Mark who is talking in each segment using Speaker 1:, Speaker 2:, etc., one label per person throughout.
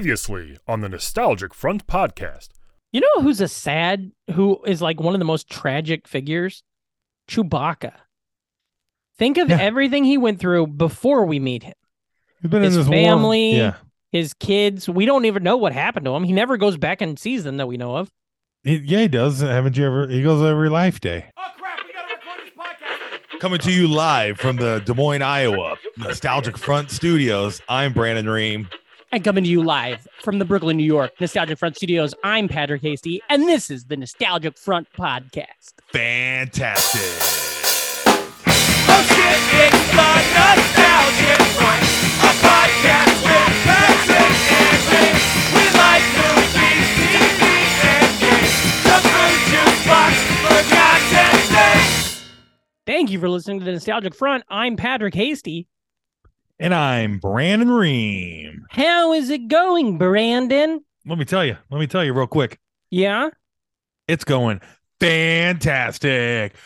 Speaker 1: Previously on the Nostalgic Front podcast.
Speaker 2: You know who's a sad, who is like one of the most tragic figures? Chewbacca. Think of
Speaker 3: Yeah.
Speaker 2: everything he went through before we meet him.
Speaker 3: He's been
Speaker 2: His
Speaker 3: in this war-
Speaker 2: family.
Speaker 3: Yeah,
Speaker 2: His kids, we don't even know what happened to him. He never goes back and sees them that we know of.
Speaker 3: he, yeah, he does. Haven't you ever? He goes every life day.
Speaker 4: Oh crap, we gotta record this podcast.
Speaker 5: Coming to you live from the Des Moines, Iowa Nostalgic Front Studios. I'm Brandon Ream.
Speaker 6: And coming to you live from the Brooklyn, New York Nostalgic Front Studios, I'm Patrick Hasty, and this is the Nostalgic Front Podcast.
Speaker 5: Fantastic.
Speaker 4: Oh shit, it's the nostalgia front. A podcast with Patrick and Lynn. We like movies, TV, and games. The food juice box, forgotten things.
Speaker 2: Thank you for listening to the Nostalgic Front. I'm Patrick Hasty.
Speaker 3: And I'm Brandon Ream.
Speaker 2: How is it going, Brandon?
Speaker 3: Let me tell you. Let me tell you real quick.
Speaker 2: Yeah.
Speaker 3: It's going fantastic.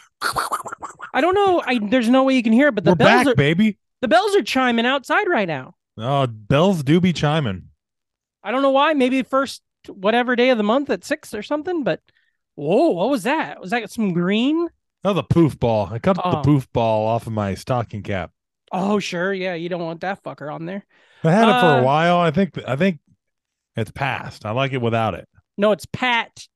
Speaker 2: I don't know. I, there's no way you can hear it, but the
Speaker 3: We're
Speaker 2: bells
Speaker 3: back,
Speaker 2: are
Speaker 3: baby.
Speaker 2: the bells are chiming outside right now.
Speaker 3: Oh, bells do be chiming.
Speaker 2: I don't know why. Maybe the first whatever day of the month at six or something. But whoa, what was that? Was that some green?
Speaker 3: Oh, the poof ball. It comes with
Speaker 2: Oh.
Speaker 3: the poof ball off of my stocking cap.
Speaker 2: Oh sure, yeah. You don't want that fucker on there.
Speaker 3: I had it for
Speaker 2: Uh,
Speaker 3: a while. I think. I think it's passed. I like it without it.
Speaker 2: No, it's Pat.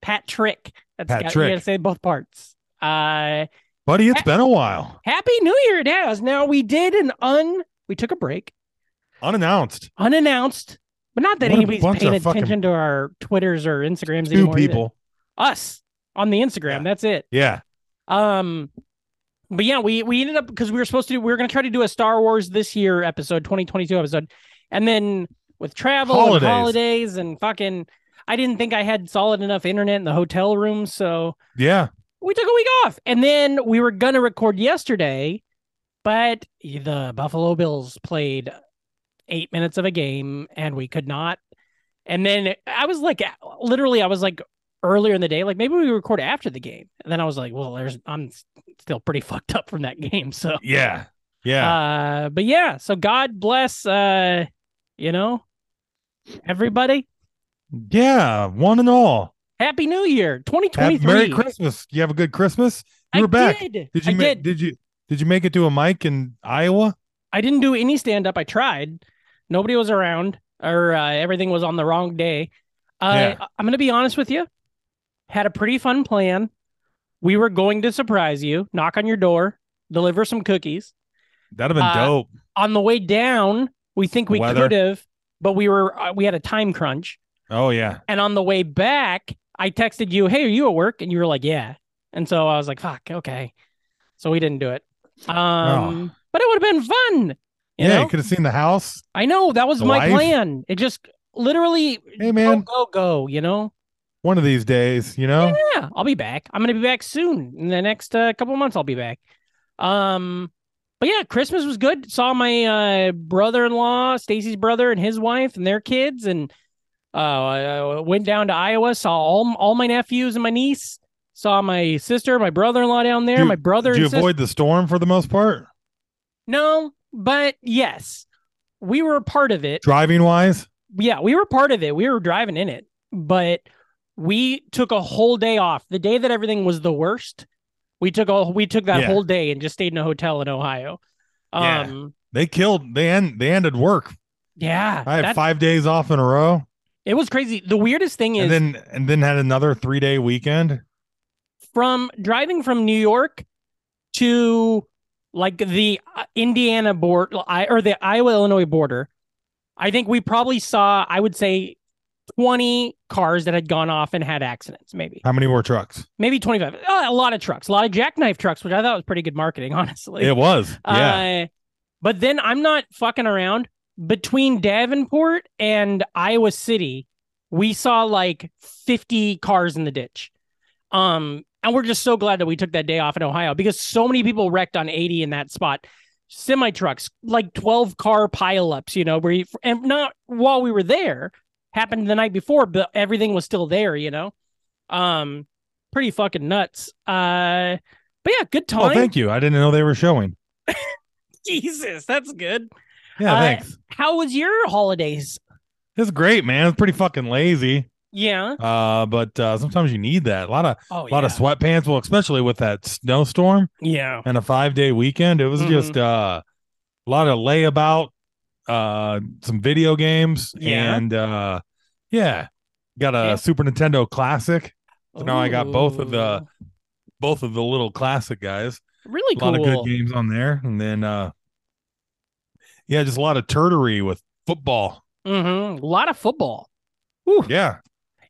Speaker 2: Pat Trick. That's
Speaker 3: Pat
Speaker 2: got, You
Speaker 3: Trick.
Speaker 2: gotta say both parts. Uh,
Speaker 3: Buddy, It's
Speaker 2: Hey.
Speaker 3: been a while.
Speaker 2: happy New Year, it has. Now we did an un. We took a break,
Speaker 3: Unannounced.
Speaker 2: unannounced, but not that
Speaker 3: What a
Speaker 2: anybody's
Speaker 3: bunch of
Speaker 2: paying
Speaker 3: fucking-
Speaker 2: attention to our Twitters or Instagrams
Speaker 3: Two
Speaker 2: anymore. either.
Speaker 3: people.
Speaker 2: us on the Instagram.
Speaker 3: Yeah.
Speaker 2: That's it.
Speaker 3: Yeah.
Speaker 2: Um, but yeah, we we ended up because we were supposed to do we were gonna try to do a Star Wars this year episode, 2022 episode, and then with travel
Speaker 3: Holidays.
Speaker 2: and holidays and fucking, I didn't think I had solid enough internet in the hotel room, so
Speaker 3: Yeah.
Speaker 2: we took a week off, and then we were gonna record yesterday, but the Buffalo Bills played eight minutes of a game, and we could not. And then I was like, literally, I was like earlier in the day, like maybe we record after the game, and then I was like, well, there's I'm s- still pretty fucked up from that game, so
Speaker 3: Yeah. Yeah.
Speaker 2: Uh, but yeah, so God bless, uh, you know, everybody.
Speaker 3: yeah. One and all.
Speaker 2: Happy New Year,
Speaker 3: Have,
Speaker 2: 2023.
Speaker 3: Merry Christmas. You have a good Christmas. You
Speaker 2: I
Speaker 3: were back.
Speaker 2: Did,
Speaker 3: Did you
Speaker 2: I
Speaker 3: ma-
Speaker 2: did.
Speaker 3: did you did you make it to a mic in Iowa?
Speaker 2: I didn't do any stand up. I tried. Nobody was around, or uh, everything was on the wrong day. Uh,
Speaker 3: Yeah.
Speaker 2: I'm going to be honest with you. Had a pretty fun plan. We were going to surprise you, knock on your door, deliver some cookies.
Speaker 3: That'd have been
Speaker 2: Uh,
Speaker 3: dope.
Speaker 2: On the way down, we think we
Speaker 3: Weather.
Speaker 2: could have, but we were uh, we had a time crunch.
Speaker 3: Oh yeah.
Speaker 2: And on the way back, I texted you, "Hey, are you at work?" And you were like, "Yeah." And so I was like, "Fuck, okay." So we didn't do it. Um, but it would have been fun. You
Speaker 3: Oh. yeah,
Speaker 2: know?
Speaker 3: you could have seen the house.
Speaker 2: I know that was
Speaker 3: The
Speaker 2: my
Speaker 3: wife?
Speaker 2: plan. It just literally
Speaker 3: Hey man,
Speaker 2: go go go. You know,
Speaker 3: one of these days, you know?
Speaker 2: Oh. yeah, I'll be back. I'm gonna be back soon in the next uh, couple months. I'll be back. Um, but yeah, Christmas was good. Saw my uh, brother-in-law, Stacy's brother, and his wife and their kids, and uh, I I went down to Iowa. Saw all all my nephews and my niece. Saw my sister, my brother-in-law down there.
Speaker 3: Do-
Speaker 2: my brother.
Speaker 3: Did
Speaker 2: and
Speaker 3: you
Speaker 2: sister.
Speaker 3: avoid the storm for the most part?
Speaker 2: No, but yes, we were a part of it.
Speaker 3: Driving wise?
Speaker 2: yeah, we were part of it. We were driving in it, but we took a whole day off. The day that everything was the worst, we took all we took that
Speaker 3: Yeah.
Speaker 2: whole day and just stayed in a hotel in Ohio.
Speaker 3: Yeah.
Speaker 2: Um,
Speaker 3: They killed they end they ended work.
Speaker 2: yeah,
Speaker 3: I had
Speaker 2: that-
Speaker 3: five days off in a row.
Speaker 2: It was crazy. The weirdest thing is
Speaker 3: And then and then had another three day weekend.
Speaker 2: from driving from New York to like the uh, Indiana board I or the Iowa Illinois border, I think we probably saw I would say twenty cars that had gone off and had accidents, maybe.
Speaker 3: How many were trucks?
Speaker 2: maybe 25 Uh, a lot of trucks a lot of jackknife trucks which i thought was pretty good marketing honestly
Speaker 3: It was. Yeah.
Speaker 2: uh, but then i'm not fucking around between davenport and iowa city we saw like 50 cars in the ditch um and we're just so glad that we took that day off in ohio because so many people wrecked on 80 in that spot semi trucks like 12 car pileups you know where you, and not while we were there happened the night before but everything was still there you know um pretty fucking nuts uh but yeah good time
Speaker 3: oh, thank you. I didn't know they were showing.
Speaker 2: jesus that's good
Speaker 3: Yeah,
Speaker 2: Uh,
Speaker 3: thanks.
Speaker 2: how was your holidays
Speaker 3: It's great, man. It's pretty fucking lazy.
Speaker 2: Yeah.
Speaker 3: Uh, but uh, sometimes you need that. A lot of
Speaker 2: Oh,
Speaker 3: a lot of sweatpants. Well, especially with that snowstorm
Speaker 2: yeah.
Speaker 3: and a five day weekend, it was
Speaker 2: Mhm.
Speaker 3: just uh, a lot of layabout, uh, some video games,
Speaker 2: Yeah.
Speaker 3: and uh, yeah, got a
Speaker 2: Yeah.
Speaker 3: Super Nintendo Classic. So now I got both of the-
Speaker 2: Ooh.
Speaker 3: Both of the little classic guys.
Speaker 2: really
Speaker 3: A
Speaker 2: cool.
Speaker 3: lot of good games on there, and then uh, yeah, just a lot of turtery with football.
Speaker 2: Mhm. A lot of football.
Speaker 3: Yeah,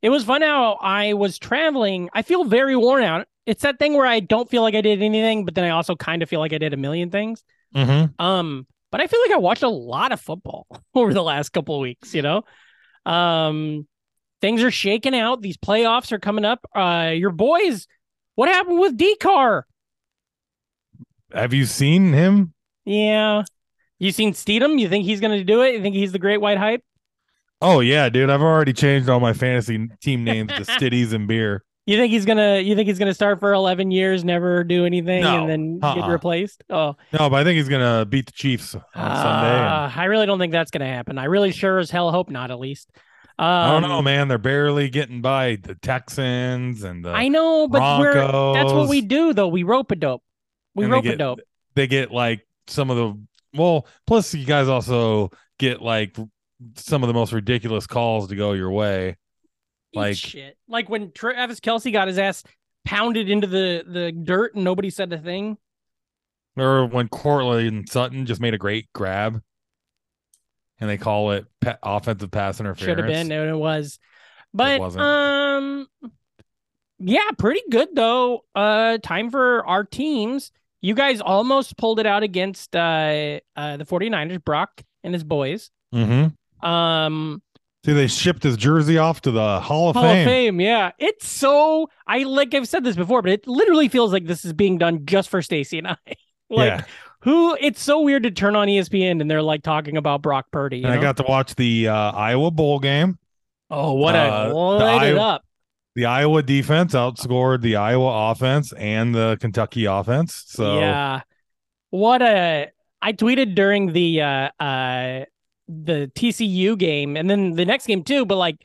Speaker 2: It was fun how I was traveling. I feel very worn out. It's that thing where I don't feel like I did anything, but then I also kind of feel like I did a million things.
Speaker 3: Mm-hmm.
Speaker 2: Um, but I feel like I watched a lot of football over the last couple of weeks, you know. Um things are shaking out. These playoffs are coming up. Uh your boys, what happened with D car?
Speaker 3: Have you seen him?
Speaker 2: Yeah. You seen Steedham? You think he's gonna do it? You think he's the great white hype?
Speaker 3: Oh yeah, dude. I've already changed all my fantasy team names to Stitties and Beer.
Speaker 2: You think he's gonna you think he's gonna start for eleven years, never do anything,
Speaker 3: No.
Speaker 2: and then get
Speaker 3: Uh-uh.
Speaker 2: replaced? Oh,
Speaker 3: No, but I think he's gonna beat the Chiefs on Sunday. and-
Speaker 2: Uh, I really don't think that's going to happen. I really sure as hell hope not, at least. Um,
Speaker 3: I don't know, man. They're barely getting by the Texans and the.
Speaker 2: I know, but we're, that's what
Speaker 3: Broncos.
Speaker 2: we do, though. We rope a dope. We
Speaker 3: And they
Speaker 2: rope a
Speaker 3: get-
Speaker 2: dope.
Speaker 3: they get like some of the well. Plus, you guys also get like some of the most ridiculous calls to go your way.
Speaker 2: Eat
Speaker 3: like-
Speaker 2: shit. Like when Travis Kelsey got his ass pounded into the, the dirt and nobody said a thing.
Speaker 3: Or when Cortland Sutton just made a great grab, and they call it pa- offensive pass interference.
Speaker 2: Should have been, and it was. But
Speaker 3: wasn't.
Speaker 2: um, yeah, pretty good though. Uh, time for our teams. You guys almost pulled it out against uh, uh the 49ers, Brock and his boys.
Speaker 3: Mm-hmm.
Speaker 2: Um,
Speaker 3: See, they shipped his jersey off to the Hall of,
Speaker 2: Hall
Speaker 3: Fame.
Speaker 2: of Fame. Yeah, it's so I like I've said this before, but it literally feels like this is being done just for Stacy and I. like
Speaker 3: yeah,
Speaker 2: who? It's so weird to turn on E ESPN and they're like talking about Brock Purdy. you
Speaker 3: and I
Speaker 2: know?
Speaker 3: got to watch the uh, Iowa bowl game.
Speaker 2: oh what a
Speaker 3: uh,
Speaker 2: light
Speaker 3: the
Speaker 2: it
Speaker 3: Iowa-
Speaker 2: up.
Speaker 3: The Iowa defense outscored the Iowa offense and the Kentucky offense. So
Speaker 2: yeah, what a I tweeted during the uh uh the TCU game and then the next game too, but like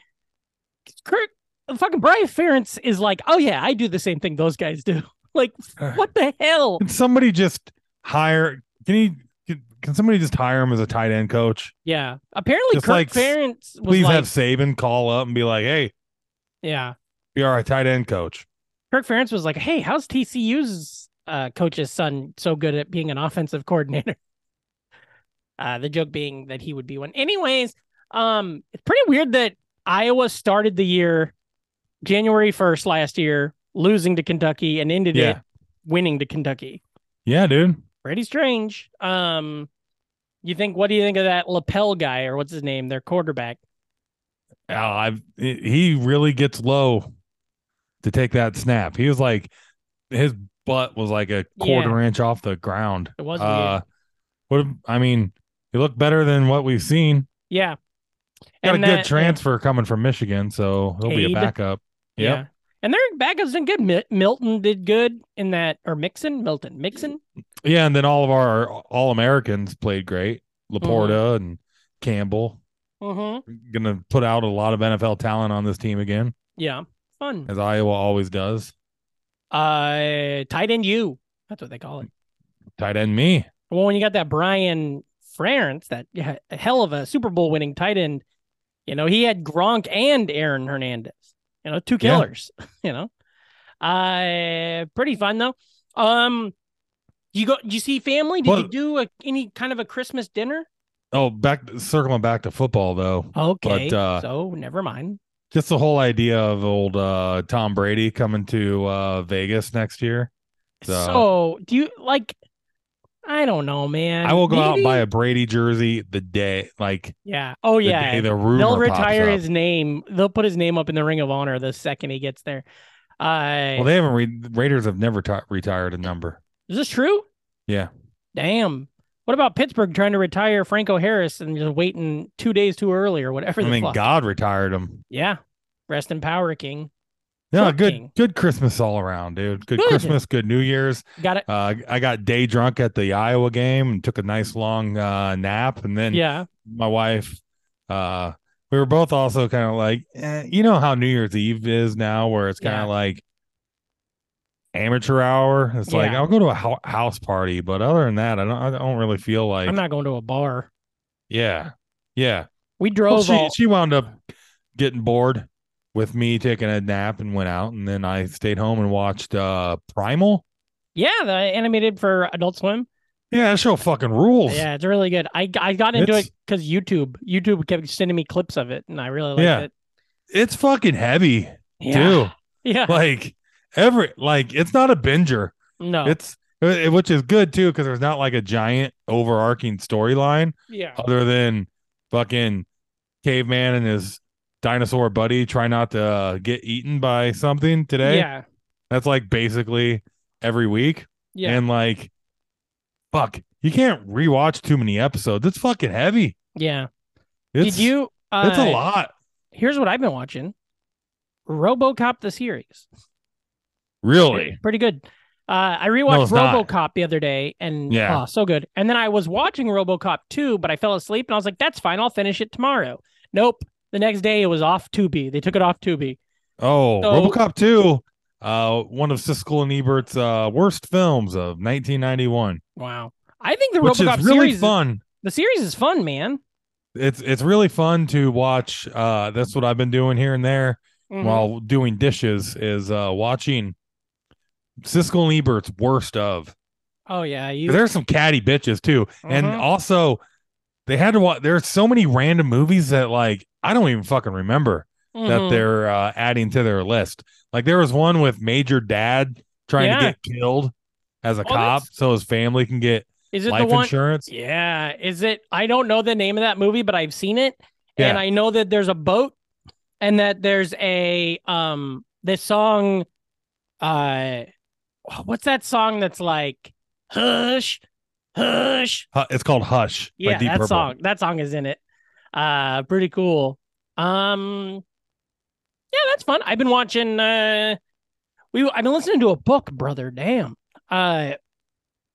Speaker 2: Kirk fucking Brian Ferentz is like, oh yeah, I do the same thing those guys do. Like what the hell?
Speaker 3: can somebody just hire? Can he? Can, can somebody just hire him as a tight end coach?
Speaker 2: Yeah. Apparently,
Speaker 3: Just
Speaker 2: Kirk
Speaker 3: like,
Speaker 2: Ferentz was
Speaker 3: Please
Speaker 2: like,
Speaker 3: have Saban call up and be like, "Hey,
Speaker 2: yeah.
Speaker 3: you're our tight end coach."
Speaker 2: Kirk Ferentz was like, hey, how's TCU's uh, coach's son so good at being an offensive coordinator? Uh, the joke being that he would be one. Anyways, um, it's pretty weird that Iowa started the year January 1st last year, losing to Kentucky and ended it
Speaker 3: Yeah.
Speaker 2: winning to Kentucky.
Speaker 3: Yeah, dude.
Speaker 2: Pretty strange. Um, you think, what do you think of that lapel guy or what's his name, their quarterback?
Speaker 3: Uh, I've he really gets low to take that snap. He was like his butt was like a quarter inch off the ground.
Speaker 2: It was weird.
Speaker 3: Uh, what I mean, he looked better than what we've seen.
Speaker 2: Yeah.
Speaker 3: Got
Speaker 2: And
Speaker 3: a good
Speaker 2: that-
Speaker 3: transfer coming from Michigan, so he'll be
Speaker 2: Cade.
Speaker 3: a backup. Yep.
Speaker 2: Yeah. And their backups did good. Mi- Milton did good in that, or Mixon, Milton, Mixon.
Speaker 3: Yeah, and then all of our all Americans played great. Laporta and Campbell
Speaker 2: Mm-hmm.
Speaker 3: gonna put out a lot of NFL talent on this team again,
Speaker 2: Yeah. Fun.
Speaker 3: as Iowa always does.
Speaker 2: Uh, tight end you. That's what they call it.
Speaker 3: Tight end me.
Speaker 2: Well, when you got that Brian Ferentz, that yeah, a hell of a Super Bowl winning tight end, you know, he had Gronk and Aaron Hernandez, you know, two
Speaker 3: Yeah.
Speaker 2: killers, you know. Uh, pretty fun though. Um, you go, you see family? Did you
Speaker 3: Well-
Speaker 2: do a, any kind of a Christmas dinner?
Speaker 3: Oh, back circling back to football though.
Speaker 2: Okay.
Speaker 3: uh,
Speaker 2: so never mind.
Speaker 3: Just the whole idea of old uh, Tom Brady coming to uh, Vegas next year. So-
Speaker 2: So do you like? I don't know, man.
Speaker 3: I will go out and buy
Speaker 2: Maybe-
Speaker 3: a Brady jersey the day, like
Speaker 2: Yeah. Oh
Speaker 3: the
Speaker 2: yeah.
Speaker 3: day the rumor
Speaker 2: They'll
Speaker 3: pops
Speaker 2: retire
Speaker 3: up.
Speaker 2: his name. They'll put his name up in the Ring of Honor the second he gets there. Uh,
Speaker 3: Well, they haven't. Re- Raiders have never ti- retired a number.
Speaker 2: is this true?
Speaker 3: Yeah.
Speaker 2: Damn. What about Pittsburgh trying to retire Franco Harris and just waiting two days too early or whatever?
Speaker 3: I
Speaker 2: the
Speaker 3: mean,
Speaker 2: fuck?
Speaker 3: God retired him.
Speaker 2: Yeah. Rest in power, King.
Speaker 3: No,
Speaker 2: Fuck
Speaker 3: good,
Speaker 2: King.
Speaker 3: good Christmas all around, dude. Good,
Speaker 2: Good.
Speaker 3: Christmas, good New Year's.
Speaker 2: Got it.
Speaker 3: Uh, I got day drunk at the Iowa game and took a nice long uh, nap, and then
Speaker 2: Yeah.
Speaker 3: my wife, uh, we were both also kind of like, eh, you know how New Year's Eve is now, where it's kind
Speaker 2: Yeah.
Speaker 3: of like amateur hour. It's like
Speaker 2: Yeah.
Speaker 3: I'll go to a hou- house party, but other than that, I don't. I don't really feel like.
Speaker 2: I'm not going to a bar.
Speaker 3: yeah, yeah.
Speaker 2: We
Speaker 3: Well,
Speaker 2: drove
Speaker 3: she
Speaker 2: all.
Speaker 3: she wound up getting bored with me taking a nap and went out, and then I stayed home and watched uh Primal.
Speaker 2: Yeah, the animated for Adult Swim.
Speaker 3: Yeah, that show fucking rules.
Speaker 2: Yeah, it's really good. I I got into
Speaker 3: It's-
Speaker 2: it because YouTube. YouTube kept sending me clips of it, and I really liked
Speaker 3: Yeah.
Speaker 2: it.
Speaker 3: It's fucking heavy
Speaker 2: Yeah.
Speaker 3: too.
Speaker 2: Yeah.
Speaker 3: Like every like it's not a binger.
Speaker 2: No.
Speaker 3: It's it- which is good too because there's not like a giant overarching storyline
Speaker 2: yeah.
Speaker 3: other than fucking caveman and his dinosaur buddy try not to uh, get eaten by something today.
Speaker 2: Yeah.
Speaker 3: That's like basically every week.
Speaker 2: Yeah.
Speaker 3: And like, fuck, you can't rewatch too many episodes. It's fucking heavy.
Speaker 2: Yeah.
Speaker 3: It's,
Speaker 2: Did you? Uh,
Speaker 3: it's a lot.
Speaker 2: Here's what I've been watching: RoboCop the series.
Speaker 3: Really?
Speaker 2: pretty good. Uh, I
Speaker 3: No,
Speaker 2: rewatched
Speaker 3: it's not.
Speaker 2: RoboCop the other day, and
Speaker 3: Yeah.
Speaker 2: oh, so good. And then I was watching RoboCop 2, but I fell asleep, and I was like, "That's fine, I'll finish it tomorrow." Nope. The next day, it was off Tubi. They took it off Tubi.
Speaker 3: Oh,
Speaker 2: So-
Speaker 3: Robocop 2, uh, one of Siskel and Ebert's uh, worst films of 1991,
Speaker 2: Wow. I think the
Speaker 3: which
Speaker 2: RoboCop
Speaker 3: is really
Speaker 2: series,
Speaker 3: fun.
Speaker 2: the series is fun, man.
Speaker 3: It's it's really fun to watch. Uh, that's what I've been doing here and there.
Speaker 2: Mhm.
Speaker 3: while doing dishes is uh watching Siskel and Ebert's worst of.
Speaker 2: oh yeah, you.
Speaker 3: There's some catty bitches too. And
Speaker 2: Mhm.
Speaker 3: also they had to watch there's so many random movies that like I don't even fucking remember that
Speaker 2: Mhm.
Speaker 3: they're uh, adding to their list. Like there was one with Major Dad trying
Speaker 2: Yeah.
Speaker 3: to get killed as a
Speaker 2: Oh,
Speaker 3: cop
Speaker 2: that's-
Speaker 3: so his family can get
Speaker 2: Is it the
Speaker 3: life
Speaker 2: one?
Speaker 3: insurance.
Speaker 2: Yeah. Is it? I don't know the name of that movie, but I've seen it, and
Speaker 3: Yeah.
Speaker 2: I know that there's a boat, and that there's a um this song, uh, what's that song that's like hush, hush?
Speaker 3: Hu- It's called Hush. by
Speaker 2: Yeah,
Speaker 3: Deep
Speaker 2: that
Speaker 3: Purple.
Speaker 2: song. That song is in it. Uh, pretty cool. Um, yeah, that's fun. I've been watching. Uh, we I've been listening to a book, brother. Damn. Uh,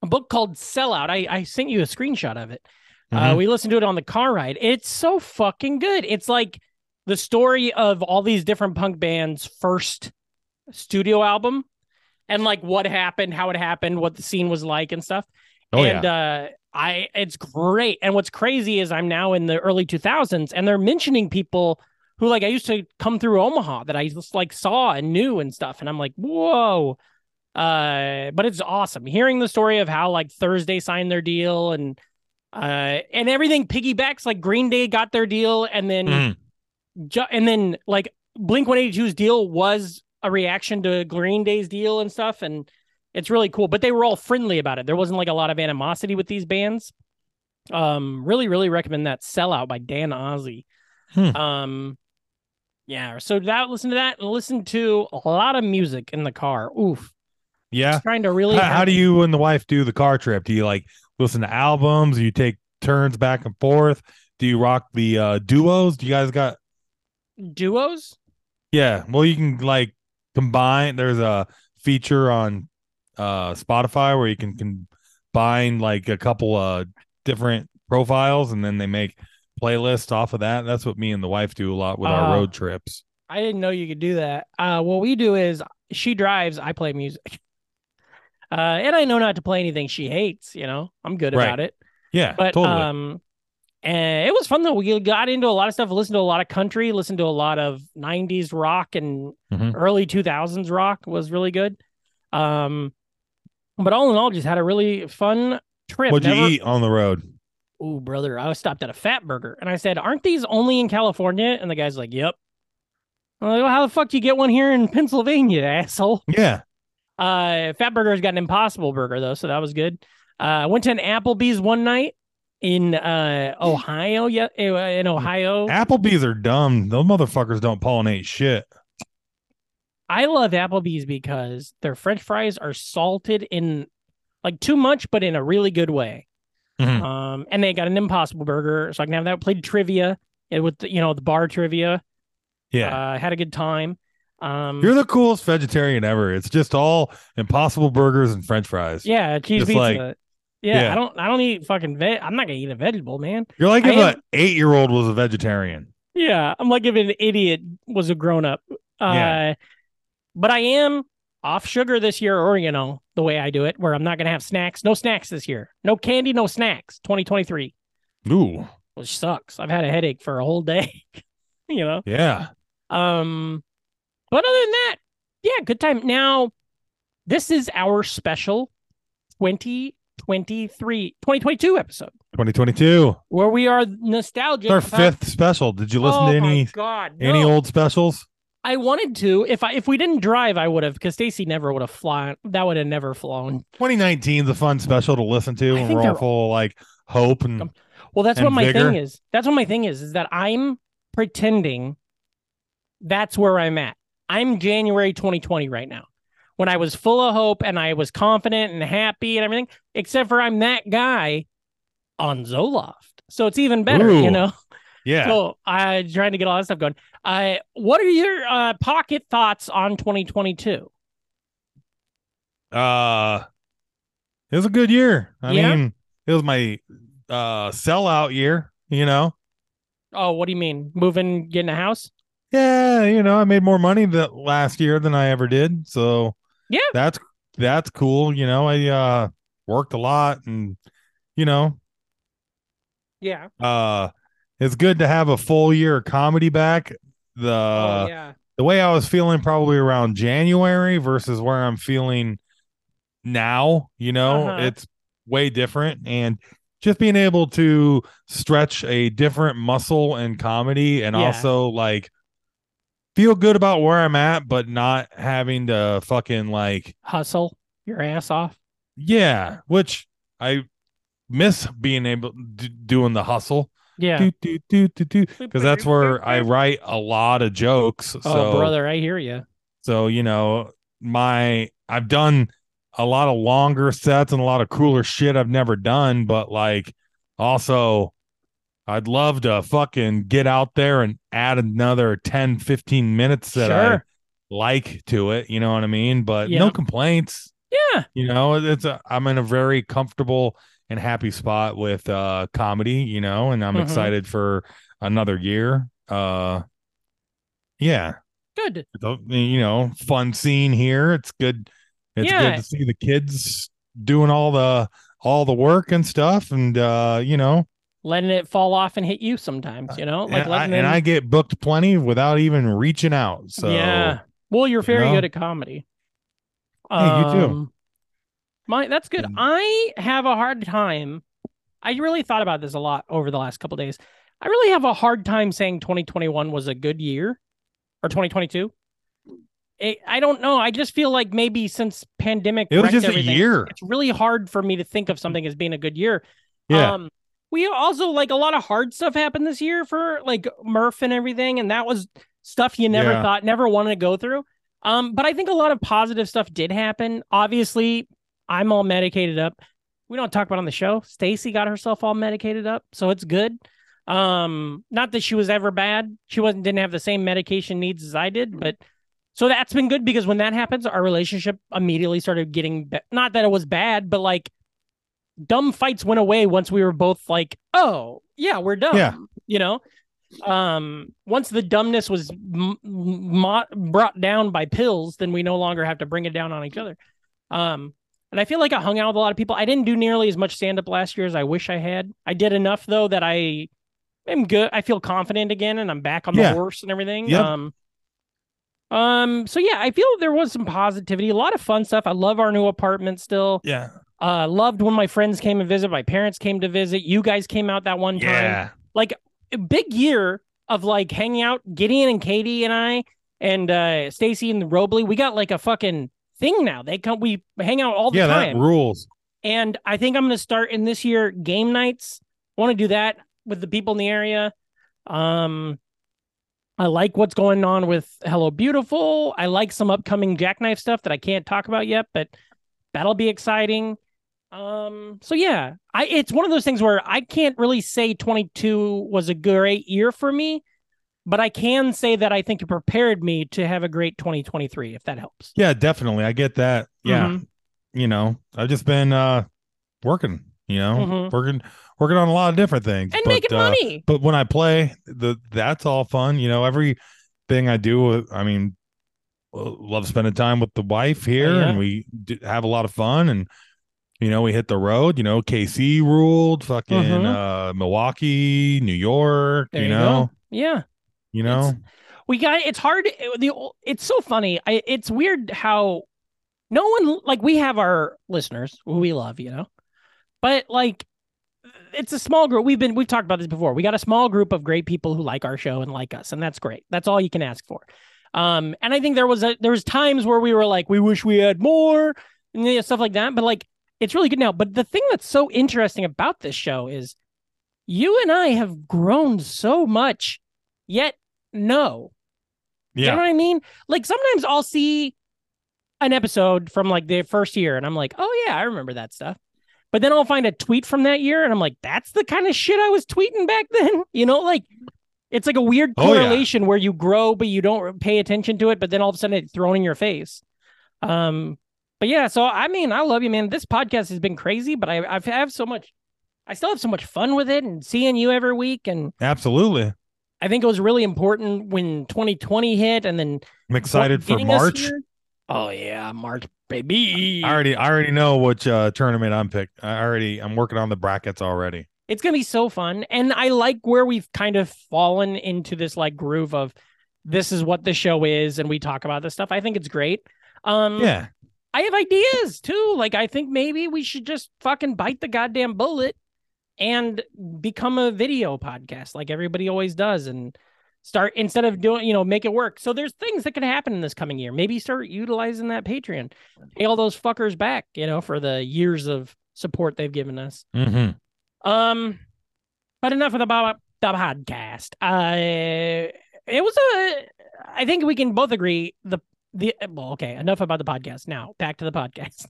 Speaker 2: a book called Sellout. I I sent you a screenshot of it. Uh,
Speaker 3: Mhm.
Speaker 2: we listened to it on the car ride. It's so fucking good. It's like the story of all these different punk bands' first studio album and like what happened, how it happened, what the scene was like and stuff.
Speaker 3: Oh yeah.
Speaker 2: and uh I it's great. And what's crazy is I'm now in the early 2000s and they're mentioning people who like I used to come through Omaha that I just like saw and knew and stuff and I'm like, "Whoa." Uh but it's awesome hearing the story of how like Thursday signed their deal and uh and everything piggybacks like Green Day got their deal and then
Speaker 3: Mhm.
Speaker 2: ju- and then like Blink 182's deal was a reaction to Green Day's deal and stuff, and it's really cool. But they were all friendly about it. There wasn't like a lot of animosity with these bands. Um, really, really recommend that sellout by Dan Ozzie.
Speaker 3: Hmm.
Speaker 2: Um, yeah. So that listen to that and listen to a lot of music in the car. Oof,
Speaker 3: yeah.
Speaker 2: trying to really.
Speaker 3: How, how
Speaker 2: have-
Speaker 3: do you and the wife do the car trip? Do you like listen to albums? Do you take turns back and forth? Do you rock the uh, duos? Do you guys got?
Speaker 2: duos?
Speaker 3: Yeah. Well, you can like combine. There's a feature on uh, Spotify where you can combine like a couple of different profiles, and then they make playlists off of that. That's what me and the wife do a lot with our
Speaker 2: Oh.
Speaker 3: road trips.
Speaker 2: I didn't know you could do that. Uh, what we do is she drives, I play music. Uh, and I know not to play anything she hates, you know, I'm good
Speaker 3: Right.
Speaker 2: about it.
Speaker 3: Yeah,
Speaker 2: But
Speaker 3: totally.
Speaker 2: um, and it was fun though. We got into a lot of stuff, listened to a lot of country, listened to a lot of 90s rock and
Speaker 3: Mhm.
Speaker 2: early 2000s rock was really good. Um, but all in all, just had a really fun trip.
Speaker 3: What'd
Speaker 2: Never-
Speaker 3: you eat on the road?
Speaker 2: Ooh, brother, I was stopped at a fat burger and I said, Aren't these only in California? And the guy's like, Yep. I'm like, well, how the fuck do you get one here in Pennsylvania, asshole?
Speaker 3: Yeah.
Speaker 2: Uh Fat Burger's got an impossible burger though, so that was good. Uh I went to an Applebee's one night in uh Ohio. Yeah, eh, in Ohio.
Speaker 3: Applebee's are dumb. Those motherfuckers don't pollinate shit.
Speaker 2: I love Applebee's because their French fries are salted in like too much, but in a really good way.
Speaker 3: Mhm.
Speaker 2: Um, and they got an Impossible Burger, so I can have that. Played trivia eh, with the, you know the bar trivia.
Speaker 3: Yeah.
Speaker 2: uh, had a good time. Um,
Speaker 3: You're the coolest vegetarian ever. It's just all impossible burgers and french fries.
Speaker 2: yeah, cheese
Speaker 3: just
Speaker 2: pizza.
Speaker 3: like-
Speaker 2: yeah,
Speaker 3: yeah.
Speaker 2: I don't, I don't eat fucking veg. I'm not gonna eat a vegetable, man.
Speaker 3: You're like
Speaker 2: I
Speaker 3: if
Speaker 2: am-
Speaker 3: an eight year old was a vegetarian.
Speaker 2: Yeah, I'm like if an idiot was a grown up. Uh,
Speaker 3: Yeah.
Speaker 2: But I am off sugar this year, or you know, the way I do it, where I'm not gonna have snacks. No snacks this year. No candy. No snacks. 2023,
Speaker 3: Ooh,
Speaker 2: which sucks. I've had a headache for a whole day. you know.
Speaker 3: yeah.
Speaker 2: Um, but other than that, yeah, good time. Now, this is our special 2023, 2022 episode
Speaker 3: 2022.
Speaker 2: where we are nostalgic.
Speaker 3: It's our
Speaker 2: about-
Speaker 3: fifth special. Did you listen
Speaker 2: oh
Speaker 3: to any
Speaker 2: my God,
Speaker 3: any
Speaker 2: no.
Speaker 3: old specials?
Speaker 2: I wanted to. If I if we didn't drive, I would have because Stacy never would have flown. That would have never flown.
Speaker 3: 2019 is a fun special to listen to when
Speaker 2: think
Speaker 3: we're all
Speaker 2: they're-
Speaker 3: full of like hope and
Speaker 2: Um, Well, that's what
Speaker 3: And
Speaker 2: my
Speaker 3: vigor.
Speaker 2: thing is. That's what my thing is. Is that I'm pretending. That's where I'm at. I'm January 2020 right now, when I was full of hope and I was confident and happy and everything. Except for I'm that guy on Zoloft, so it's even better,
Speaker 3: Ooh.
Speaker 2: you know.
Speaker 3: yeah.
Speaker 2: So I trying to get all that stuff going. Uh, what are your uh, pocket thoughts on 2022?
Speaker 3: Uh it was a good year. I
Speaker 2: Yeah?
Speaker 3: mean, it was my uh sellout year, you know.
Speaker 2: Oh, what do you mean? Moving, getting a house?
Speaker 3: Yeah, you know, I made more money that last year than I ever did. So
Speaker 2: Yeah.
Speaker 3: That's that's cool. You know, I uh worked a lot and you know,
Speaker 2: Yeah.
Speaker 3: uh it's good to have a full year of comedy back. The
Speaker 2: oh, yeah.
Speaker 3: the way I was feeling probably around January versus where I'm feeling now, you know,
Speaker 2: Uh-huh.
Speaker 3: it's way different. And just being able to stretch a different muscle in comedy and
Speaker 2: Yeah.
Speaker 3: also like feel good about where I'm at, but not having to fucking like,
Speaker 2: Hustle your ass off.
Speaker 3: yeah, which I miss being able d- doing the hustle
Speaker 2: Yeah.
Speaker 3: because that's where I write a lot of jokes.
Speaker 2: Oh,
Speaker 3: so
Speaker 2: brother, I hear you.
Speaker 3: So, you know, my I've done a lot of longer sets and a lot of cooler shit I've never done, but like also I'd love to fucking get out there and add another 10, 15 minutes that I
Speaker 2: Sure.
Speaker 3: like to it, you know what I mean? But
Speaker 2: Yeah.
Speaker 3: no complaints.
Speaker 2: Yeah.
Speaker 3: You know, it's a, I'm in a very comfortable and happy spot with uh comedy, you know, and I'm
Speaker 2: Mhm.
Speaker 3: excited for another year. Uh yeah
Speaker 2: Good.
Speaker 3: the you know fun scene here it's good it's
Speaker 2: Yeah.
Speaker 3: good to see the kids doing all the all the work and stuff and uh you know
Speaker 2: Letting it fall off and hit you sometimes, you know? Like
Speaker 3: and, I,
Speaker 2: letting
Speaker 3: and
Speaker 2: it-
Speaker 3: I get booked plenty without even reaching out so
Speaker 2: Yeah. Well, you're very
Speaker 3: know?
Speaker 2: good at comedy.
Speaker 3: Hey, you too. Mm.
Speaker 2: Um, My that's good.
Speaker 3: And-
Speaker 2: I have a hard time. I really thought about this a lot over the last couple days. I really have a hard time saying 2021 was a good year or 2022. It, I don't know. I just feel like maybe since pandemic
Speaker 3: it was
Speaker 2: wrecked
Speaker 3: just
Speaker 2: everything,
Speaker 3: a year
Speaker 2: It's really hard for me to think of something as being a good year.
Speaker 3: yeah
Speaker 2: Um, we also like a lot of hard stuff happened this year for like Murph and everything, and that was stuff you never
Speaker 3: Yeah.
Speaker 2: thought, never wanted to go through. Um, but I think a lot of positive stuff did happen. Obviously, I'm all medicated up. We don't talk about it on the show. Stacy got herself all medicated up, so it's good. Um, not that she was ever bad. She wasn't didn't have the same medication needs as I did, but so that's been good because when that happens, our relationship immediately started getting be- not that it was bad, but like dumb fights went away once we were both like, oh yeah, we're dumb.
Speaker 3: Yeah.
Speaker 2: You know, um, once the dumbness was m- m- mo- brought down by pills, then we no longer have to bring it down on each other. Um, and I feel like I hung out with a lot of people. I didn't do nearly as much stand up last year as I wish I had. I did enough though that I am good. I feel confident again, and I'm back on
Speaker 3: Yeah.
Speaker 2: the horse and everything.
Speaker 3: Yep.
Speaker 2: Um, um. So yeah, I feel there was some positivity, a lot of fun stuff. I love our new apartment still.
Speaker 3: yeah
Speaker 2: Uh, loved when my friends came and visit. My parents came to visit. You guys came out that one time
Speaker 3: yeah
Speaker 2: a big year of like hanging out gideon and katie and i and uh stacy and robley we got like a fucking thing now they come we hang out all the
Speaker 3: yeah that
Speaker 2: time
Speaker 3: rules
Speaker 2: and i think i'm gonna start in this year game nights want to do that with the people in the area um i like what's going on with hello beautiful i like some upcoming jackknife stuff that i can't talk about yet but that'll be exciting um so yeah i it's one of those things where i can't really say 22 was a great year for me but i can say that i think it prepared me to have a great 2023 if that helps
Speaker 3: yeah definitely I get that yeah
Speaker 2: Mhm.
Speaker 3: you know I've just been uh working You know,
Speaker 2: Mhm.
Speaker 3: working working on a lot of different things
Speaker 2: and
Speaker 3: but,
Speaker 2: making
Speaker 3: uh,
Speaker 2: money.
Speaker 3: but when I play, the that's all fun. You know, everything I do, I mean, lo- love spending time with the wife here,
Speaker 2: Oh, yeah.
Speaker 3: and we d- have a lot of fun. And you know, we hit the road. You know, KC ruled, fucking
Speaker 2: Mhm.
Speaker 3: uh, Milwaukee, New York.
Speaker 2: There
Speaker 3: you
Speaker 2: you go.
Speaker 3: know,
Speaker 2: Yeah.
Speaker 3: you know,
Speaker 2: we got it's hard it- the ol- it's so funny I, it's weird how no one like we have our listeners who we love you know but like it's a small group we've been we've talked about this before we got a small group of great people who like our show and like us and that's great that's all you can ask for um and i think there was a there was times where we were like we wish we had more and you know, stuff like that but like it's really good now but the thing that's so interesting about this show is you and i have grown so much yet no you know
Speaker 3: yeah,
Speaker 2: what I mean? Like sometimes I'll see an episode from like the first year and I'm like, oh yeah, I remember that stuff. But then I'll find a tweet from that year and I'm like, that's the kind of shit I was tweeting back then. You know, like it's like a weird
Speaker 3: Oh, yeah.
Speaker 2: correlation where you grow but you don't pay attention to it, but then all of a sudden it's thrown in your face. Um, but yeah, so I mean, I love you, man. This podcast has been crazy, but I I've I have so much I still have so much fun with it and seeing you every week and
Speaker 3: absolutely.
Speaker 2: I think it was really important when 2020 hit and then
Speaker 3: I'm excited for
Speaker 2: getting us
Speaker 3: March.
Speaker 2: here? Oh yeah, March baby.
Speaker 3: I already, I already know which uh, tournament I'm picked. I already, I'm working on the brackets already.
Speaker 2: It's gonna be so fun, and I like where we've kind of fallen into this like groove of this is what the show is, and we talk about this stuff. I think it's great. Um,
Speaker 3: Yeah,
Speaker 2: I have ideas too. Like I think maybe we should just fucking bite the goddamn bullet and become a video podcast like everybody always does and start instead of doing you know make it work so there's things that can happen in this coming year maybe start utilizing that patreon pay all those fuckers back you know for the years of support they've given us
Speaker 3: hmm
Speaker 2: um, but enough of the Bob the podcast. Uh, it was a. I think we can both agree the the well. Okay, enough about the podcast. Now back to the podcast.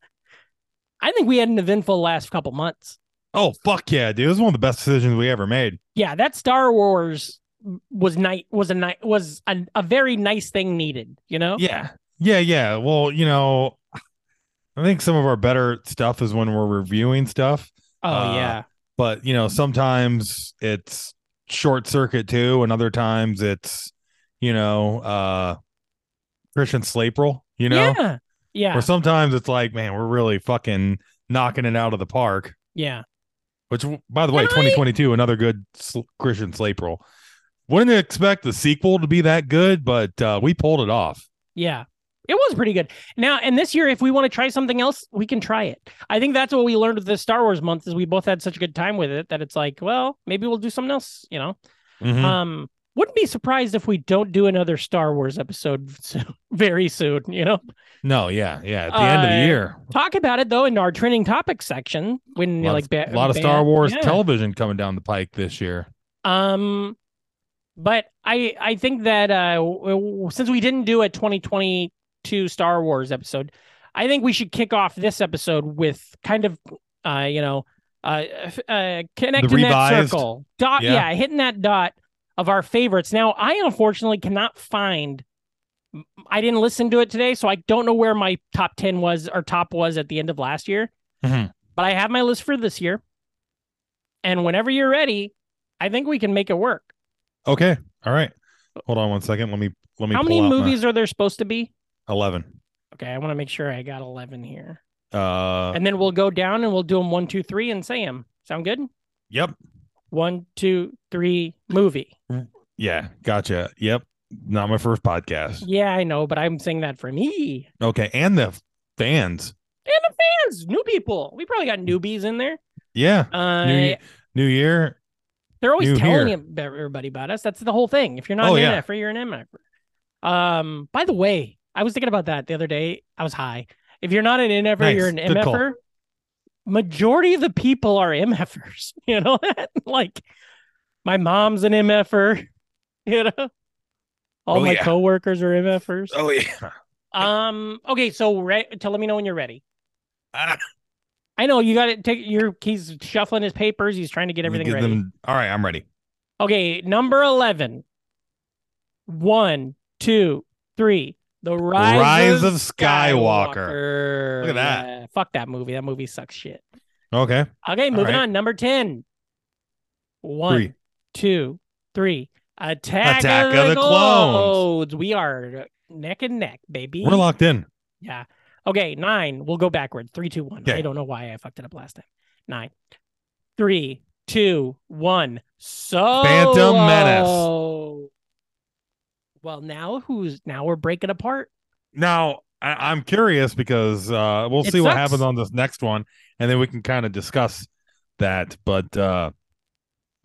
Speaker 2: I think we had an eventful last couple months.
Speaker 3: Oh fuck yeah, dude! This is one of the best decisions we ever made.
Speaker 2: Yeah, that Star Wars was night was a night was a, a very nice thing needed. You know.
Speaker 3: Yeah. Yeah. Yeah. Well, you know, I think some of our better stuff is when we're reviewing stuff,
Speaker 2: Oh
Speaker 3: Uh,
Speaker 2: yeah.
Speaker 3: but, you know, sometimes it's short circuit too. And other times it's, you know, uh, Christian Slaprel, you know,
Speaker 2: Yeah. Yeah.
Speaker 3: or sometimes it's like, man, we're really fucking knocking it out of the park,
Speaker 2: Yeah.
Speaker 3: which, by the way,
Speaker 2: And I-
Speaker 3: 2022, another good sl- Christian Slaprel. Wouldn't expect the sequel to be that good, but uh, we pulled it off.
Speaker 2: Yeah. It was pretty good. Now, and this year, if we want to try something else, we can try it. I think that's what we learned with the Star Wars month is we both had such a good time with it that it's like, well, maybe we'll do something else, you know?
Speaker 3: Mhm.
Speaker 2: Um, wouldn't be surprised if we don't do another Star Wars episode soon, very soon, you know?
Speaker 3: No, yeah, yeah. At the end of the
Speaker 2: Uh,
Speaker 3: year,
Speaker 2: Talk about it though in our trending topics section when
Speaker 3: a
Speaker 2: you
Speaker 3: lot,
Speaker 2: like
Speaker 3: of,
Speaker 2: ba-
Speaker 3: a lot of
Speaker 2: ban-
Speaker 3: Star Wars
Speaker 2: Yeah.
Speaker 3: television coming down the pike this year.
Speaker 2: Um, but I I think that uh w- w- since we didn't do a 2022 Star Wars episode, I think we should kick off this episode with kind of uh you know uh f- uh connecting that
Speaker 3: revised-
Speaker 2: circle dot
Speaker 3: Yeah.
Speaker 2: yeah hitting that dot of our favorites. Now I unfortunately cannot find. I didn't listen to it today, so I don't know where my top ten was or top was at the end of last year
Speaker 3: Mhm.
Speaker 2: but I have my list for this year. And whenever you're ready, I think we can make it work.
Speaker 3: Okay, all right. Hold on one second. Let me let me.
Speaker 2: How
Speaker 3: pull
Speaker 2: many
Speaker 3: out my-
Speaker 2: movies are there supposed to be?
Speaker 3: Eleven.
Speaker 2: Okay, I want to make sure I got 11 here.
Speaker 3: Uh,
Speaker 2: And then we'll go down and we'll do them one, two, three, and say them. Sound good?
Speaker 3: yep.
Speaker 2: One, two, three, movie.
Speaker 3: Yeah, gotcha. Yep. Not my first podcast.
Speaker 2: Yeah, I know, but I'm saying that for me
Speaker 3: Okay, and the fans.
Speaker 2: and the fans, new people. We probably got newbies in there.
Speaker 3: Yeah,
Speaker 2: Uh,
Speaker 3: new ye- new year.
Speaker 2: They're always
Speaker 3: New
Speaker 2: telling
Speaker 3: here.
Speaker 2: ab- everybody about us. That's the whole thing. If you're not
Speaker 3: Oh,
Speaker 2: an
Speaker 3: yeah.
Speaker 2: NF, you're an MF. Um, by the way, I was thinking about that the other day. I was high. If you're not an NF,
Speaker 3: Nice.
Speaker 2: you're an
Speaker 3: Good call.
Speaker 2: MFer. Majority of the people are MFers. You know that? like my mom's an MFer. You know, all
Speaker 5: Oh,
Speaker 2: my
Speaker 5: yeah.
Speaker 2: coworkers are MFers.
Speaker 5: Oh yeah.
Speaker 2: Um. Okay. So, re- to let me know when you're ready.
Speaker 5: Ah.
Speaker 2: I know you got to take your. He's shuffling his papers. He's trying to get
Speaker 3: Let me
Speaker 2: everything
Speaker 3: give
Speaker 2: ready.
Speaker 3: them- all right, I'm ready.
Speaker 2: Okay, number 11. One, two, three. The Rise,
Speaker 3: Rise of Skywalker.
Speaker 2: Skywalker.
Speaker 3: Look at that.
Speaker 2: Yeah, fuck that movie. That movie sucks shit.
Speaker 3: Okay.
Speaker 2: Okay, moving
Speaker 3: right.
Speaker 2: on. Number 10. One,
Speaker 3: Three.
Speaker 2: two, three. Attack,
Speaker 5: Attack
Speaker 2: of,
Speaker 5: of
Speaker 2: the,
Speaker 5: the
Speaker 2: clones. We are neck and neck, baby.
Speaker 3: We're locked in.
Speaker 2: Yeah. Okay, nine. We'll go backward. Three, two, one. I
Speaker 3: Okay.
Speaker 2: don't know why I fucked it up last time. Nine, three, two, one. So
Speaker 3: Phantom Menace.
Speaker 2: Well, now who's now we're breaking apart?
Speaker 3: Now I, I'm curious because uh, we'll
Speaker 2: It
Speaker 3: see what
Speaker 2: sucks.
Speaker 3: happens on this next one, and then we can kind of discuss that. But uh,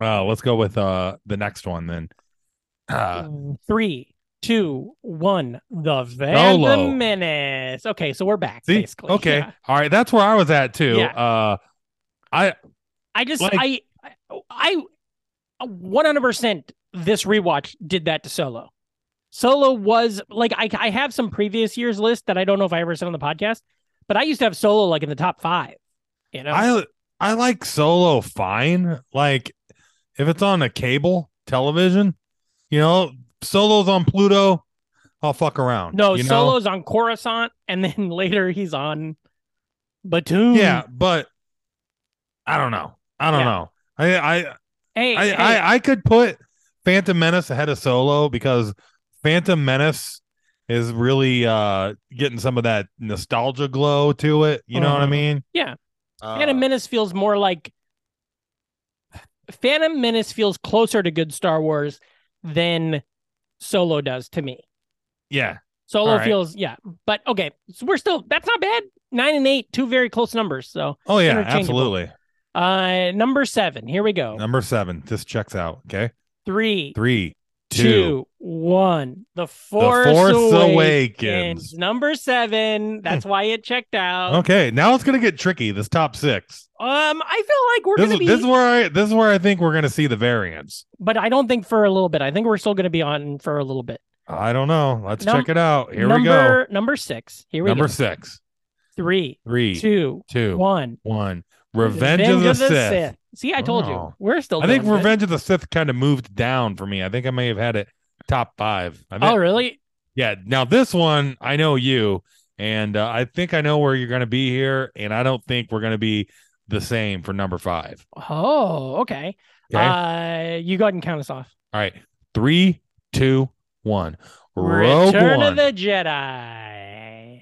Speaker 3: uh, let's go with uh, the next one then. Uh,
Speaker 2: Three, two, one. The Phantom
Speaker 3: Solo.
Speaker 2: Menace. Okay, so we're back
Speaker 3: see,
Speaker 2: basically.
Speaker 3: okay,
Speaker 2: Yeah.
Speaker 3: all right, that's where I was at too.
Speaker 2: Yeah.
Speaker 3: Uh,
Speaker 2: I just
Speaker 3: Like-
Speaker 2: I I one hundred percent this rewatch did that to Solo. Solo was like I I have some previous years list that I don't know if I ever said on the podcast, but I used to have Solo like in the top five. You know,
Speaker 3: I I like solo fine. Like if it's on a cable television, you know, solos on Pluto, I'll fuck around.
Speaker 2: no
Speaker 3: you know?
Speaker 2: Solo's on Coruscant, and then later he's on Batum.
Speaker 3: Yeah, but I don't know. I don't
Speaker 2: mm. Yeah.
Speaker 3: know. I I
Speaker 2: hey,
Speaker 3: I,
Speaker 2: hey,
Speaker 3: I I could put Phantom Menace ahead of Solo because Phantom Menace is really uh getting some of that nostalgia glow to it. You know what I
Speaker 2: Mhm.
Speaker 3: mean?
Speaker 2: Yeah.
Speaker 3: Uh,
Speaker 2: Phantom Menace feels more like Phantom Menace feels closer to good Star Wars than Solo does to me.
Speaker 3: yeah.
Speaker 2: Solo
Speaker 3: All right.
Speaker 2: feels yeah, but okay, so we're still that's not bad. Nine and eight, two very close numbers. So
Speaker 3: Oh yeah.
Speaker 2: Interchangeable.
Speaker 3: Absolutely.
Speaker 2: uh number seven, here we go.
Speaker 3: Number seven. This checks out. Okay.
Speaker 2: Three,
Speaker 3: Three,
Speaker 2: two, one.
Speaker 3: two.
Speaker 2: The Force,
Speaker 3: the Force
Speaker 2: Awakens.
Speaker 3: Awakens.
Speaker 2: Number seven. That's why it checked out.
Speaker 3: Okay. Now it's gonna get tricky. This top six.
Speaker 2: Um, I feel like we're
Speaker 3: This
Speaker 2: gonna
Speaker 3: is
Speaker 2: be,
Speaker 3: this is where I this is where I think we're gonna see the variance.
Speaker 2: but I don't think for a little bit. I think we're still gonna be on for a little bit.
Speaker 3: I don't know. Let's
Speaker 2: Num-
Speaker 3: check it out. Here we go.
Speaker 2: number number six. Here we
Speaker 3: Number
Speaker 2: go.
Speaker 3: six.
Speaker 2: Three,
Speaker 3: Three,
Speaker 2: two,
Speaker 3: two,
Speaker 2: one.
Speaker 3: one. Revenge, of the, Sith.
Speaker 2: See, I told you.
Speaker 3: Oh.
Speaker 2: We're still.
Speaker 3: I think
Speaker 2: doing good.
Speaker 3: Revenge of the Sith kind of moved down for me. I think I may have had it top five. I think,
Speaker 2: Oh, really?
Speaker 3: Yeah. Now this one, I know you, and uh, I think I know where you're going to be here, and I don't think we're going to be the same for number five.
Speaker 2: Oh, okay.
Speaker 3: Okay.
Speaker 2: Uh, you go ahead and count us off.
Speaker 3: All right. Three, two, one. Rogue
Speaker 2: Return
Speaker 3: One.
Speaker 2: of the Jedi.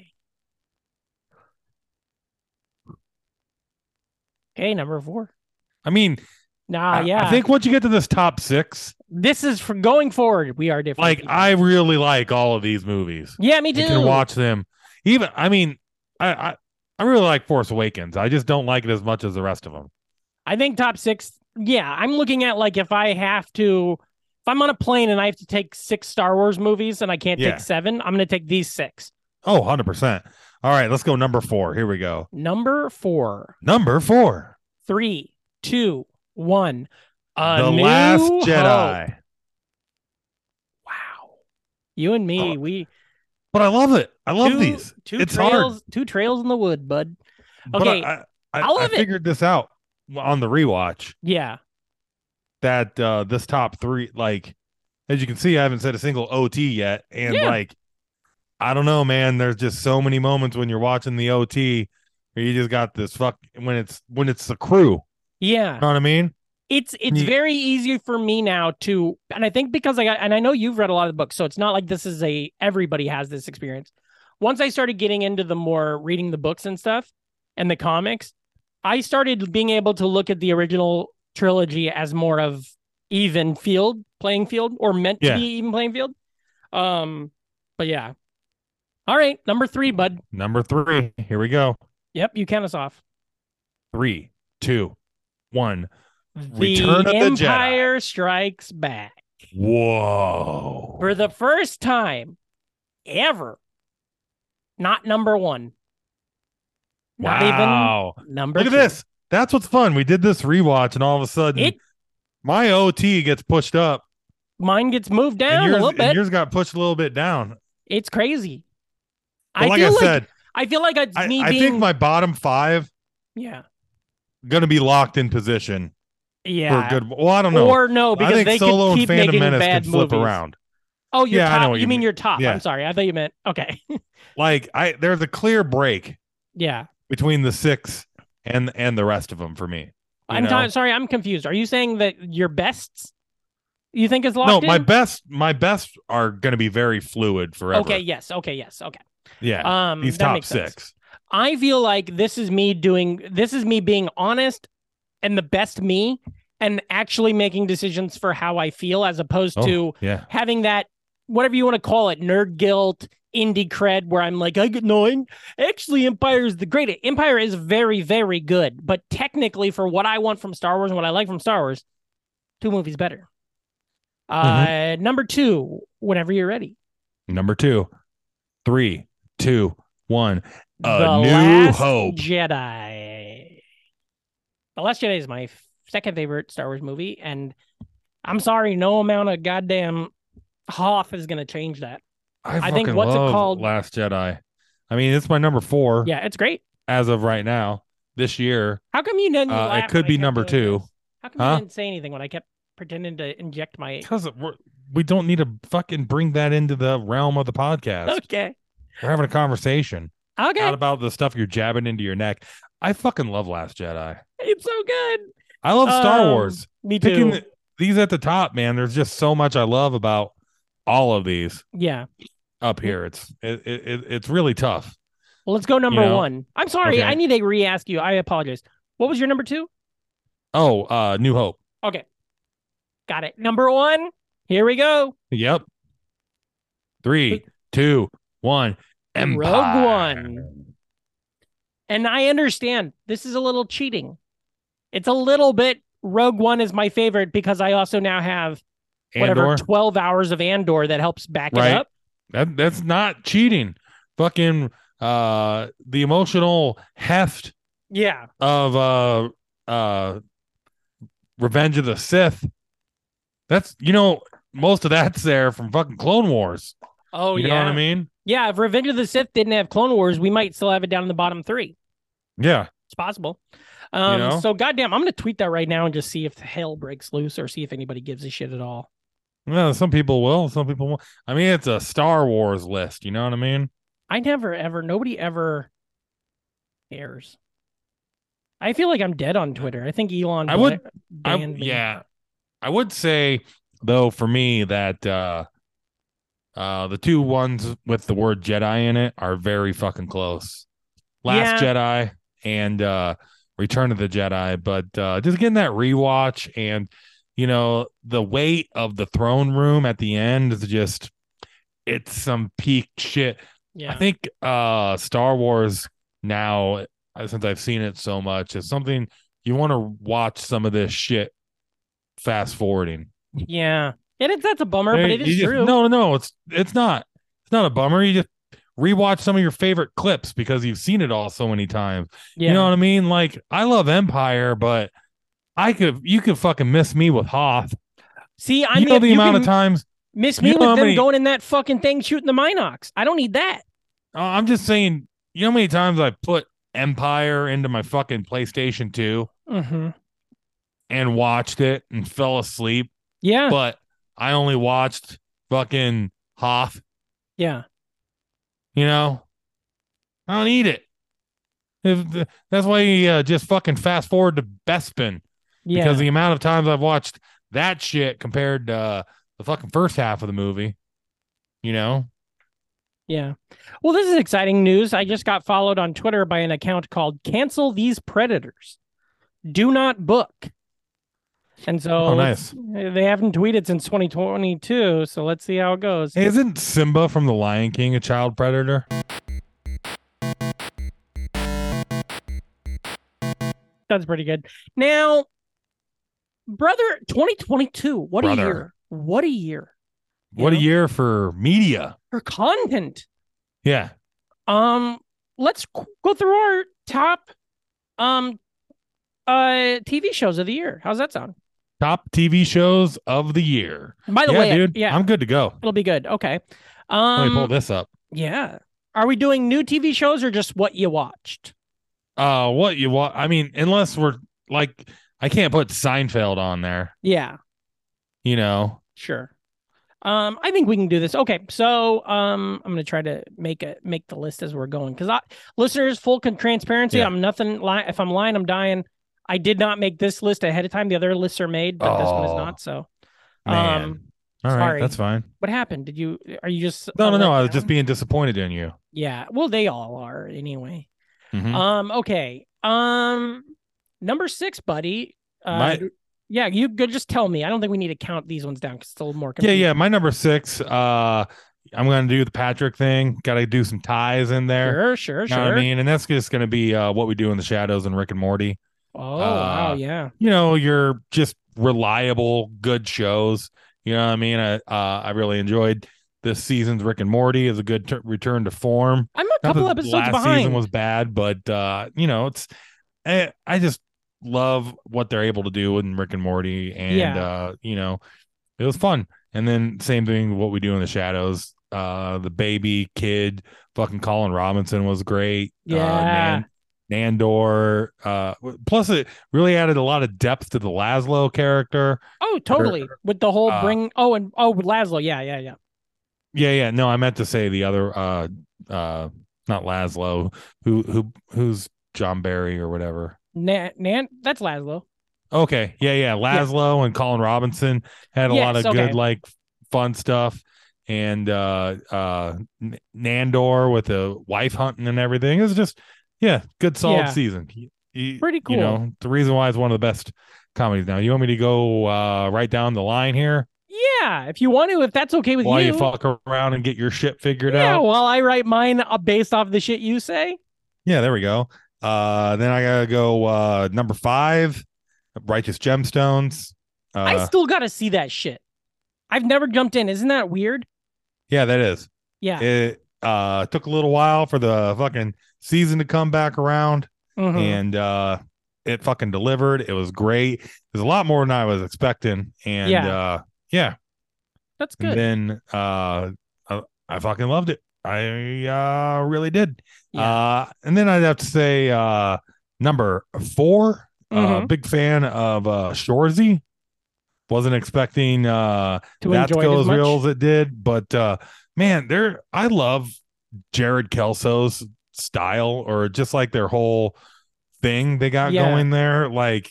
Speaker 2: Okay, number four.
Speaker 3: I mean,
Speaker 2: Nah,
Speaker 3: I-
Speaker 2: Ah, yeah.
Speaker 3: I think once you get to this top six,
Speaker 2: this is for going forward. We are different.
Speaker 3: like
Speaker 2: people.
Speaker 3: I really like all of these movies.
Speaker 2: Yeah, me too.
Speaker 3: You can watch them. Even I mean, I, I I really like Force Awakens. I just don't like it as much as the rest of them.
Speaker 2: I think top six. Yeah, I'm looking at like if I have to, if I'm on a plane and I have to take six Star Wars movies and I can't
Speaker 3: Yeah.
Speaker 2: take seven, I'm gonna take these six.
Speaker 3: Oh, 100%. All right, let's go number 4. Here we go.
Speaker 2: Number four.
Speaker 3: Number 4.
Speaker 2: three, two, one. A
Speaker 3: the
Speaker 2: New
Speaker 3: Last
Speaker 2: Hope.
Speaker 3: Jedi.
Speaker 2: Wow. You and me,
Speaker 3: Oh,
Speaker 2: we
Speaker 3: But I love it. I love
Speaker 2: two,
Speaker 3: these.
Speaker 2: Two
Speaker 3: It's hard.
Speaker 2: trails, two trails in the wood, bud.
Speaker 3: But
Speaker 2: Okay,
Speaker 3: I, I,
Speaker 2: I love it.
Speaker 3: figured this out on the rewatch
Speaker 2: Yeah.
Speaker 3: that uh this top 3 like as you can see I haven't said a single OT yet and
Speaker 2: Yeah.
Speaker 3: like I don't know man, there's just so many moments when you're watching the OT where you just got this fuck when it's when it's the crew.
Speaker 2: Yeah.
Speaker 3: know what I mean?
Speaker 2: It's it's
Speaker 3: Ye-
Speaker 2: very easy for me now to and I think because I got and I know you've read a lot of books, so it's not like this is a everybody has this experience. Once I started getting into the more reading the books and stuff and the comics, I started being able to look at the original trilogy as more of even field playing field or meant
Speaker 3: Yeah.
Speaker 2: to be even playing field. Um but yeah. All right, number 3, bud.
Speaker 3: Number 3. Here we go.
Speaker 2: Yep, you count us off.
Speaker 3: Three, two, one.
Speaker 2: The
Speaker 3: Return of the Jedi.
Speaker 2: Empire Strikes Back.
Speaker 3: Whoa.
Speaker 2: for the first time ever, not number one. Not
Speaker 3: wow.
Speaker 2: even number
Speaker 3: Look at
Speaker 2: two.
Speaker 3: this. That's what's fun. We did this rewatch, and all of a sudden,
Speaker 2: It
Speaker 3: my OT gets pushed up,
Speaker 2: mine gets moved
Speaker 3: and
Speaker 2: down
Speaker 3: yours,
Speaker 2: a little
Speaker 3: and
Speaker 2: bit.
Speaker 3: yours got pushed a little bit down.
Speaker 2: It's crazy.
Speaker 3: But like
Speaker 2: feel
Speaker 3: I said,
Speaker 2: I feel like it's
Speaker 3: I,
Speaker 2: me
Speaker 3: I
Speaker 2: being
Speaker 3: think my bottom five
Speaker 2: yeah
Speaker 3: gonna be locked in position
Speaker 2: yeah
Speaker 3: for good. Well, I don't know.
Speaker 2: or no
Speaker 3: I
Speaker 2: because
Speaker 3: think
Speaker 2: they
Speaker 3: Solo
Speaker 2: could
Speaker 3: and
Speaker 2: keep
Speaker 3: Phantom
Speaker 2: making
Speaker 3: Menace
Speaker 2: bad
Speaker 3: can flip
Speaker 2: movies.
Speaker 3: around.
Speaker 2: Oh, your
Speaker 3: Yeah, I
Speaker 2: top.
Speaker 3: know what
Speaker 2: you
Speaker 3: you
Speaker 2: mean
Speaker 3: mean.
Speaker 2: your top?
Speaker 3: Yeah.
Speaker 2: I'm sorry. I thought you meant okay.
Speaker 3: Like I, there's a clear break
Speaker 2: yeah,
Speaker 3: between the six and and the rest of them for me. you
Speaker 2: I'm
Speaker 3: know?
Speaker 2: ti- sorry, I'm confused. Are you saying that your bests you think is
Speaker 3: no,
Speaker 2: locked
Speaker 3: my
Speaker 2: in?
Speaker 3: best my best are going to be very fluid forever.
Speaker 2: Okay, yes. Okay, yes. Okay.
Speaker 3: yeah,
Speaker 2: Um
Speaker 3: these
Speaker 2: that
Speaker 3: top
Speaker 2: makes sense.
Speaker 3: six.
Speaker 2: I feel like this is me doing this is me being honest and the best me and actually making decisions for how I feel as opposed
Speaker 3: Oh.
Speaker 2: to
Speaker 3: Yeah,
Speaker 2: having that whatever you want to call it nerd guilt indie cred where i'm like i get annoying actually empire is the greatest empire is very very good but technically for what i want from star wars and what i like from star wars two movies better uh number two whenever you're ready
Speaker 3: number two, three, two, one. A
Speaker 2: the
Speaker 3: New
Speaker 2: last
Speaker 3: Hope.
Speaker 2: jedi the last jedi is my f- second favorite star wars movie and i'm sorry no amount of goddamn hoff is going to change that I think
Speaker 3: fucking
Speaker 2: what's it
Speaker 3: love
Speaker 2: called?
Speaker 3: Last Jedi. I mean, it's my number four
Speaker 2: yeah it's great
Speaker 3: as of right now this year.
Speaker 2: How come you didn't?
Speaker 3: Uh, it
Speaker 2: laugh
Speaker 3: could
Speaker 2: when I
Speaker 3: be
Speaker 2: kept
Speaker 3: number
Speaker 2: doing
Speaker 3: two.
Speaker 2: this? How come
Speaker 3: Huh?
Speaker 2: you didn't say anything when I kept pretending to inject my?
Speaker 3: Because we don't need to fucking bring that into the realm of the podcast.
Speaker 2: Okay.
Speaker 3: We're having a conversation
Speaker 2: Okay.
Speaker 3: not about the stuff you're jabbing into your neck. I fucking love Last Jedi.
Speaker 2: it's so good.
Speaker 3: I love Star
Speaker 2: Um,
Speaker 3: Wars.
Speaker 2: Me too.
Speaker 3: Picking the, these at the top, man. There's just so much I love about all of these
Speaker 2: yeah.
Speaker 3: up here. It's it, it, it it's really tough.
Speaker 2: Well, let's go number
Speaker 3: know?
Speaker 2: one. I'm sorry.
Speaker 3: Okay.
Speaker 2: I need to re-ask you. I apologize. What was your number two?
Speaker 3: Oh, uh, New Hope.
Speaker 2: Got it. Number one. Here we go.
Speaker 3: Yep. Three, two, one. Empire.
Speaker 2: Rogue One. And I understand this is a little cheating. It's a little bit. Rogue One is my favorite because I also now have whatever
Speaker 3: Andor.
Speaker 2: 12 hours of Andor that helps back
Speaker 3: Right.
Speaker 2: it up.
Speaker 3: That that's not cheating. Fucking uh the emotional heft
Speaker 2: Yeah.
Speaker 3: of uh uh Revenge of the Sith. That's you know, most of that's there from fucking Clone Wars.
Speaker 2: Oh
Speaker 3: you
Speaker 2: yeah,
Speaker 3: know what I mean?
Speaker 2: yeah. If Revenge of the Sith didn't have Clone Wars, we might still have it down in the bottom three.
Speaker 3: Yeah.
Speaker 2: It's possible. Um,
Speaker 3: know?
Speaker 2: So goddamn, I'm gonna tweet that right now and just see if hell breaks loose or see if anybody gives a shit at all.
Speaker 3: Well, some people will, some people won't. I mean, it's a Star Wars list, you know what I mean?
Speaker 2: I never ever, nobody ever cares. I feel like I'm dead on Twitter. I think Elon.
Speaker 3: I would-
Speaker 2: ban-
Speaker 3: I,
Speaker 2: banned me.
Speaker 3: yeah, I would say though for me that uh, uh, the two ones with the word Jedi in it are very fucking close. Last Jedi and uh, Return of the Jedi, but uh, just getting that rewatch and you know the weight of the throne room at the end is just it's some peak shit. I
Speaker 2: yeah.
Speaker 3: think uh Star Wars now uh, since I've seen it so much is something you want to watch some of this shit fast forwarding.
Speaker 2: yeah. It is. That's a bummer, but
Speaker 3: Hey,
Speaker 2: it
Speaker 3: you
Speaker 2: is
Speaker 3: just-
Speaker 2: true.
Speaker 3: No, no, it's it's not. It's not a bummer. You just rewatch some of your favorite clips because you've seen it all so many times.
Speaker 2: yeah.
Speaker 3: You know what I mean? Like I love Empire, but I could you could fucking miss me with Hoth.
Speaker 2: see, I
Speaker 3: you
Speaker 2: mean,
Speaker 3: know
Speaker 2: if
Speaker 3: the
Speaker 2: you
Speaker 3: amount
Speaker 2: can
Speaker 3: of times
Speaker 2: miss
Speaker 3: you
Speaker 2: me
Speaker 3: know
Speaker 2: with
Speaker 3: how
Speaker 2: them
Speaker 3: many-
Speaker 2: going in that fucking thing shooting the Minox. I don't need that.
Speaker 3: Uh, I'm just saying, you know how many times I put Empire into my fucking PlayStation 2
Speaker 2: Mm-hmm.
Speaker 3: and watched it and fell asleep,
Speaker 2: Yeah.
Speaker 3: but I only watched fucking Hoth,
Speaker 2: yeah.
Speaker 3: you know? I don't need it. If, that's why you uh, just fucking fast forward to Bespin
Speaker 2: Yeah.
Speaker 3: because the amount of times I've watched that shit compared to uh, the fucking first half of the movie, you know?
Speaker 2: Yeah. Well, this is exciting news. I just got followed on Twitter by an account called Cancel These Predators. Do not book. And so
Speaker 3: Oh, nice.
Speaker 2: they haven't tweeted since 2022. So let's see how it goes.
Speaker 3: Isn't Simba from The Lion King a child predator?
Speaker 2: That's pretty good. Now, brother, 2022. What
Speaker 3: Brother.
Speaker 2: a year. What a year You
Speaker 3: What a
Speaker 2: know?
Speaker 3: year for media.
Speaker 2: for content.
Speaker 3: Yeah.
Speaker 2: Um, let's qu- go through our top um uh TV shows of the year. How's that sound?
Speaker 3: Top TV shows of the year.
Speaker 2: By the
Speaker 3: yeah,
Speaker 2: way,
Speaker 3: dude.
Speaker 2: yeah,
Speaker 3: I'm good to go.
Speaker 2: it'll be good. Okay.
Speaker 3: Let me pull
Speaker 2: Um,
Speaker 3: this up.
Speaker 2: yeah. Are we doing new TV shows or just what you watched?
Speaker 3: Uh, what you want? I mean, unless we're like, I can't put Seinfeld on there.
Speaker 2: Yeah,
Speaker 3: You know,
Speaker 2: sure. Um, I think we can do this. Okay, so um, I'm gonna try to make a make the list as we're going because I listeners full con- transparency.
Speaker 3: Yeah.
Speaker 2: I'm nothing. Li- if I'm lying, I'm dying. I did not make this list ahead of time. The other lists are made, but this one is
Speaker 3: Oh,
Speaker 2: not. So,
Speaker 3: Man.
Speaker 2: um,
Speaker 3: All right,
Speaker 2: sorry.
Speaker 3: that's fine.
Speaker 2: what happened? Did you? Are you just?
Speaker 3: No,
Speaker 2: uh,
Speaker 3: no,
Speaker 2: let
Speaker 3: no. I was
Speaker 2: down?
Speaker 3: just being disappointed in you.
Speaker 2: Yeah. Well, they all are anyway.
Speaker 3: Mhm.
Speaker 2: Um. Okay. Um. Number six, buddy. Uh,
Speaker 3: My-
Speaker 2: yeah. You go. Just tell me. I don't think we need to count these ones down because it's a little more.
Speaker 3: yeah,
Speaker 2: Confusing.
Speaker 3: yeah. My number six. Uh, I'm gonna do the Patrick thing. Got to do some ties in there.
Speaker 2: Sure. Sure.
Speaker 3: You
Speaker 2: Sure.
Speaker 3: know what I mean? And that's just gonna be uh, what we do in the shadows and Rick and Morty.
Speaker 2: Oh. wow.
Speaker 3: Uh,
Speaker 2: Yeah.
Speaker 3: you know, you're just reliable, good shows. You know what I mean? I uh, I really enjoyed this season's Rick and Morty is a good tur return to form.
Speaker 2: I'm a
Speaker 3: Not
Speaker 2: couple
Speaker 3: that the
Speaker 2: episodes
Speaker 3: last
Speaker 2: behind.
Speaker 3: season was bad, but uh, you know, it's I, I just love what they're able to do in Rick and Morty, and
Speaker 2: Yeah.
Speaker 3: uh, you know, it was fun. And then same thing with what we do in the shadows. Uh, the baby kid, fucking Colin Robinson was great. uh,
Speaker 2: Yeah.
Speaker 3: Nan- Nandor. Uh, w- plus it really added a lot of depth to the Laszlo character.
Speaker 2: oh, totally. With the whole
Speaker 3: uh,
Speaker 2: bring. Oh, and oh, Laszlo. Yeah. Yeah. Yeah.
Speaker 3: Yeah, yeah. No, I meant to say the other uh uh not Laszlo, who who who's John Barry or whatever.
Speaker 2: Nan. Nan. That's Laszlo.
Speaker 3: Okay. Yeah, yeah. Laszlo and Colin Robinson had a lot
Speaker 2: Yes,
Speaker 3: of
Speaker 2: okay.
Speaker 3: good like fun stuff. And uh uh N- Nandor with the wife hunting and everything. It was just yeah, good solid
Speaker 2: Yeah.
Speaker 3: season. Y- y-
Speaker 2: Pretty cool.
Speaker 3: You know, the reason why it's one of the best comedies now. You want me to go uh right down the line here
Speaker 2: Yeah. If you want to, if that's okay with
Speaker 3: while
Speaker 2: you.
Speaker 3: you fuck around and get your shit figured
Speaker 2: yeah.
Speaker 3: out?
Speaker 2: While I write mine uh, based off the shit you say.
Speaker 3: Yeah, there we go. Uh, then I gotta go uh, number five, Righteous Gemstones. Uh,
Speaker 2: I still gotta see that shit. I've never jumped in. Isn't that weird?
Speaker 3: yeah, that is.
Speaker 2: Yeah.
Speaker 3: It uh, took a little while for the fucking season to come back around,
Speaker 2: Mhm.
Speaker 3: and uh, it fucking delivered. It was great. It was a lot more than I was expecting, and
Speaker 2: Yeah.
Speaker 3: uh, yeah,
Speaker 2: That's
Speaker 3: and
Speaker 2: good.
Speaker 3: then uh, I, I fucking loved it. I uh, really did.
Speaker 2: Yeah.
Speaker 3: Uh, and then I'd have to say uh, number 4 uh,
Speaker 2: Mhm.
Speaker 3: big fan of uh, Shorzy. Wasn't expecting uh,
Speaker 2: to
Speaker 3: that to
Speaker 2: enjoy
Speaker 3: go
Speaker 2: it
Speaker 3: as
Speaker 2: as much.
Speaker 3: real as it did, but uh, man, there I love Jared Kelso's style or just like their whole thing they got
Speaker 2: Yeah.
Speaker 3: going there. Like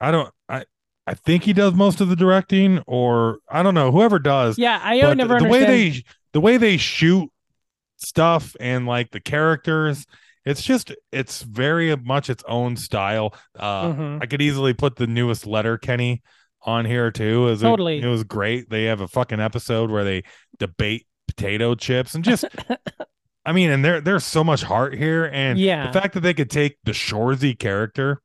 Speaker 3: I don't I I think he does most of the directing, or I don't know whoever does
Speaker 2: yeah, I
Speaker 3: but
Speaker 2: never
Speaker 3: the
Speaker 2: understand.
Speaker 3: way they the way they shoot stuff and like the characters it's just it's very much its own style uh
Speaker 2: Mhm.
Speaker 3: i could easily put the newest letter kenny on here too as it-
Speaker 2: Totally.
Speaker 3: it, was great they have a fucking episode where they debate potato chips and just i mean and there there's so much heart here and
Speaker 2: Yeah.
Speaker 3: the fact that they could take the shorzy character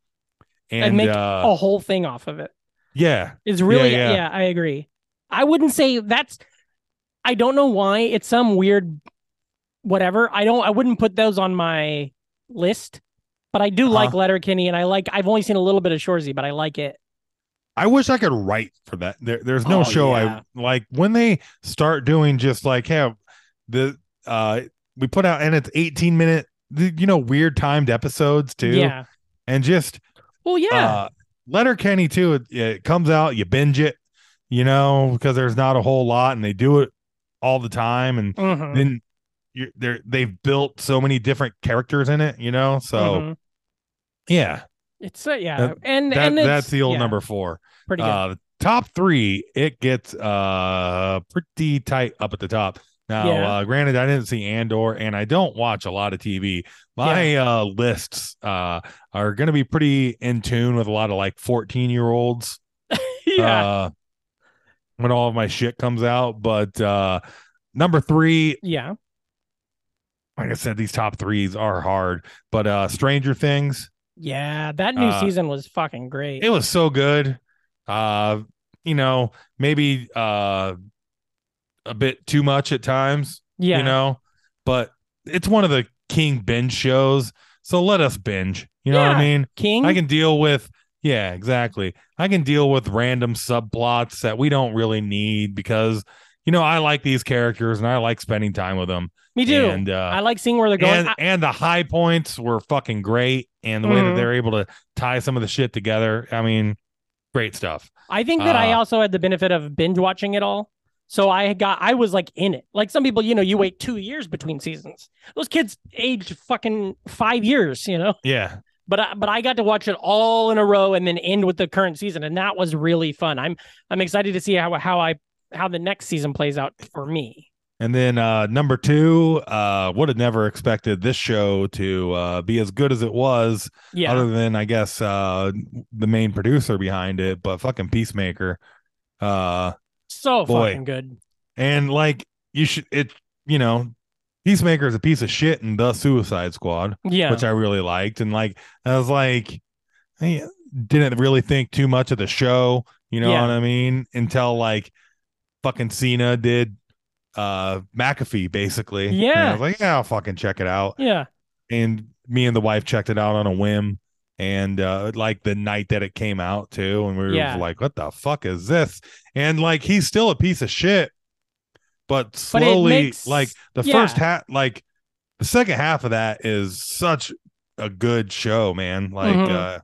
Speaker 3: and,
Speaker 2: make
Speaker 3: uh
Speaker 2: A whole thing off of it.
Speaker 3: yeah
Speaker 2: It's really
Speaker 3: yeah.
Speaker 2: yeah, I agree. I wouldn't say that's I don't know why it's some weird whatever. I don't I wouldn't put those on my list, but I do like
Speaker 3: Uh-huh.
Speaker 2: Letterkenny and I like I've only seen a little bit of Shorzy, but I like it.
Speaker 3: I wish I could write for that. There, there's no
Speaker 2: Oh,
Speaker 3: show
Speaker 2: yeah.
Speaker 3: I like when they start doing just like hey, the uh we put out and it's 18 minute the- you know weird timed episodes too
Speaker 2: Yeah.
Speaker 3: and just
Speaker 2: Well, yeah.
Speaker 3: uh letter Kenny too it, it comes out you binge it you know because there's not a whole lot and they do it all the time and
Speaker 2: Mhm.
Speaker 3: then you're they're they've built so many different characters in it you know so
Speaker 2: Mhm.
Speaker 3: yeah
Speaker 2: it's uh, yeah.
Speaker 3: that-
Speaker 2: and
Speaker 3: that,
Speaker 2: and it's,
Speaker 3: that's the old
Speaker 2: yeah,
Speaker 3: number four
Speaker 2: Pretty good.
Speaker 3: uh, the top three, it gets uh pretty tight up at the top. Now,
Speaker 2: Yeah.
Speaker 3: uh, granted, I didn't see Andor, and I don't watch a lot of TV. My uh, lists uh, are going to be pretty in tune with a lot of like fourteen year olds.
Speaker 2: yeah.
Speaker 3: Uh, when all of my shit comes out, but uh, number three,
Speaker 2: yeah.
Speaker 3: like I said, these top threes are hard. But uh, Stranger Things,
Speaker 2: Yeah, that new
Speaker 3: uh,
Speaker 2: season was fucking great.
Speaker 3: it was so good uh you know maybe uh a bit too much at times
Speaker 2: yeah.
Speaker 3: you know but it's one of the king binge shows so let us binge you know what i mean
Speaker 2: King.
Speaker 3: i can deal with yeah exactly i can deal with random subplots that we don't really need because you know i like these characters and i like spending time with them
Speaker 2: Me too.
Speaker 3: and uh
Speaker 2: I like seeing where they're going.
Speaker 3: and,
Speaker 2: I-
Speaker 3: and the high points were fucking great and the way that
Speaker 2: Mhm.
Speaker 3: they're able to tie some of the shit together i mean great stuff
Speaker 2: I think that I
Speaker 3: Uh,
Speaker 2: also had the benefit of binge watching it all. So I got I was like in it. Like some people, you know, you wait two years between seasons. Those kids aged fucking five years, you know.
Speaker 3: Yeah.
Speaker 2: But I, but I got to watch it all in a row and then end with the current season, and that was really fun. I'm I'm excited to see how how I how the next season plays out for me.
Speaker 3: And then uh, number two, uh, would have never expected this show to uh, be as good as it was,
Speaker 2: Yeah,
Speaker 3: other than I guess uh, the main producer behind it, but fucking Peacemaker. Uh,
Speaker 2: so
Speaker 3: boy.
Speaker 2: fucking good.
Speaker 3: and like you should, it you know, Peacemaker is a piece of shit and the Suicide Squad.
Speaker 2: Yeah,
Speaker 3: which I really liked. And like, I was like, I didn't really think too much of the show, you know
Speaker 2: Yeah.
Speaker 3: what I mean? Until like fucking Cena did uh McAfee basically. And I
Speaker 2: Yeah.
Speaker 3: was like, yeah, I'll fucking check it out.
Speaker 2: yeah,
Speaker 3: And me and the wife checked it out on a whim. And uh like the night that it came out too, and we were
Speaker 2: Yeah.
Speaker 3: like, What the fuck is this? And like he's still a piece of shit. But
Speaker 2: But it
Speaker 3: slowly,
Speaker 2: makes-
Speaker 3: like the
Speaker 2: yeah.
Speaker 3: first half, like the second half of that is such a good show, man. Like,
Speaker 2: Mhm.
Speaker 3: uh,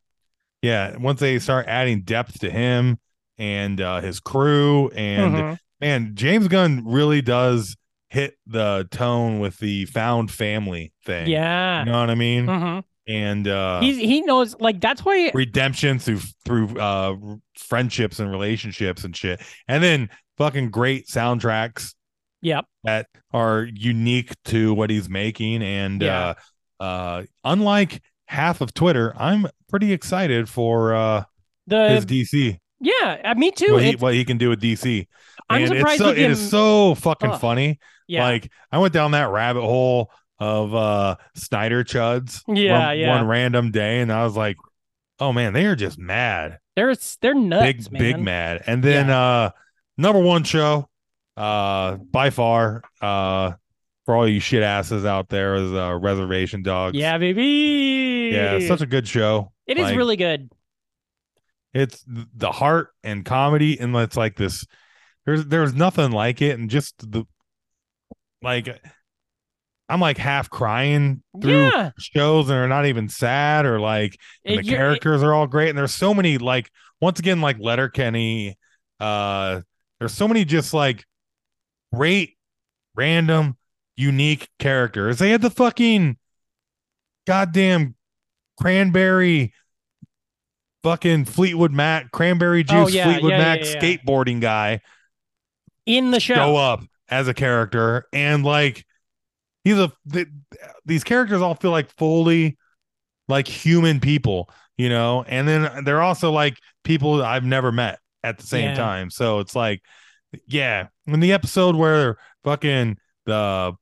Speaker 3: yeah, once they start adding depth to him and uh, his crew, and
Speaker 2: Mhm.
Speaker 3: man, James Gunn really does hit the tone with the found family thing.
Speaker 2: yeah.
Speaker 3: you know what I mean.
Speaker 2: Mhm.
Speaker 3: And uh,
Speaker 2: He's he knows like that's why
Speaker 3: redemption through through uh, friendships and relationships and shit, and then fucking great soundtracks
Speaker 2: Yep.
Speaker 3: that are unique to what he's making and
Speaker 2: Yeah.
Speaker 3: uh uh unlike half of twitter i'm pretty excited for uh his
Speaker 2: The
Speaker 3: dc
Speaker 2: yeah, uh, me too.
Speaker 3: what he,
Speaker 2: It's-
Speaker 3: what he can do with dc
Speaker 2: I'm
Speaker 3: and it's
Speaker 2: surprised
Speaker 3: so,
Speaker 2: with
Speaker 3: it
Speaker 2: him-
Speaker 3: is so fucking
Speaker 2: Ugh.
Speaker 3: funny
Speaker 2: yeah,
Speaker 3: like i went down that rabbit hole of uh snyder chuds
Speaker 2: Yeah,
Speaker 3: one,
Speaker 2: yeah.
Speaker 3: one random day and i was like oh man they are just mad
Speaker 2: they're they're nuts,
Speaker 3: big
Speaker 2: man.
Speaker 3: big mad and then uh number one show uh by far uh for all you shit asses out there is uh reservation dogs
Speaker 2: Yeah, baby.
Speaker 3: yeah it's such a good show
Speaker 2: It is
Speaker 3: like-
Speaker 2: really good.
Speaker 3: it's th- the heart and comedy and it's like this there's there's nothing like it and just the like i'm like half crying through
Speaker 2: yeah,
Speaker 3: shows and are not even sad or like and
Speaker 2: It-
Speaker 3: the
Speaker 2: you're-
Speaker 3: characters are all great and there's so many like once again like letterkenny uh there's so many just like great random unique characters they had the fucking goddamn cranberry fucking fleetwood mac cranberry
Speaker 2: Oh,
Speaker 3: juice
Speaker 2: yeah,
Speaker 3: fleetwood
Speaker 2: yeah,
Speaker 3: mac
Speaker 2: yeah, yeah.
Speaker 3: skateboarding guy
Speaker 2: in the
Speaker 3: show
Speaker 2: show.
Speaker 3: up as a character and like he's a th- these characters all feel like fully like human people you know and then they're also like people i've never met at the same
Speaker 2: Yeah.
Speaker 3: time so it's like yeah in the episode where fucking the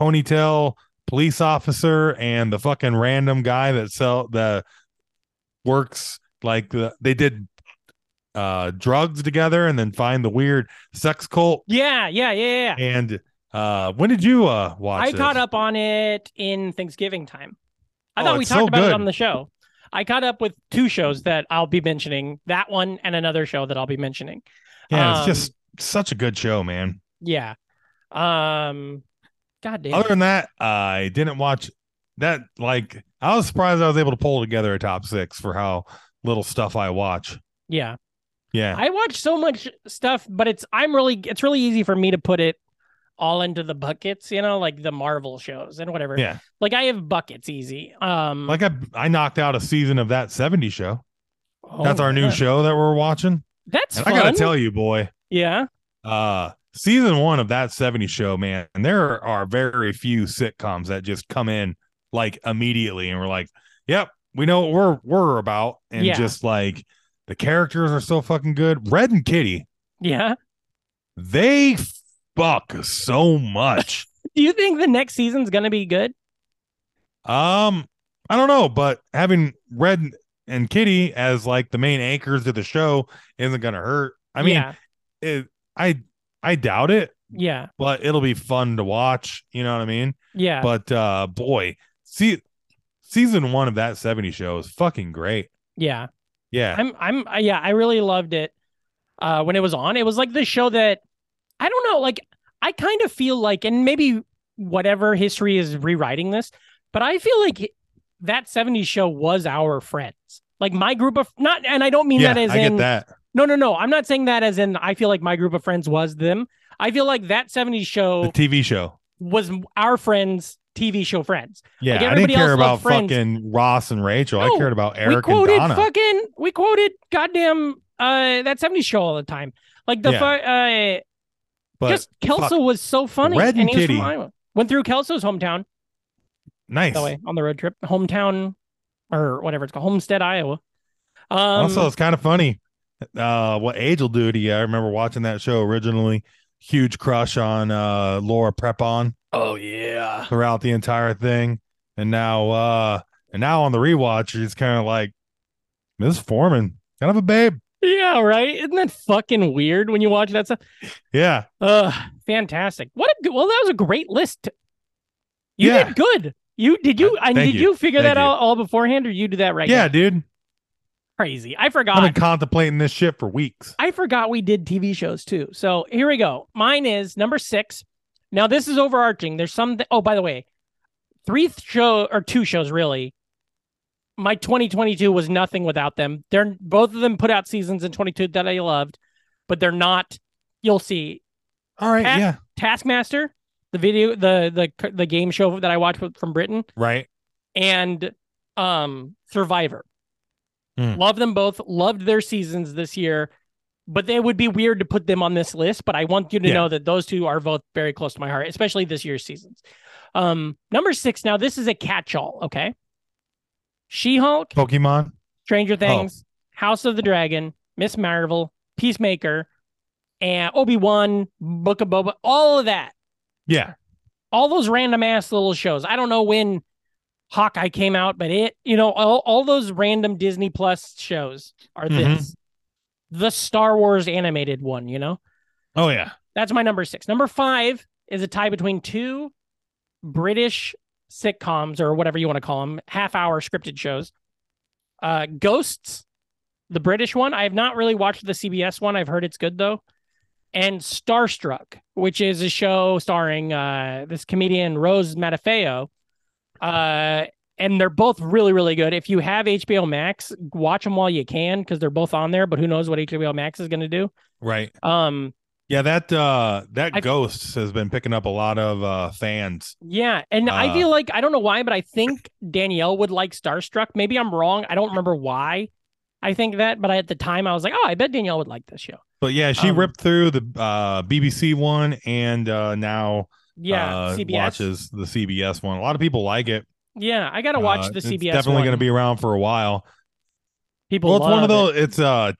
Speaker 3: ponytail police officer and the fucking random guy that sell the works like the, they did uh drugs together and then find the weird sex cult
Speaker 2: Yeah, yeah, yeah, yeah.
Speaker 3: and uh when did you uh watch
Speaker 2: I
Speaker 3: this?
Speaker 2: caught up on it in Thanksgiving time. I
Speaker 3: Oh,
Speaker 2: thought we
Speaker 3: it's
Speaker 2: talked
Speaker 3: so
Speaker 2: about
Speaker 3: good.
Speaker 2: it on the show. I caught up with two shows that I'll be mentioning. That one and another show that I'll be mentioning.
Speaker 3: yeah
Speaker 2: um,
Speaker 3: it's just such a good show man
Speaker 2: Yeah. Um. God damn.
Speaker 3: other than that i didn't watch that like i was surprised i was able to pull together a top six for how little stuff i watch
Speaker 2: yeah.
Speaker 3: yeah
Speaker 2: I watch so much stuff, but it's I'm really it's really easy for me to put it all into the buckets, you know, like the Marvel shows and whatever.
Speaker 3: Yeah.
Speaker 2: Like I have buckets easy. Um
Speaker 3: like i i knocked out a season of that 70 show
Speaker 2: oh,
Speaker 3: that's our new
Speaker 2: yeah.
Speaker 3: show that we're watching
Speaker 2: That's
Speaker 3: and
Speaker 2: fun.
Speaker 3: i gotta tell you boy
Speaker 2: Yeah.
Speaker 3: uh season one of that 70 show man and there are very few sitcoms that just come in like immediately and we're like yep we know what we're we're about and
Speaker 2: Yeah.
Speaker 3: just like the characters are so fucking good red and kitty
Speaker 2: Yeah.
Speaker 3: they fuck so much
Speaker 2: Do you think the next season's gonna be good?
Speaker 3: um i don't know but having red and kitty as like the main anchors of the show isn't gonna hurt i mean
Speaker 2: yeah.
Speaker 3: it, i i doubt it
Speaker 2: Yeah.
Speaker 3: but it'll be fun to watch you know what i mean
Speaker 2: Yeah.
Speaker 3: But uh boy, see season one of that 70 show is fucking great.
Speaker 2: yeah.
Speaker 3: Yeah.
Speaker 2: I'm I'm uh, yeah, I really loved it uh when it was on. It was like the show that I don't know, like I kind of feel like and maybe whatever history is rewriting this, but I feel like that 70s show was our friends. Like my group of not and I don't mean
Speaker 3: yeah,
Speaker 2: that as
Speaker 3: I
Speaker 2: in
Speaker 3: get that.
Speaker 2: no no no. I'm not saying that as in I feel like my group of friends was them. I feel like that 70s
Speaker 3: The
Speaker 2: show
Speaker 3: TV show.
Speaker 2: was our friends' TV show friends.
Speaker 3: Yeah,
Speaker 2: Like,
Speaker 3: I didn't
Speaker 2: everybody
Speaker 3: care
Speaker 2: else
Speaker 3: about
Speaker 2: loved Friends.
Speaker 3: fucking Ross and Rachel. I
Speaker 2: No,
Speaker 3: cared about Eric
Speaker 2: we quoted
Speaker 3: and Donna.
Speaker 2: fucking we quoted goddamn uh that 70s show all the time. Like the
Speaker 3: Yeah.
Speaker 2: fu- uh
Speaker 3: but
Speaker 2: just Kelso
Speaker 3: fuck.
Speaker 2: was so funny.
Speaker 3: Red
Speaker 2: and he was
Speaker 3: Kitty.
Speaker 2: from Iowa. Went through Kelso's hometown
Speaker 3: nice.
Speaker 2: that way on the road trip. Hometown or whatever it's called, Homestead, Iowa. Um
Speaker 3: also, it's kind of funny. Uh, what age will do to you? I remember watching that show originally. Huge crush on uh, Laura Prepon
Speaker 2: Oh yeah.
Speaker 3: throughout the entire thing, and now uh, and now on the rewatch, she's kind of like Miss Foreman, kind of a babe.
Speaker 2: Yeah, right. Isn't that fucking weird when you watch that stuff?
Speaker 3: Yeah,
Speaker 2: Uh fantastic. What a good well, that was a great list. You
Speaker 3: Yeah.
Speaker 2: did good. You did you
Speaker 3: Uh,
Speaker 2: and
Speaker 3: thank
Speaker 2: did
Speaker 3: you.
Speaker 2: you, figure
Speaker 3: Thank
Speaker 2: that
Speaker 3: you.
Speaker 2: out all beforehand or you do that right
Speaker 3: yeah,
Speaker 2: now?
Speaker 3: dude.
Speaker 2: Crazy. I
Speaker 3: I've
Speaker 2: forgot.
Speaker 3: been contemplating this shit for weeks.
Speaker 2: I forgot we did TV shows too. So here we go. Mine is number six. Now this is overarching. There's some. Th- oh, by the way, three th- show or two shows really. My 2022 was nothing without them. They're both of them put out seasons in 22 that I loved, but they're not. You'll see
Speaker 3: All right,
Speaker 2: Pat-
Speaker 3: yeah,
Speaker 2: Taskmaster, the video, the the the game show that I watched with- from Britain,
Speaker 3: right.
Speaker 2: and um Survivor.
Speaker 3: Hmm.
Speaker 2: Love them both. Loved their seasons this year, but they would be weird to put them on this list. But I want you to
Speaker 3: Yeah.
Speaker 2: know that those two are both very close to my heart, especially this year's seasons. Um, number six. Now this is a catch-all. Okay, She-Hulk,
Speaker 3: Pokemon. Oh.
Speaker 2: Stranger Things, House of the Dragon, Miss Marvel, Peacemaker, and Obi Wan, Book of Boba. All of that
Speaker 3: Yeah,
Speaker 2: all those random ass little shows. I don't know when Hawkeye came out, but it, you know, all, all those random Disney Plus shows are
Speaker 3: Mhm.
Speaker 2: this. The Star Wars animated one, you know?
Speaker 3: oh yeah.
Speaker 2: That's my number six. Number five is a tie between two British sitcoms or whatever you want to call them, half hour scripted shows. Uh, Ghosts, the British one. I have not really watched the CBS one. I've heard it's good though. And Starstruck, which is a show starring uh, this comedian Rose Matafeo. Uh, and they're both really, really good. If you have HBO Max, watch them while you can because they're both on there. But who knows what HBO Max is going to do?
Speaker 3: Right.
Speaker 2: Um,
Speaker 3: Yeah, that uh that
Speaker 2: I-
Speaker 3: ghost has been picking up a lot of uh fans.
Speaker 2: Yeah, and I
Speaker 3: Uh,
Speaker 2: feel like I don't know why, but I think Danielle would like Starstruck. Maybe I'm wrong. I don't remember why I think that, but I, at the time I was like, oh, I bet Danielle would like this show.
Speaker 3: But yeah, she
Speaker 2: Um,
Speaker 3: ripped through the uh BBC one and uh now
Speaker 2: Yeah,
Speaker 3: uh,
Speaker 2: CBS.
Speaker 3: watches the CBS one. A lot of people like it.
Speaker 2: Yeah, I gotta
Speaker 3: Uh,
Speaker 2: watch the
Speaker 3: it's
Speaker 2: CBS.
Speaker 3: definitely
Speaker 2: one.
Speaker 3: going to be around for a while.
Speaker 2: people.
Speaker 3: Well, it's one of
Speaker 2: love it.
Speaker 3: those it's uh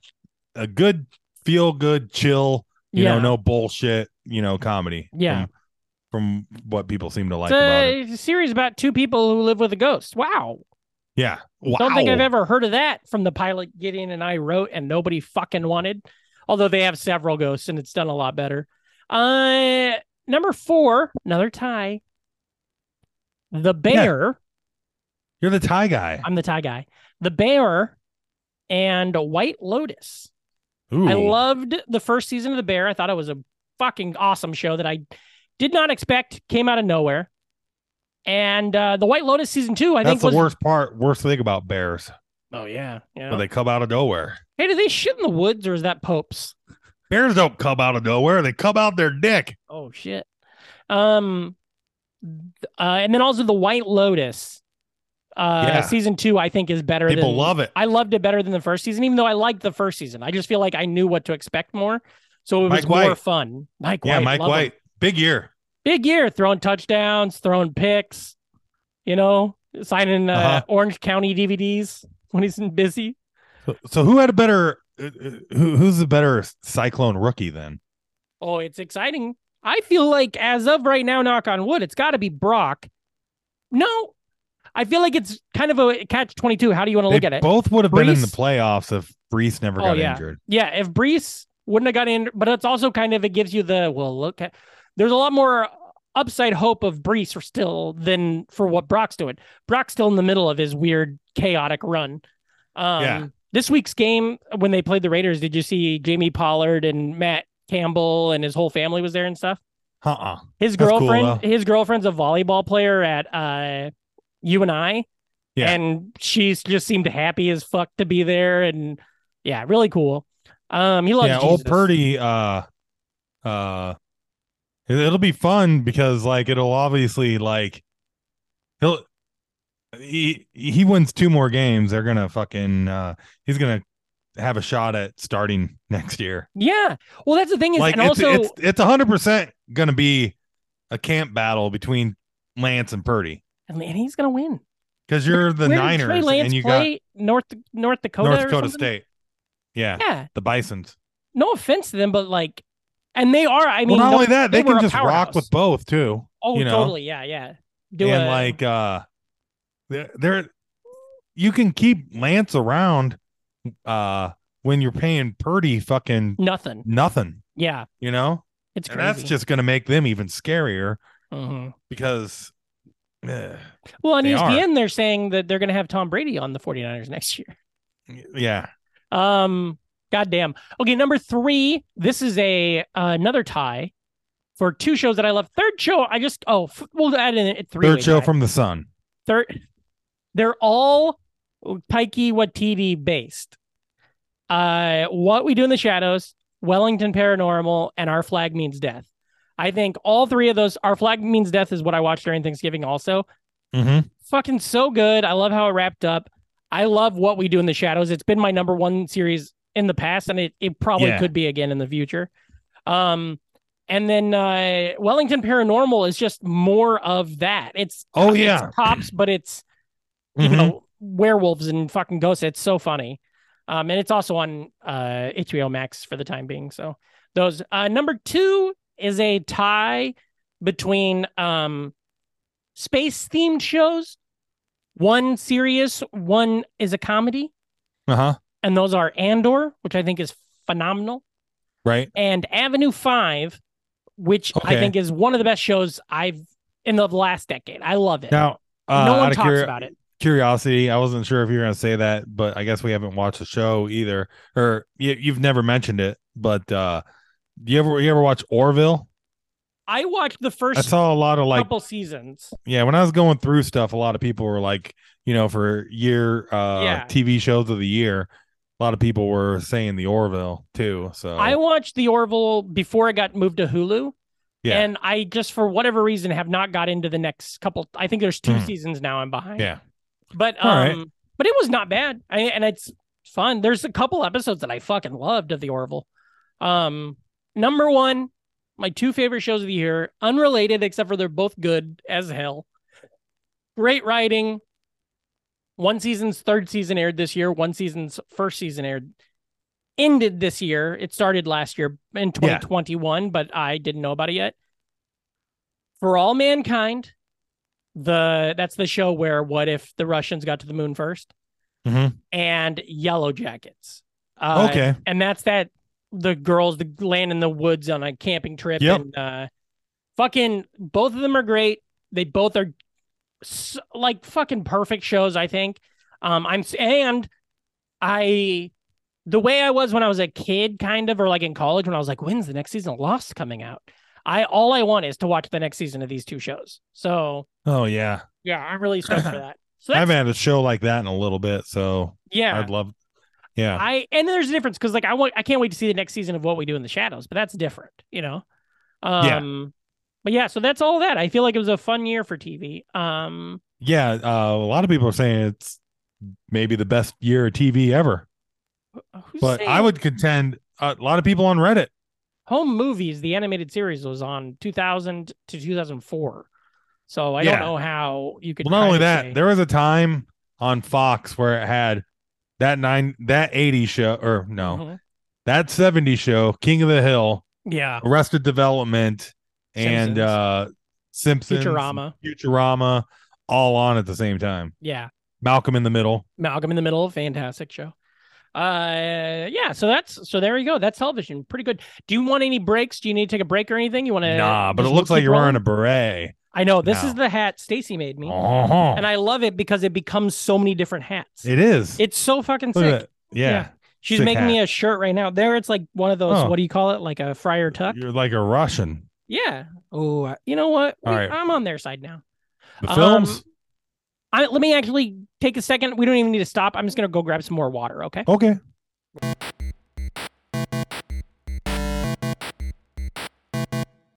Speaker 3: a good feel good chill, you
Speaker 2: Yeah,
Speaker 3: know, no bullshit, you know, comedy.
Speaker 2: Yeah.
Speaker 3: From, from what people seem to like
Speaker 2: it's
Speaker 3: about it.
Speaker 2: a, it's a series about two people who live with a ghost. Wow,
Speaker 3: Yeah. Wow.
Speaker 2: don't think I've ever heard of that from the pilot Gideon and I wrote, and nobody fucking wanted. Although they have several ghosts, and it's done a lot better. Uh, number four, another tie. The Bear.
Speaker 3: You're the Thai guy.
Speaker 2: I'm the tie guy. The Bear and White Lotus.
Speaker 3: Ooh.
Speaker 2: I loved the first season of The Bear. I thought it was a fucking awesome show that I did not expect came out of nowhere. And uh, the White Lotus season two, I
Speaker 3: That's
Speaker 2: think
Speaker 3: the
Speaker 2: was
Speaker 3: worst part, worst thing about bears.
Speaker 2: oh yeah, you
Speaker 3: But
Speaker 2: know?
Speaker 3: they come out of nowhere.
Speaker 2: hey, do they shit in the woods or is that Pope's?
Speaker 3: Bears don't come out of nowhere. They come out their dick.
Speaker 2: Oh shit. Um, th- uh, and then also the White Lotus, uh,
Speaker 3: Yeah.
Speaker 2: season two, I think is better.
Speaker 3: People
Speaker 2: than,
Speaker 3: love it.
Speaker 2: I loved it better than the first season, even though I liked the first season. I just feel like I knew what to expect more. So it was
Speaker 3: Mike
Speaker 2: more
Speaker 3: White.
Speaker 2: fun. Mike
Speaker 3: yeah,
Speaker 2: White.
Speaker 3: Mike
Speaker 2: love him.
Speaker 3: White. Big year.
Speaker 2: Big year, throwing touchdowns, throwing picks, you know, signing uh,
Speaker 3: Uh-huh.
Speaker 2: Orange County DVDs when he's busy.
Speaker 3: So, so who had a better uh, uh, who, who's the better cyclone rookie then?
Speaker 2: Oh, it's exciting. I feel like as of right now, knock on wood, it's got to be Brock. No, I feel like it's kind of a catch 22. How do you want to
Speaker 3: They
Speaker 2: look at it?
Speaker 3: both would have been in the
Speaker 2: Brees?
Speaker 3: playoffs if Brees never
Speaker 2: Oh,
Speaker 3: got
Speaker 2: yeah.
Speaker 3: injured.
Speaker 2: Yeah, if Brees wouldn't have got in, but it's also kind of it gives you the well look at. There's a lot more upside hope of Brees still than for what Brock's doing. Brock's still in the middle of his weird chaotic run. Um,
Speaker 3: Yeah.
Speaker 2: This week's game when they played the Raiders, did you see Jamie Pollard and Matt Campbell and his whole family was there and stuff?
Speaker 3: Uh uh
Speaker 2: His
Speaker 3: That's cool,
Speaker 2: girlfriend, his girlfriend's a volleyball player at uh, U and I,
Speaker 3: Yeah.
Speaker 2: and she's just seemed happy as fuck to be there, and yeah, really cool. Um, he loves
Speaker 3: Yeah, old
Speaker 2: Jesus.
Speaker 3: Purdy uh uh It- It'll be fun because like it'll obviously like he'll he he wins two more games. They're gonna fucking uh he's gonna have a shot at starting next year.
Speaker 2: Yeah. Well, that's the thing is,
Speaker 3: Like
Speaker 2: and
Speaker 3: it's,
Speaker 2: also
Speaker 3: it's it's hundred percent gonna be a camp battle between Lance and Purdy
Speaker 2: and he's gonna win.
Speaker 3: because you're the
Speaker 2: Where did
Speaker 3: Niners
Speaker 2: Trey Lance
Speaker 3: and you
Speaker 2: play North North
Speaker 3: got
Speaker 2: Dakota.
Speaker 3: North
Speaker 2: or
Speaker 3: Dakota
Speaker 2: something?
Speaker 3: State. Yeah,
Speaker 2: Yeah.
Speaker 3: the Bison's.
Speaker 2: No offense to them, but like, and they are. I mean,
Speaker 3: well, not
Speaker 2: no-
Speaker 3: only that, they,
Speaker 2: were
Speaker 3: can
Speaker 2: a
Speaker 3: just rock
Speaker 2: powerhouse.
Speaker 3: with both too.
Speaker 2: Oh,
Speaker 3: you know?
Speaker 2: totally. Yeah, yeah. Do
Speaker 3: and
Speaker 2: a-
Speaker 3: like uh they're, they're you can keep Lance around uh when you're paying Purdy fucking
Speaker 2: nothing.
Speaker 3: nothing,
Speaker 2: Yeah,
Speaker 3: you know?
Speaker 2: it's
Speaker 3: And
Speaker 2: crazy.
Speaker 3: that's just gonna make them even scarier
Speaker 2: Mhm.
Speaker 3: because eh,
Speaker 2: Well, on E
Speaker 3: they are.
Speaker 2: ESPN, they're saying that they're going to have Tom Brady on the 49ers next year.
Speaker 3: yeah.
Speaker 2: Um, goddamn. Okay, number three. This is a uh, another tie for two shows that I love. Third show, I just oh, f- we'll add in it three.
Speaker 3: Third show from the sun.
Speaker 2: third. They're all Taiki Watiti based. Uh, what we do in the shadows, Wellington Paranormal, and Our Flag Means Death. I think all three of those. Our Flag Means Death is what I watched during Thanksgiving. Also,
Speaker 3: Mm-hmm.
Speaker 2: fucking so good. I love how it wrapped up. I love what we do in the shadows. It's been my number one series in the past, and it, it probably
Speaker 3: Yeah.
Speaker 2: could be again in the future. Um, and then uh, Wellington Paranormal is just more of that. It's
Speaker 3: Oh,
Speaker 2: it's
Speaker 3: yeah. Mm-hmm.
Speaker 2: cops, but it's you know werewolves and fucking ghosts. It's so funny. Um, and it's also on uh, HBO Max for the time being. So those uh, number two is a tie between um, space themed shows. One serious, one is a comedy,
Speaker 3: Uh-huh.
Speaker 2: and those are Andor, which I think is phenomenal,
Speaker 3: Right.
Speaker 2: and Avenue Five, which I
Speaker 3: Okay.
Speaker 2: think is one of the best shows I've in the last decade. I love it.
Speaker 3: Now uh,
Speaker 2: no
Speaker 3: out
Speaker 2: one
Speaker 3: of
Speaker 2: talks
Speaker 3: curi-
Speaker 2: about it.
Speaker 3: curiosity, I wasn't sure if you were gonna say that, but I guess we haven't watched the show either, or you, you've never mentioned it. But uh, you ever you ever watch Orville?
Speaker 2: I watched the
Speaker 3: I
Speaker 2: first
Speaker 3: saw a lot of like
Speaker 2: couple seasons.
Speaker 3: yeah when i was going through stuff a lot of people were like you know for year uh
Speaker 2: Yeah.
Speaker 3: tv shows of the year a lot of people were saying the orville too so
Speaker 2: I watched the Orville before I got moved to Hulu.
Speaker 3: Yeah.
Speaker 2: And I just for whatever reason have not got into the next couple I think there's two
Speaker 3: Mhm.
Speaker 2: seasons now I'm behind.
Speaker 3: yeah
Speaker 2: But um
Speaker 3: All right.
Speaker 2: but it was not bad. I, and it's fun. There's a couple episodes that I fucking loved of the Orville. Um number 1, my two favorite shows of the year, unrelated except for they're both good as hell. Great writing. One season's third season aired this year, one season's first season aired ended this year. It started last year in 2021, but I didn't know about it yet. For all mankind, the that's the show where what if the Russians got to the moon 1st
Speaker 3: Mhm.
Speaker 2: and Yellow Jackets. Uh,
Speaker 3: okay
Speaker 2: and that's that the girls the land in the woods on a camping trip
Speaker 3: Yep.
Speaker 2: and uh fucking both of them are great they both are s like fucking perfect shows i think um i'm s- and i the way i was when i was a kid kind of or like in college when i was like when's the next season of lost coming out i all i want is to watch the next season of these two shows so
Speaker 3: oh yeah
Speaker 2: yeah i'm really stoked for that so
Speaker 3: i
Speaker 2: that's,
Speaker 3: haven't had a show like that in a little bit so
Speaker 2: yeah
Speaker 3: i'd love yeah
Speaker 2: I and there's a difference because like I want I can't wait to see the next season of what we do in the shadows, but that's different, you know.
Speaker 3: Yeah.
Speaker 2: Um but yeah, so that's all that. I feel like it was a fun year for TV. Um
Speaker 3: yeah uh, a lot of people are saying it's maybe the best year of tv ever
Speaker 2: who's
Speaker 3: but i
Speaker 2: saying
Speaker 3: would contend a lot of people on reddit
Speaker 2: home movies, the animated series was on 2000 to 2004. So I
Speaker 3: Yeah.
Speaker 2: don't know how you could
Speaker 3: Well, not
Speaker 2: try
Speaker 3: only
Speaker 2: to
Speaker 3: that,
Speaker 2: say-
Speaker 3: there was a time on Fox where it had that nine, that eighty show, or no,
Speaker 2: Mhm.
Speaker 3: that seventy show, King of the Hill,
Speaker 2: Yeah.
Speaker 3: Arrested Development, and
Speaker 2: Oh. Simpsons.
Speaker 3: uh Simpsons,
Speaker 2: Futurama.
Speaker 3: Futurama, all on at the same time.
Speaker 2: Yeah.
Speaker 3: Malcolm in the Middle.
Speaker 2: Malcolm in the Middle, fantastic show. Uh yeah, so that's so there you go. That's television. Pretty good. Do you want any breaks? Do you need to take a break or anything? You want to
Speaker 3: nah, but it looks like you're wearing a beret.
Speaker 2: I know this is
Speaker 3: No.
Speaker 2: the hat Stacy made me,
Speaker 3: Uh-huh.
Speaker 2: and I love it because it becomes so many different hats.
Speaker 3: it is.
Speaker 2: it's so fucking
Speaker 3: Look at
Speaker 2: sick.
Speaker 3: that. Yeah,
Speaker 2: Yeah. She's
Speaker 3: sick
Speaker 2: making me
Speaker 3: hat.
Speaker 2: a shirt right now. There, it's like one of those.
Speaker 3: Huh.
Speaker 2: What do you call it? Like a fryer tuck.
Speaker 3: you're like a Russian.
Speaker 2: Yeah. Oh, I- you know what?
Speaker 3: All
Speaker 2: We-
Speaker 3: right.
Speaker 2: I'm on their side now.
Speaker 3: The
Speaker 2: Um,
Speaker 3: films.
Speaker 2: I, let me actually take a second. We don't even need to stop. I'm just gonna go grab some more water. Okay.
Speaker 3: okay.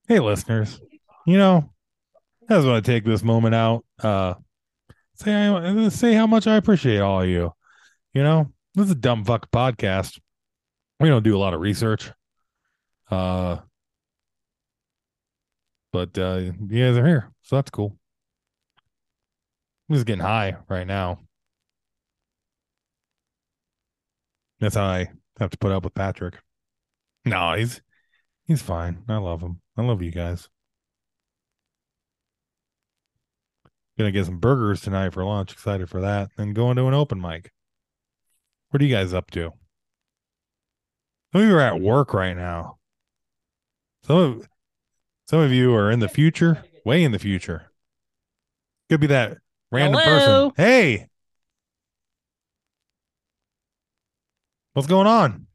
Speaker 3: hey listeners you know i just want to take this moment out uh say I, say how much i appreciate all of you you know this is a dumb fuck podcast we don't do a lot of research uh but uh you guys are here so that's cool i'm just getting high right now that's how i have to put up with patrick no he's He's fine. I love him. I love you guys. Gonna get some burgers tonight for lunch. Excited for that. Then going to an open mic. What are you guys up to? Some of you are at work right now. Some of, some of you are in the future, way in the future. Could be that random
Speaker 2: Hello?
Speaker 3: person. Hey, what's going on?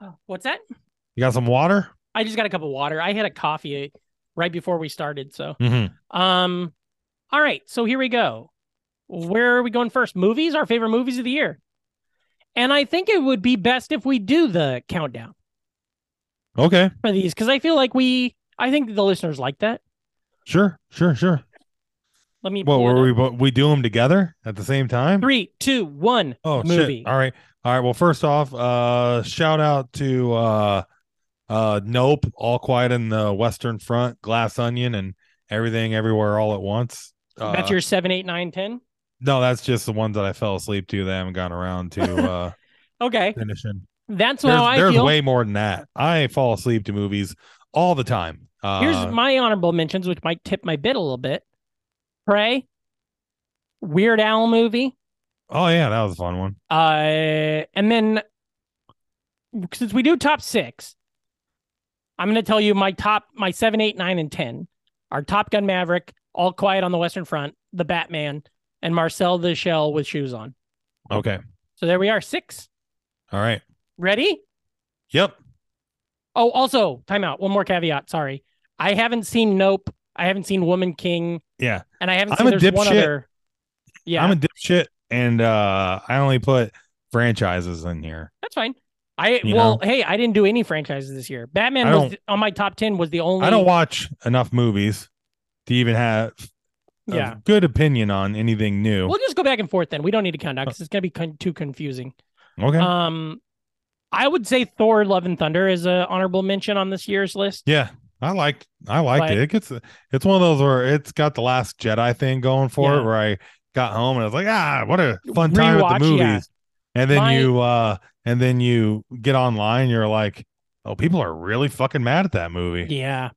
Speaker 3: Oh.
Speaker 2: What's that?
Speaker 3: You got some water?
Speaker 2: I just got a cup of water. I had a coffee right before we started. So,
Speaker 3: Mm-hmm.
Speaker 2: um, all right. So here we go. Where are we going first? Movies, our favorite movies of the year. And I think it would be best if we do the countdown
Speaker 3: Okay.
Speaker 2: for these because I feel like we, I think the listeners like that.
Speaker 3: Sure. Sure. Sure.
Speaker 2: Let me.
Speaker 3: What
Speaker 2: pull it
Speaker 3: were
Speaker 2: up.
Speaker 3: we? But we do them together at the same time.
Speaker 2: Three, two, one.
Speaker 3: Oh
Speaker 2: movie.
Speaker 3: shit! All right, all right. Well, first off, uh, shout out to uh, uh, Nope, All Quiet in the Western Front, Glass Onion, and everything, everywhere, all at once. Uh,
Speaker 2: That's your seven, eight, nine, ten.
Speaker 3: no, that's just the ones that I fell asleep to. That I haven't gotten around to uh,
Speaker 2: Okay,
Speaker 3: finishing.
Speaker 2: that's
Speaker 3: There's,
Speaker 2: how I
Speaker 3: there's
Speaker 2: feel.
Speaker 3: way more than that. I fall asleep to movies all the time. Uh,
Speaker 2: Here's my honorable mentions, which might tip my bid a little bit. Prey, Weird Al movie,
Speaker 3: oh yeah, that was a fun one.
Speaker 2: uh, and then since we do top six, I'm going to tell you my top, my seven, eight, nine, and ten are Top Gun Maverick, All Quiet on the Western Front, The Batman, and Marcel the Shell with shoes on.
Speaker 3: Okay,
Speaker 2: So there we are, six.
Speaker 3: all right.
Speaker 2: Ready?
Speaker 3: Yep.
Speaker 2: Oh, also, timeout. One more caveat. Sorry, I haven't seen Nope. I haven't seen Woman King,
Speaker 3: Yeah.
Speaker 2: and I haven't
Speaker 3: I'm
Speaker 2: seen
Speaker 3: a
Speaker 2: there's one
Speaker 3: dipshit.
Speaker 2: other. Yeah,
Speaker 3: I'm a dipshit, and uh, I only put franchises in here.
Speaker 2: that's fine. I
Speaker 3: You
Speaker 2: well, hey, I didn't do any franchises this year. Batman
Speaker 3: I
Speaker 2: was
Speaker 3: don't-
Speaker 2: th- on my top ten. Was the only.
Speaker 3: I don't watch enough movies to even have a
Speaker 2: Yeah,
Speaker 3: good opinion on anything new.
Speaker 2: we'll just go back and forth then. We don't need to count down because it's gonna be con- too confusing.
Speaker 3: Oh. Okay.
Speaker 2: Um, I would say Thor: Love and Thunder is a honorable mention on this year's list.
Speaker 3: yeah, I liked I liked
Speaker 2: Like-
Speaker 3: it. It gets it's one of those where it's got the last Jedi thing going for
Speaker 2: Yeah.
Speaker 3: it where I got home and I was like, ah, what a fun time at
Speaker 2: Rewatch,
Speaker 3: the
Speaker 2: yeah.
Speaker 3: movies. And then
Speaker 2: My-
Speaker 3: you uh and then you get online, you're like, Oh, people are really fucking mad at that movie.
Speaker 2: Yeah.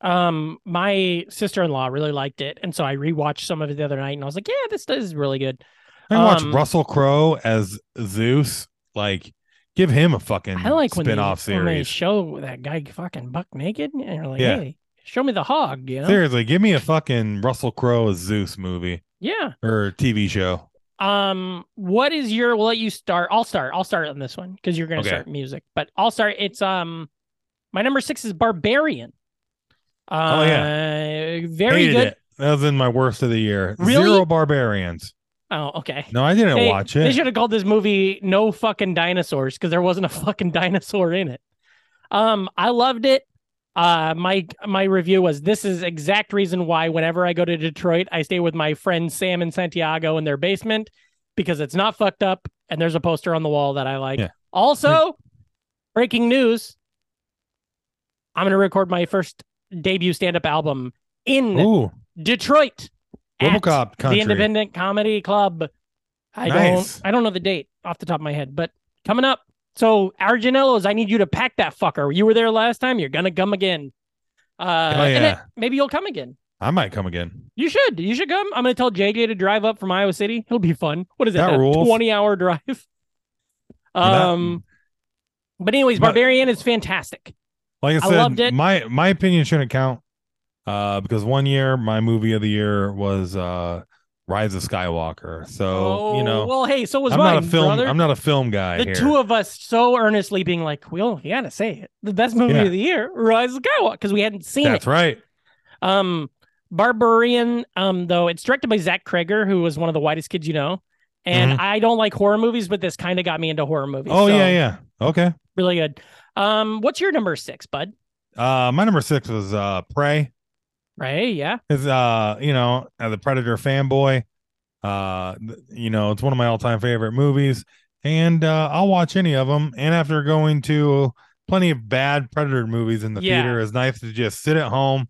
Speaker 2: Um, my sister in law really liked it, and so I rewatched some of it the other night, and I was like, "Yeah, this is really good."
Speaker 3: I can watch
Speaker 2: Um,
Speaker 3: Russell Crowe as Zeus, like give him a fucking
Speaker 2: I like when they,
Speaker 3: spin-off
Speaker 2: when they
Speaker 3: series.
Speaker 2: show that guy fucking buck naked, and you're like,
Speaker 3: Yeah.
Speaker 2: "Hey, show me the hog," you know?
Speaker 3: Seriously, give me a fucking Russell Crowe as Zeus movie
Speaker 2: Yeah.
Speaker 3: or TV show.
Speaker 2: Um, what is your? We'll let you start. I'll start. I'll start on this one because you're gonna
Speaker 3: Okay.
Speaker 2: start music, but I'll start. It's um, my number six is Barbarian. Uh,
Speaker 3: Oh,
Speaker 2: very
Speaker 3: Hated
Speaker 2: good.
Speaker 3: It. That was in my worst of the year.
Speaker 2: Really?
Speaker 3: Zero barbarians.
Speaker 2: Oh, okay.
Speaker 3: No, I didn't
Speaker 2: They-
Speaker 3: watch
Speaker 2: They
Speaker 3: it.
Speaker 2: should have called this movie "No Fucking Dinosaurs" because there wasn't a fucking dinosaur in it. Um, I loved it. Uh, my my review was this is exact reason why whenever I go to Detroit, I stay with my friend Sam and Santiago in their basement because it's not fucked up and there's a poster on the wall that I like.
Speaker 3: Yeah.
Speaker 2: Also, breaking news: I'm going to record my first debut stand up album in
Speaker 3: Ooh,
Speaker 2: Detroit. at
Speaker 3: RoboCop country.
Speaker 2: the Independent Comedy Club. I
Speaker 3: Nice.
Speaker 2: don't I don't know the date off the top of my head, but coming up. So Arginello's, I need you to pack that fucker. You were there last time. You're gonna come again. Uh,
Speaker 3: Hell
Speaker 2: and it-
Speaker 3: yeah.
Speaker 2: maybe you'll come again.
Speaker 3: I might come again.
Speaker 2: You should. You should come. I'm gonna tell JJ to drive up from Iowa City. He'll be fun. What is that?
Speaker 3: That
Speaker 2: a
Speaker 3: rules.
Speaker 2: 20 hour drive. Um, but anyways,
Speaker 3: but-
Speaker 2: Barbarian is fantastic.
Speaker 3: Like I
Speaker 2: I
Speaker 3: said,
Speaker 2: loved it.
Speaker 3: my my opinion shouldn't count. Uh, because one year my movie of the year was uh Rise of Skywalker. So Oh, you know
Speaker 2: well, hey, so Oh, was
Speaker 3: I'm
Speaker 2: mine,
Speaker 3: not a film
Speaker 2: brother.
Speaker 3: I'm not a film guy
Speaker 2: the
Speaker 3: here.
Speaker 2: two of us so earnestly being like, "Well, you gotta say it, the best movie
Speaker 3: Yeah.
Speaker 2: of the year, Rise of Skywalker," because we hadn't seen
Speaker 3: That's
Speaker 2: it.
Speaker 3: right.
Speaker 2: Um, Barbarian, um, though it's directed by Zach Kreger, who was one of the whitest kids you know. And I don't like horror movies, but this kind of got me into horror movies.
Speaker 3: Mm-hmm. Oh
Speaker 2: so
Speaker 3: yeah, yeah. Okay.
Speaker 2: really good. Um, what's your number six, bud?
Speaker 3: Uh, my number six was uh, Prey.
Speaker 2: Right? Yeah.
Speaker 3: Is uh, you know, as a Predator fanboy, uh, th- you know, it's one of my all-time favorite movies, and uh, I'll watch any of them. And after going to plenty of bad Predator movies in the
Speaker 2: Yeah.
Speaker 3: theater, it's nice to just sit at home,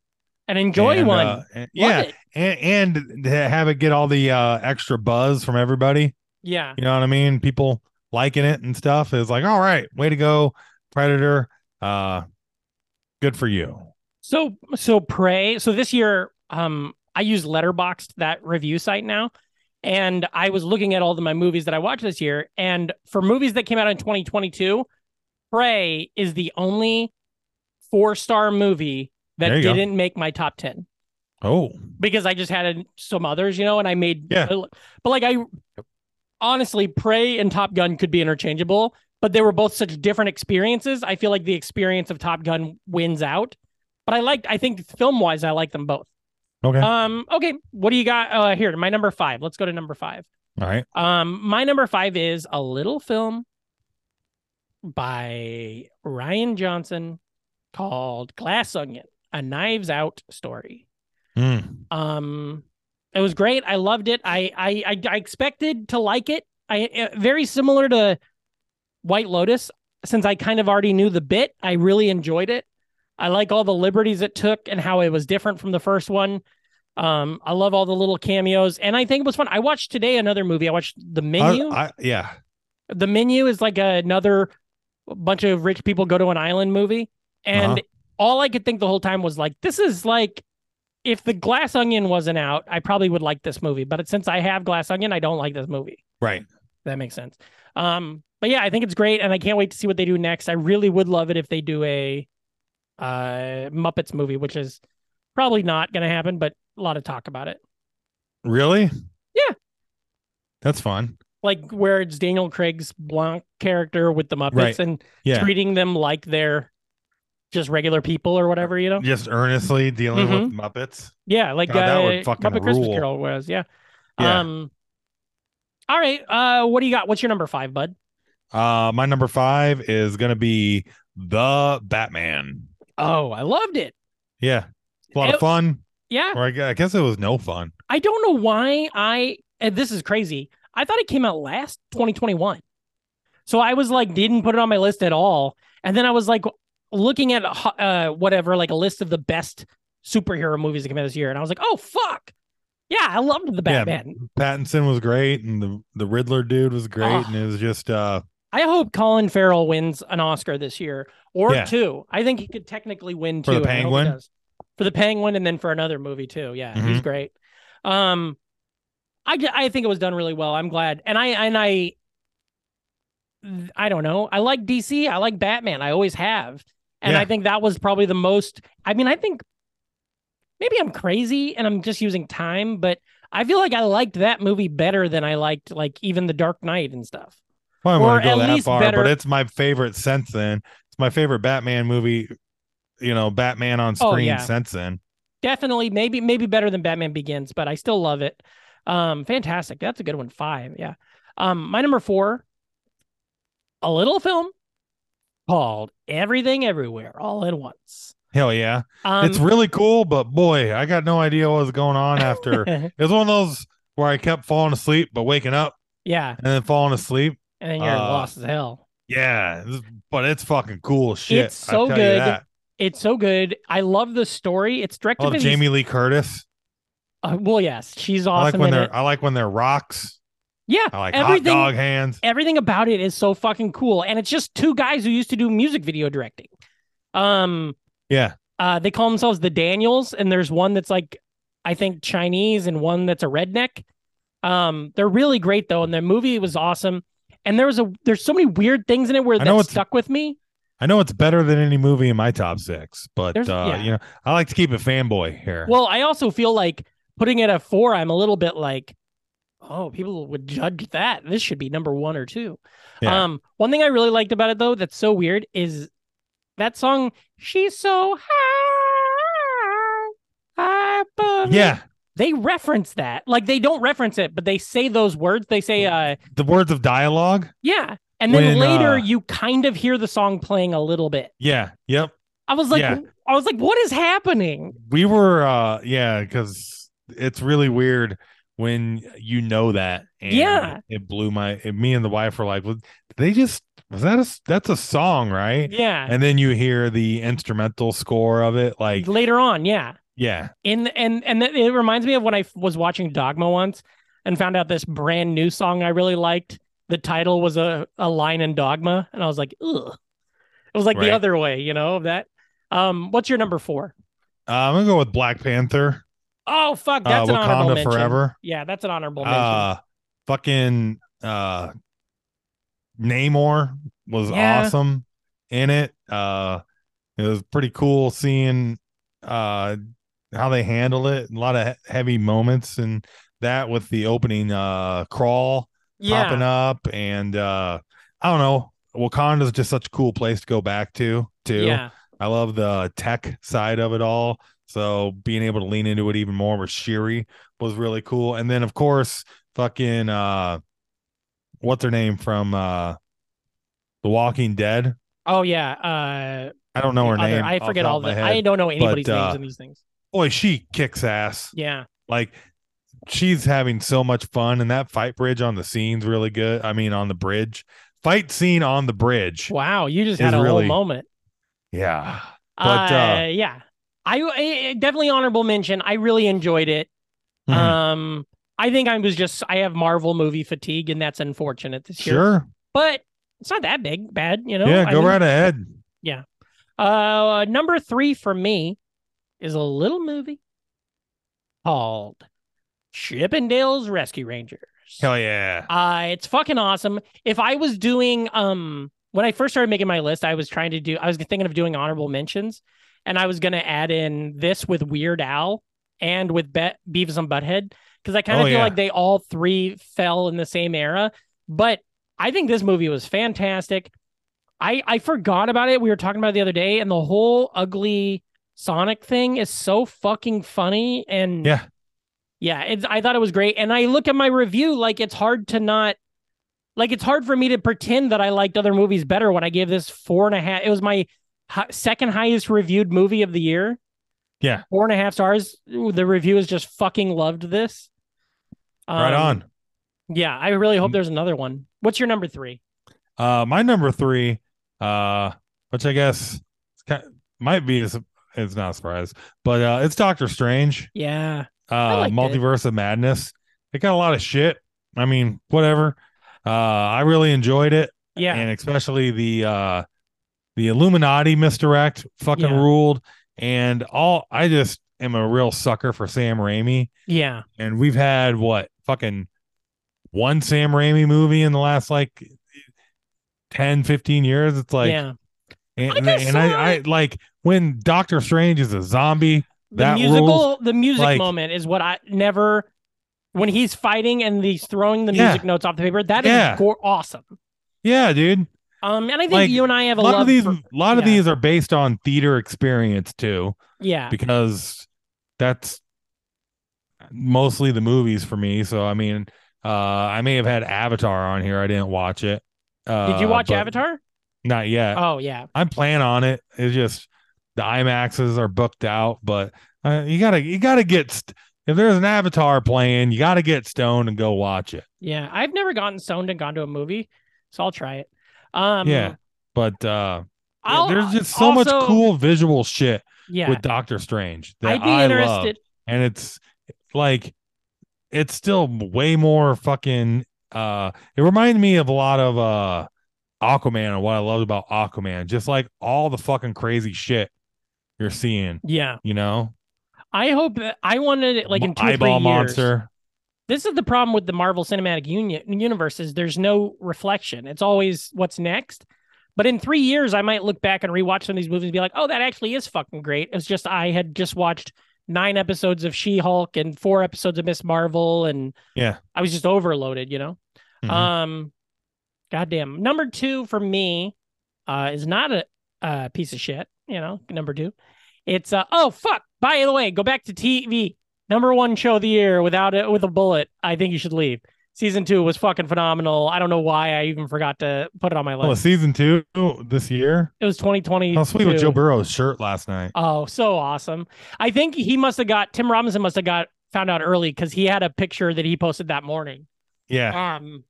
Speaker 2: And enjoy
Speaker 3: and,
Speaker 2: one.
Speaker 3: uh, and-
Speaker 2: Love
Speaker 3: yeah,
Speaker 2: it.
Speaker 3: and, and to have it get all the uh, extra buzz from everybody.
Speaker 2: Yeah.
Speaker 3: You know what I mean? People liking it and stuff is like, all right, way to go, Predator. Uh, good for you.
Speaker 2: So so pray. So this year, um, I use Letterboxd that review site now, and I was looking at all of my movies that I watched this year, and for movies that came out in 2022, Prey is the only four star movie that
Speaker 3: There you go.
Speaker 2: didn't make my top ten
Speaker 3: Oh,
Speaker 2: because I just had some others, you know, and I made
Speaker 3: Yeah.
Speaker 2: But like I honestly, Prey and Top Gun could be interchangeable, but they were both such different experiences. I feel like the experience of Top Gun wins out. But I liked, I think film wise, I like them both.
Speaker 3: okay.
Speaker 2: Um, okay, what do you got uh, here? My number five. Let's go to number five.
Speaker 3: all right.
Speaker 2: Um, my number five is a little film by Ryan Johnson called Glass Onion: A Knives Out Story.
Speaker 3: Mm.
Speaker 2: Um, it was great. I loved it. I I I, I expected to like it. I uh, very similar to White Lotus, since I kind of already knew the bit. I really enjoyed it. I like all the liberties it took and how it was different from the first one. Um, I love all the little cameos, and I think it was fun. I watched today another movie. I watched The Menu.
Speaker 3: I, I, yeah.
Speaker 2: the Menu is like another bunch of rich people go to an island movie, and
Speaker 3: Uh-huh.
Speaker 2: all I could think the whole time was like, this is like if the Glass Onion wasn't out, I probably would like this movie. But since I have Glass Onion, I don't like this movie.
Speaker 3: Right.
Speaker 2: If That makes sense. Um, but yeah, I think it's great, and I can't wait to see what they do next. I really would love it if they do a uh, Muppets movie, which is probably not going to happen, but a lot of talk about it.
Speaker 3: Really?
Speaker 2: Yeah.
Speaker 3: That's fun.
Speaker 2: Like where it's Daniel Craig's Blanc character with the Muppets
Speaker 3: Right.
Speaker 2: and
Speaker 3: Yeah.
Speaker 2: treating them like they're just regular people or whatever, you know?
Speaker 3: Just earnestly dealing with
Speaker 2: Mm-hmm.
Speaker 3: Muppets.
Speaker 2: Yeah, like
Speaker 3: God, that
Speaker 2: uh,
Speaker 3: would fucking
Speaker 2: Muppet Christmas
Speaker 3: rule.
Speaker 2: Carol was. Yeah.
Speaker 3: Yeah.
Speaker 2: Um. All right. Uh, what do you got? What's your number five, bud?
Speaker 3: Uh, my number five is gonna be the Batman.
Speaker 2: Oh, I loved it.
Speaker 3: Yeah, it's a lot
Speaker 2: It-
Speaker 3: of fun.
Speaker 2: Yeah,
Speaker 3: Or I, gu- I guess it was no fun.
Speaker 2: I don't know why I. And this is crazy. I thought it came out last 2021, so I was like, didn't put it on my list at all. And then I was like, looking at uh, whatever, like a list of the best superhero movies that came out this year, and I was like, oh fuck, yeah, I loved the
Speaker 3: Yeah.
Speaker 2: Batman.
Speaker 3: Pattinson was great, and the the Riddler dude was great,
Speaker 2: Oh.
Speaker 3: and it was just uh,
Speaker 2: I hope Colin Farrell wins an Oscar this year or
Speaker 3: Yeah.
Speaker 2: two. I think he could technically win
Speaker 3: For
Speaker 2: two. and
Speaker 3: The
Speaker 2: I hope he
Speaker 3: Penguin? Mm-hmm.
Speaker 2: does. For the Penguin and then for another movie too. Yeah, he's great. Um I ju- I think it was done really well. I'm glad. And I and I I don't know. I like DC. I like Batman. I always have. And
Speaker 3: Yeah.
Speaker 2: I think that was probably the most I mean, I think maybe I'm crazy and I'm just using time, but I feel like I liked that movie better than I liked like even The Dark Knight and stuff.
Speaker 3: Well, I'm
Speaker 2: Or
Speaker 3: gonna go
Speaker 2: at
Speaker 3: that
Speaker 2: least
Speaker 3: far,
Speaker 2: better-
Speaker 3: but it's my favorite since then. It's my favorite Batman movie. You know, Batman on
Speaker 2: Oh,
Speaker 3: screen
Speaker 2: yeah.
Speaker 3: since then.
Speaker 2: definitely maybe maybe better than batman begins but i still love it um fantastic that's a good one five yeah um my number four a little film called everything everywhere all at once
Speaker 3: Hell yeah,
Speaker 2: um
Speaker 3: it's really cool, but boy, I got no idea what was going on after. it was one of those where I kept falling asleep, but waking up
Speaker 2: yeah
Speaker 3: and then falling asleep.
Speaker 2: and then you're
Speaker 3: Uh,
Speaker 2: lost as hell
Speaker 3: Yeah, this- but it's fucking cool as shit.
Speaker 2: It's so
Speaker 3: I tell you
Speaker 2: good.
Speaker 3: that.
Speaker 2: it's so good i love the story it's directed
Speaker 3: Oh,
Speaker 2: by these-
Speaker 3: Jamie Lee Curtis.
Speaker 2: uh, well yes she's
Speaker 3: I like
Speaker 2: awesome
Speaker 3: when
Speaker 2: in
Speaker 3: they're. uh,
Speaker 2: it
Speaker 3: I like when they're rocks.
Speaker 2: yeah
Speaker 3: I like
Speaker 2: everything
Speaker 3: hot dog hands.
Speaker 2: everything about it is so fucking cool and it's just two guys who used to do music video directing um
Speaker 3: Yeah.
Speaker 2: uh they call themselves the daniels and there's one that's like i think chinese and one that's a redneck um they're really great though and the movie was awesome and there was a there's so many weird things in it where
Speaker 3: I know
Speaker 2: that
Speaker 3: it's-
Speaker 2: stuck with me
Speaker 3: I know it's better than any movie in my top six, but uh,
Speaker 2: There's- yeah.
Speaker 3: you know, I like to keep it fanboy here.
Speaker 2: well i also feel like putting it at four i'm a little bit like oh people would judge that this should be number one or two
Speaker 3: Yeah.
Speaker 2: Um, one thing I really liked about it though, that's so weird, is that song. She's so high, high above me."
Speaker 3: yeah,
Speaker 2: They reference that, like they don't reference it, but they say those words. They say, "Uh,
Speaker 3: the words of dialogue.
Speaker 2: yeah," and then
Speaker 3: When,
Speaker 2: later
Speaker 3: uh,
Speaker 2: you kind of hear the song playing a little bit.
Speaker 3: Yeah, yep.
Speaker 2: I was like,
Speaker 3: Yeah.
Speaker 2: I was like, what is happening?
Speaker 3: we were uh yeah because it's really weird when you know that and
Speaker 2: Yeah.
Speaker 3: it blew my it, me and the wife were like "Was- did they just was that a s- that's a song right
Speaker 2: Yeah.
Speaker 3: and then you hear the instrumental score of it like
Speaker 2: Later on, yeah.
Speaker 3: yeah
Speaker 2: in and and th- it reminds me of when I f- was watching Dogma once and found out this brand new song I really liked. The title was a, a line in Dogma, and I was like, ugh. It was like
Speaker 3: Right.
Speaker 2: the other way, you know, of that. Um, what's your number four?
Speaker 3: uh, i'm gonna go with black panther
Speaker 2: Oh fuck,
Speaker 3: uh,
Speaker 2: that's an honorable
Speaker 3: wakanda
Speaker 2: mention.
Speaker 3: forever
Speaker 2: Yeah, that's an honorable mention.
Speaker 3: uh fucking uh namor was
Speaker 2: Yeah.
Speaker 3: awesome in it uh it was pretty cool seeing uh how they handle it a lot of he- heavy moments and that with the opening uh crawl popping
Speaker 2: yeah,
Speaker 3: up and uh i don't know wakanda's just such a cool place to go back to too
Speaker 2: yeah,
Speaker 3: i love the tech side of it all so being able to lean into it even more with shiri was really cool and then of course fucking uh what's her name from uh the walking dead
Speaker 2: oh yeah. Uh,
Speaker 3: i don't know her
Speaker 2: other-
Speaker 3: name
Speaker 2: I
Speaker 3: off
Speaker 2: forget
Speaker 3: top
Speaker 2: all
Speaker 3: of my
Speaker 2: the.
Speaker 3: head.
Speaker 2: I don't know anybody's
Speaker 3: uh,
Speaker 2: names in these things.
Speaker 3: boy she kicks ass
Speaker 2: Yeah,
Speaker 3: like she's having so much fun and that fight bridge on the scene's really good i mean on the bridge fight scene on the bridge
Speaker 2: wow, you just
Speaker 3: is
Speaker 2: had a whole
Speaker 3: really-
Speaker 2: moment.
Speaker 3: yeah But,
Speaker 2: uh,
Speaker 3: uh,
Speaker 2: yeah, I, I definitely honorable mention. I really enjoyed it.
Speaker 3: Mhm.
Speaker 2: Um, I think I was just I have Marvel movie fatigue, and that's unfortunate this year.
Speaker 3: sure
Speaker 2: but it's not that big bad, you know.
Speaker 3: yeah
Speaker 2: I
Speaker 3: go
Speaker 2: mean,
Speaker 3: right ahead
Speaker 2: Uh, number three for me is a little movie called Chippendales Rescue Rangers.
Speaker 3: hell yeah
Speaker 2: Uh, it's fucking awesome. If I was doing um when I first started making my list, I was trying to do I was thinking of doing honorable mentions, and I was gonna add in this with Weird Al and with Bet Beavis and Butthead because I kind of
Speaker 3: Oh,
Speaker 2: feel
Speaker 3: yeah.
Speaker 2: like they all three fell in the same era. But I think this movie was fantastic. I I forgot about it. We were talking about it the other day, and the whole ugly Sonic thing is so fucking funny and
Speaker 3: Yeah.
Speaker 2: yeah. It's I thought it was great, and I look at my review like it's hard to not like it's hard for me to pretend that I liked other movies better when I gave this four and a half. It was my hi- second highest reviewed movie of the year.
Speaker 3: Yeah.
Speaker 2: four and a half stars. The review is just fucking loved this.
Speaker 3: right
Speaker 2: Um,
Speaker 3: on Mm.
Speaker 2: yeah, I really hope there's another one. What's your number three?
Speaker 3: Uh, my number three, uh, which I guess it's ki might be a, su- it's not a surprise, but uh, it's Doctor Strange,
Speaker 2: Yeah.
Speaker 3: uh,
Speaker 2: liked it.
Speaker 3: Multiverse of Madness. It got a lot of shit. I mean, whatever. Uh, I really enjoyed it,
Speaker 2: Yeah.
Speaker 3: and especially the uh, the Illuminati misdirect fucking
Speaker 2: Yeah.
Speaker 3: ruled, and all. I just am a real sucker for Sam Raimi,
Speaker 2: yeah.
Speaker 3: and we've had what fucking one Sam Raimi movie in the last like 10 15 years it's like
Speaker 2: yeah.
Speaker 3: and,
Speaker 2: I
Speaker 3: and-
Speaker 2: guess
Speaker 3: and I, I
Speaker 2: so.
Speaker 3: like when Doctor Strange is a zombie
Speaker 2: The
Speaker 3: that
Speaker 2: musical
Speaker 3: rules,
Speaker 2: the music
Speaker 3: like-
Speaker 2: moment is what I never when he's fighting and he's throwing the
Speaker 3: Yeah.
Speaker 2: music notes off the paper, That is
Speaker 3: Yeah.
Speaker 2: go- awesome.
Speaker 3: yeah dude
Speaker 2: Um and I think
Speaker 3: Like,
Speaker 2: you and I have
Speaker 3: a
Speaker 2: a,
Speaker 3: lot
Speaker 2: love
Speaker 3: of these
Speaker 2: for-
Speaker 3: a lot of
Speaker 2: yeah.
Speaker 3: these are based on theater experience too
Speaker 2: yeah.
Speaker 3: because that's mostly the movies for me so I mean uh I may have had Avatar on here I didn't watch it uh,
Speaker 2: Did you watch
Speaker 3: but
Speaker 2: Avatar?
Speaker 3: not yet
Speaker 2: Oh yeah.
Speaker 3: I plan on it. It's just the IMAXs are booked out, but uh, you gotta you gotta get st- if there's an Avatar playing, you gotta get stoned and go watch it.
Speaker 2: Yeah. I've never gotten stoned and gone to a movie, so I'll try it. Um
Speaker 3: yeah, but uh, yeah,
Speaker 2: I'll,
Speaker 3: there's just so
Speaker 2: also-
Speaker 3: much cool visual shit
Speaker 2: yeah.
Speaker 3: with Doctor Strange that
Speaker 2: I'd be
Speaker 3: I love,
Speaker 2: interested.
Speaker 3: and it's like it's still way more fucking. Uh, it reminded me of a lot of uh Aquaman and what I loved about Aquaman, just like all the fucking crazy shit you're seeing.
Speaker 2: Yeah.
Speaker 3: You know,
Speaker 2: I hope that I wanted it like in two or three
Speaker 3: eyeball
Speaker 2: years.
Speaker 3: monster.
Speaker 2: this is the problem with the Marvel Cinematic Union universe is there's no reflection. It's always what's next. But in three years, I might look back and rewatch some of these movies and be like, "Oh, that actually is fucking great." It's just I had just watched nine episodes of She-Hulk and four episodes of Miss Marvel, and
Speaker 3: Yeah.
Speaker 2: I was just overloaded, you know.
Speaker 3: Mhm.
Speaker 2: Um, goddamn. Number two for me uh, is not a, a piece of shit. You know, number two. It's uh, oh fuck. By the way, go back to TV. Number one show of the year without it with a bullet. I think you should leave. Season two was fucking phenomenal. I don't know why I even forgot to put it on my
Speaker 3: Well,
Speaker 2: list.
Speaker 3: season two this year.
Speaker 2: It was 2020.
Speaker 3: How sweet with Joe Burrow's shirt last night.
Speaker 2: Oh, so awesome. I think he must have got Tim Robinson must have got found out early because he had a picture that he posted that morning.
Speaker 3: Yeah.
Speaker 2: Um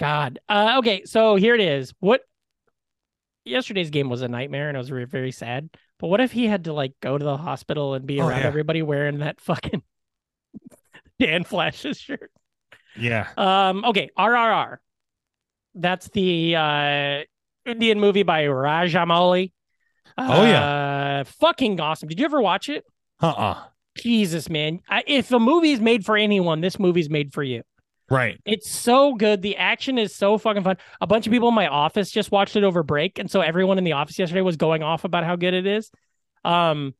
Speaker 2: God. Uh okay, so here it is. What yesterday's game was a nightmare and it was very, very sad. But what if he had to like go to the hospital and be
Speaker 3: Oh,
Speaker 2: around
Speaker 3: yeah.
Speaker 2: everybody wearing that fucking Dan Flash's shirt?
Speaker 3: Yeah.
Speaker 2: Um, okay, RRR. That's the uh, Indian movie by Rajamouli.
Speaker 3: Oh,
Speaker 2: yeah, uh, fucking awesome. Did you ever watch it?
Speaker 3: Uh uh
Speaker 2: Jesus, man! I, if a movie is made for anyone, this movie's made for you.
Speaker 3: Right.
Speaker 2: It's so good. The action is so fucking fun. A bunch of people in my office just watched it over break, and so everyone in the office yesterday was going off about how good it is. Um,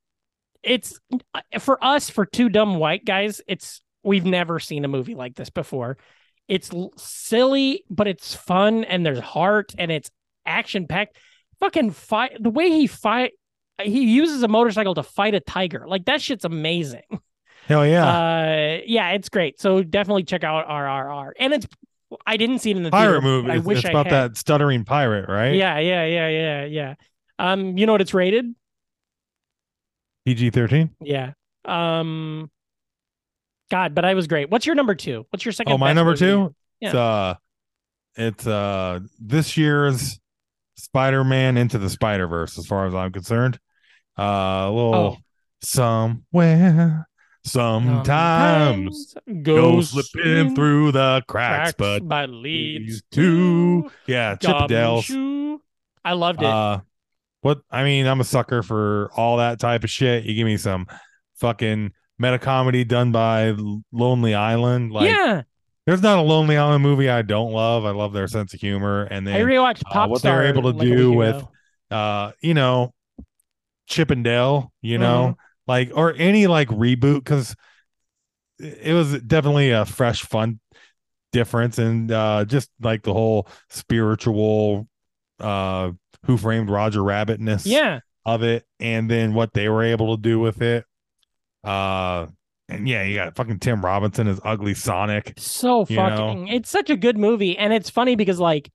Speaker 2: it's for us, for two dumb white guys, it's we've never seen a movie like this before. It's l- silly, but it's fun, and there's heart, and it's action packed. Fucking fight the way he fight. He uses a motorcycle to fight a tiger. Like that shit's amazing.
Speaker 3: Hell yeah.
Speaker 2: Uh, yeah, it's great. So definitely check out RRR. And it's I didn't see it in the theater,
Speaker 3: pirate
Speaker 2: but
Speaker 3: movie.
Speaker 2: I
Speaker 3: It's,
Speaker 2: wish
Speaker 3: it's
Speaker 2: I
Speaker 3: about
Speaker 2: had.
Speaker 3: that stuttering pirate, right?
Speaker 2: Yeah, yeah, yeah, yeah, yeah. Um, you know what it's rated?
Speaker 3: PG thirteen.
Speaker 2: Yeah. Um, God, but I was great. What's your number two? What's your second?
Speaker 3: Oh, my
Speaker 2: best
Speaker 3: number
Speaker 2: movie?
Speaker 3: two.
Speaker 2: Yeah.
Speaker 3: It's uh, it's uh, this year's Spider Man into the Spider Verse, as far as I'm concerned. Uh, a little
Speaker 2: Oh.
Speaker 3: somewhere, sometimes go slipping through the cracks,
Speaker 2: cracks,
Speaker 3: but
Speaker 2: but leads
Speaker 3: leads to yeah, Chip
Speaker 2: gum
Speaker 3: Dale's.
Speaker 2: shoe. I loved it.
Speaker 3: Uh, what I mean, I'm a sucker for all that type of shit. You give me some fucking meta comedy done by L- Lonely Island. Like,
Speaker 2: yeah,
Speaker 3: there's not a Lonely Island movie I don't love. I love their sense of humor, and
Speaker 2: I
Speaker 3: then
Speaker 2: rewatched
Speaker 3: uh,
Speaker 2: Popstar.
Speaker 3: what they were able to
Speaker 2: like a
Speaker 3: do
Speaker 2: week
Speaker 3: with,
Speaker 2: ago.
Speaker 3: uh, you know, Chip and Dale. You know,
Speaker 2: Mm-hmm.
Speaker 3: like or any like reboot because it was definitely a fresh, fun difference, and uh, just like the whole spiritual, uh, Who Framed Roger Rabbitness
Speaker 2: yeah,
Speaker 3: of it and then what they were able to do with it. Uh and yeah, you got fucking Tim Robinson as ugly Sonic.
Speaker 2: so
Speaker 3: you know?
Speaker 2: fucking it's such a good movie and it's funny because like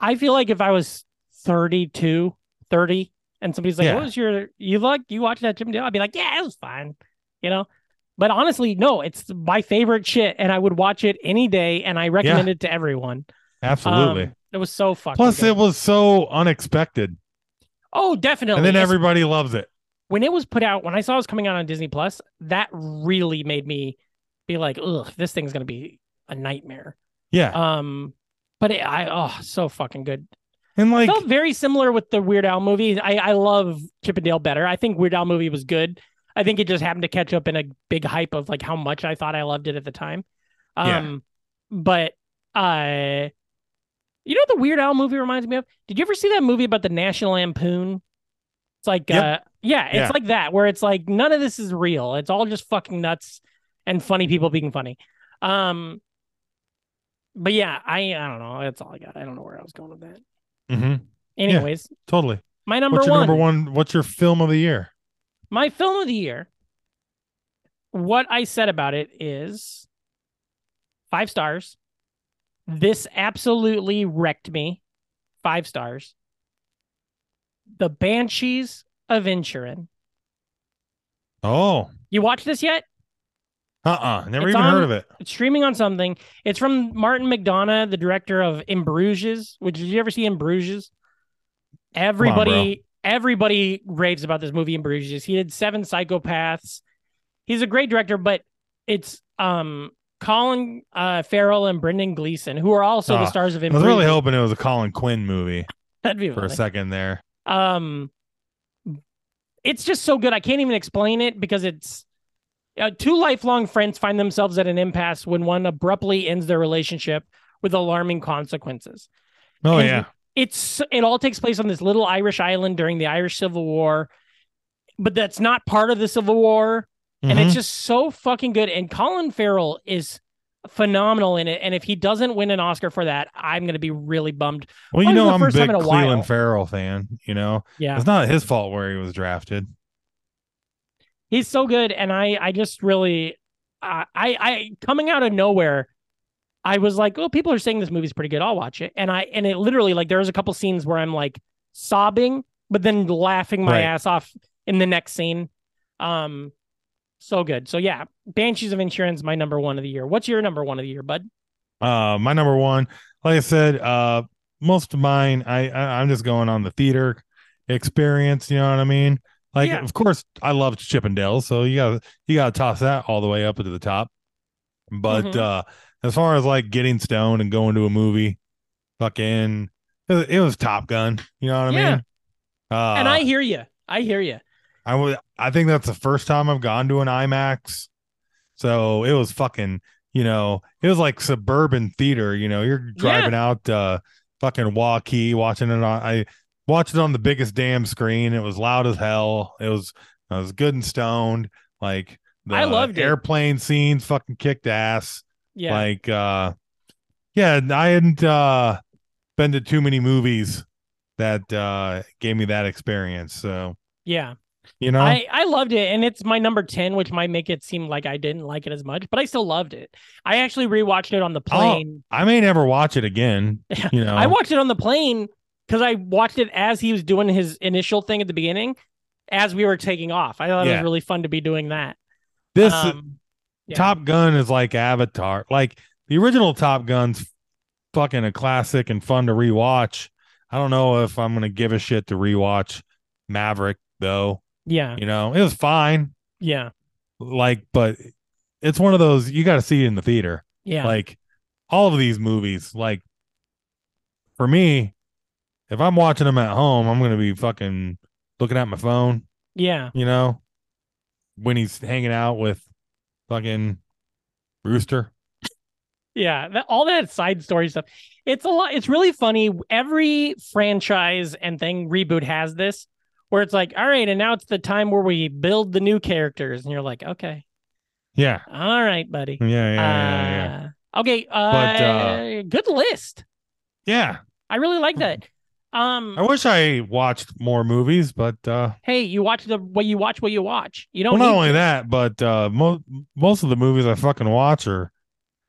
Speaker 2: i feel like if i was 32 30 and somebody's like
Speaker 3: Yeah.
Speaker 2: what was your you like you watched that jim dale i'd be like yeah it was fine you know but honestly no it's my favorite shit and i would watch it any day and i recommend it to everyone
Speaker 3: Absolutely.
Speaker 2: Um, it was so fucking
Speaker 3: Plus
Speaker 2: good.
Speaker 3: it was so unexpected.
Speaker 2: oh definitely
Speaker 3: and then
Speaker 2: It's-
Speaker 3: everybody loves it.
Speaker 2: when it was put out, when I saw it was coming out on Disney Plus, that really made me be like, ugh, this thing's gonna be a nightmare.
Speaker 3: Yeah.
Speaker 2: Um, but it, I oh, so fucking good.
Speaker 3: And like
Speaker 2: Felt very similar with the Weird Al movie. I I love Chip and Dale better. I think Weird Al movie was good. I think it just happened to catch up in a big hype of like how much I thought I loved it at the time.
Speaker 3: Yeah.
Speaker 2: Um, but uh, you know what the Weird Al movie reminds me of? Did you ever see that movie about the National Lampoon? It's like
Speaker 3: Yep.
Speaker 2: uh, yeah, it's
Speaker 3: Yeah.
Speaker 2: like that where it's like none of this is real. It's all just fucking nuts and funny people being funny. Um, but yeah, I I don't know. That's all I got. I don't know where I was going with that.
Speaker 3: Mhm,
Speaker 2: Anyways,
Speaker 3: totally.
Speaker 2: my number
Speaker 3: what's your
Speaker 2: one,
Speaker 3: number one what's your film of the year?
Speaker 2: my film of the year. What I said about it is five stars. This absolutely wrecked me. Five stars. The Banshees of Insurin.
Speaker 3: Oh.
Speaker 2: You watch this yet?
Speaker 3: Uh uh Never
Speaker 2: It's
Speaker 3: even
Speaker 2: on-
Speaker 3: heard of it.
Speaker 2: It's streaming on something. It's from Martin McDonough, the director of In Bruges. Which did you ever see In Bruges? Everybody, everybody raves about this movie In Bruges. He did Seven Psychopaths. He's a great director, but it's um Colin uh, Farrell and Brendan Gleeson, who are also
Speaker 3: Ah,
Speaker 2: the stars of
Speaker 3: I
Speaker 2: In
Speaker 3: was
Speaker 2: Bruges.
Speaker 3: really hoping it was a Colin Quinn movie
Speaker 2: That'd be
Speaker 3: for a
Speaker 2: funny.
Speaker 3: second there.
Speaker 2: um it's just so good i can't even explain it because it's uh, two lifelong friends find themselves at an impasse when one abruptly ends their relationship with alarming consequences
Speaker 3: Oh
Speaker 2: And
Speaker 3: yeah.
Speaker 2: it's it all takes place on this little irish island during the irish civil war but that's not part of the civil war and
Speaker 3: Mhm.
Speaker 2: it's just so fucking good. And Colin Farrell is phenomenal in it. And if he doesn't win an Oscar for that, I'm gonna be really bummed.
Speaker 3: well,
Speaker 2: probably
Speaker 3: you know
Speaker 2: the
Speaker 3: I'm a
Speaker 2: first time
Speaker 3: big
Speaker 2: in a while.
Speaker 3: Cleveland Farrell fan, you know.
Speaker 2: Yeah,
Speaker 3: It's not his fault where he was drafted.
Speaker 2: he's so good and i i just really I i i coming out of nowhere I was like, oh, people are saying this movie's pretty good. I'll watch it. And I and it literally like there was a couple scenes where I'm like sobbing, but then laughing my
Speaker 3: Right.
Speaker 2: ass off in the next scene. Um, so good. So yeah, Banshees of Insurance, my number one of the year. What's your number one of the year, bud?
Speaker 3: Uh, my number one, like I said, uh, most of mine, I, I I'm just going on the theater experience. You know what I mean? Like,
Speaker 2: Yeah.
Speaker 3: of course, I love Chippendales, so you got to you got to toss that all the way up to the top. But
Speaker 2: Mhm.
Speaker 3: uh, as far as like getting stoned and going to a movie, fucking, it was, it was Top Gun. You know what I
Speaker 2: Yeah.
Speaker 3: mean? Uh,
Speaker 2: and I hear you. I hear you.
Speaker 3: I would. I think that's the first time I've gone to an IMAX. So it was fucking. You know, it was like suburban theater. You know, you're driving out uh, fucking Waukee, watching it on. I watched it on the biggest damn screen. It was loud as hell. It was. I was good and stoned. Like the
Speaker 2: I loved it.
Speaker 3: airplane scenes. Fucking kicked ass.
Speaker 2: Yeah.
Speaker 3: Like, uh, yeah, I hadn't uh, been to too many movies that uh, gave me that experience. So
Speaker 2: yeah.
Speaker 3: you know,
Speaker 2: I, I loved it, and it's my number ten, which might make it seem like I didn't like it as much, but I still loved it. I actually rewatched it on the
Speaker 3: Oh.
Speaker 2: plane.
Speaker 3: I may never watch it again. You know,
Speaker 2: I watched it on the plane because I watched it as he was doing his initial thing at the beginning, as we were taking off. I thought it
Speaker 3: Yeah.
Speaker 2: was really fun to be doing that.
Speaker 3: this
Speaker 2: Um, yeah.
Speaker 3: Top Gun is like Avatar. Like the original Top Gun's fucking a classic and fun to rewatch. I don't know if I'm gonna give a shit to rewatch Maverick though.
Speaker 2: yeah,
Speaker 3: You know, it was fine.
Speaker 2: yeah,
Speaker 3: Like, but it's one of those you got to see it in the theater.
Speaker 2: yeah,
Speaker 3: Like all of these movies, like for me, if I'm watching them at home, I'm gonna be fucking looking at my phone.
Speaker 2: yeah,
Speaker 3: you know, when he's hanging out with fucking Rooster.
Speaker 2: yeah. That, all that side story stuff. It's a lot. It's really funny. Every franchise and thing reboot has this, where it's like, all right, and now it's the time where we build the new characters, and you're like, okay.
Speaker 3: Yeah.
Speaker 2: All right, buddy.
Speaker 3: Yeah. Yeah. Yeah. Yeah. yeah.
Speaker 2: Uh, okay. Uh,
Speaker 3: uh,
Speaker 2: good list.
Speaker 3: Yeah.
Speaker 2: I really like that. Um,
Speaker 3: I wish I watched more movies, but uh
Speaker 2: hey, you watch the what you watch, what you watch. You
Speaker 3: well,
Speaker 2: don't.
Speaker 3: not
Speaker 2: need-
Speaker 3: only that, but uh mo- most of the movies I fucking watch are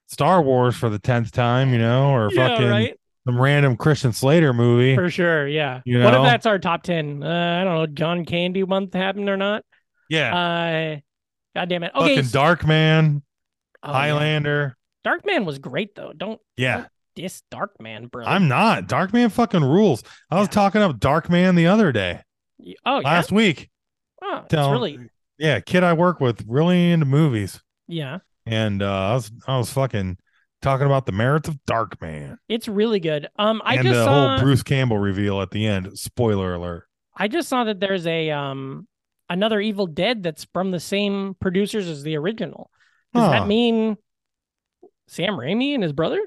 Speaker 3: Star Wars for the tenth time, you know, or
Speaker 2: yeah,
Speaker 3: fucking
Speaker 2: right.
Speaker 3: some random Christian Slater movie.
Speaker 2: For sure. Yeah.
Speaker 3: You
Speaker 2: What
Speaker 3: know?
Speaker 2: if that's our top ten? Uh, I don't know. John Candy month happened or not?
Speaker 3: yeah.
Speaker 2: Uh, God damn it. Okay.
Speaker 3: fucking Dark Man,
Speaker 2: oh, yeah.
Speaker 3: Highlander.
Speaker 2: Dark Man was great though. Don't
Speaker 3: Yeah.
Speaker 2: diss Dark Man, bro.
Speaker 3: I'm not. Dark Man fucking rules. I was
Speaker 2: Yeah.
Speaker 3: talking up Dark Man the other day,
Speaker 2: Oh yeah.
Speaker 3: last week.
Speaker 2: Oh, it's
Speaker 3: don't-
Speaker 2: really.
Speaker 3: yeah, kid I work with really into movies,
Speaker 2: Yeah.
Speaker 3: and uh, I was I was fucking talking about the merits of Dark Man
Speaker 2: It's really good. Um, I
Speaker 3: and
Speaker 2: just
Speaker 3: the
Speaker 2: saw.
Speaker 3: whole Bruce Campbell reveal at the end. Spoiler alert!
Speaker 2: I just saw that there's a um another Evil Dead that's from the same producers as the original. Does
Speaker 3: Huh.
Speaker 2: that mean Sam Raimi and his brother?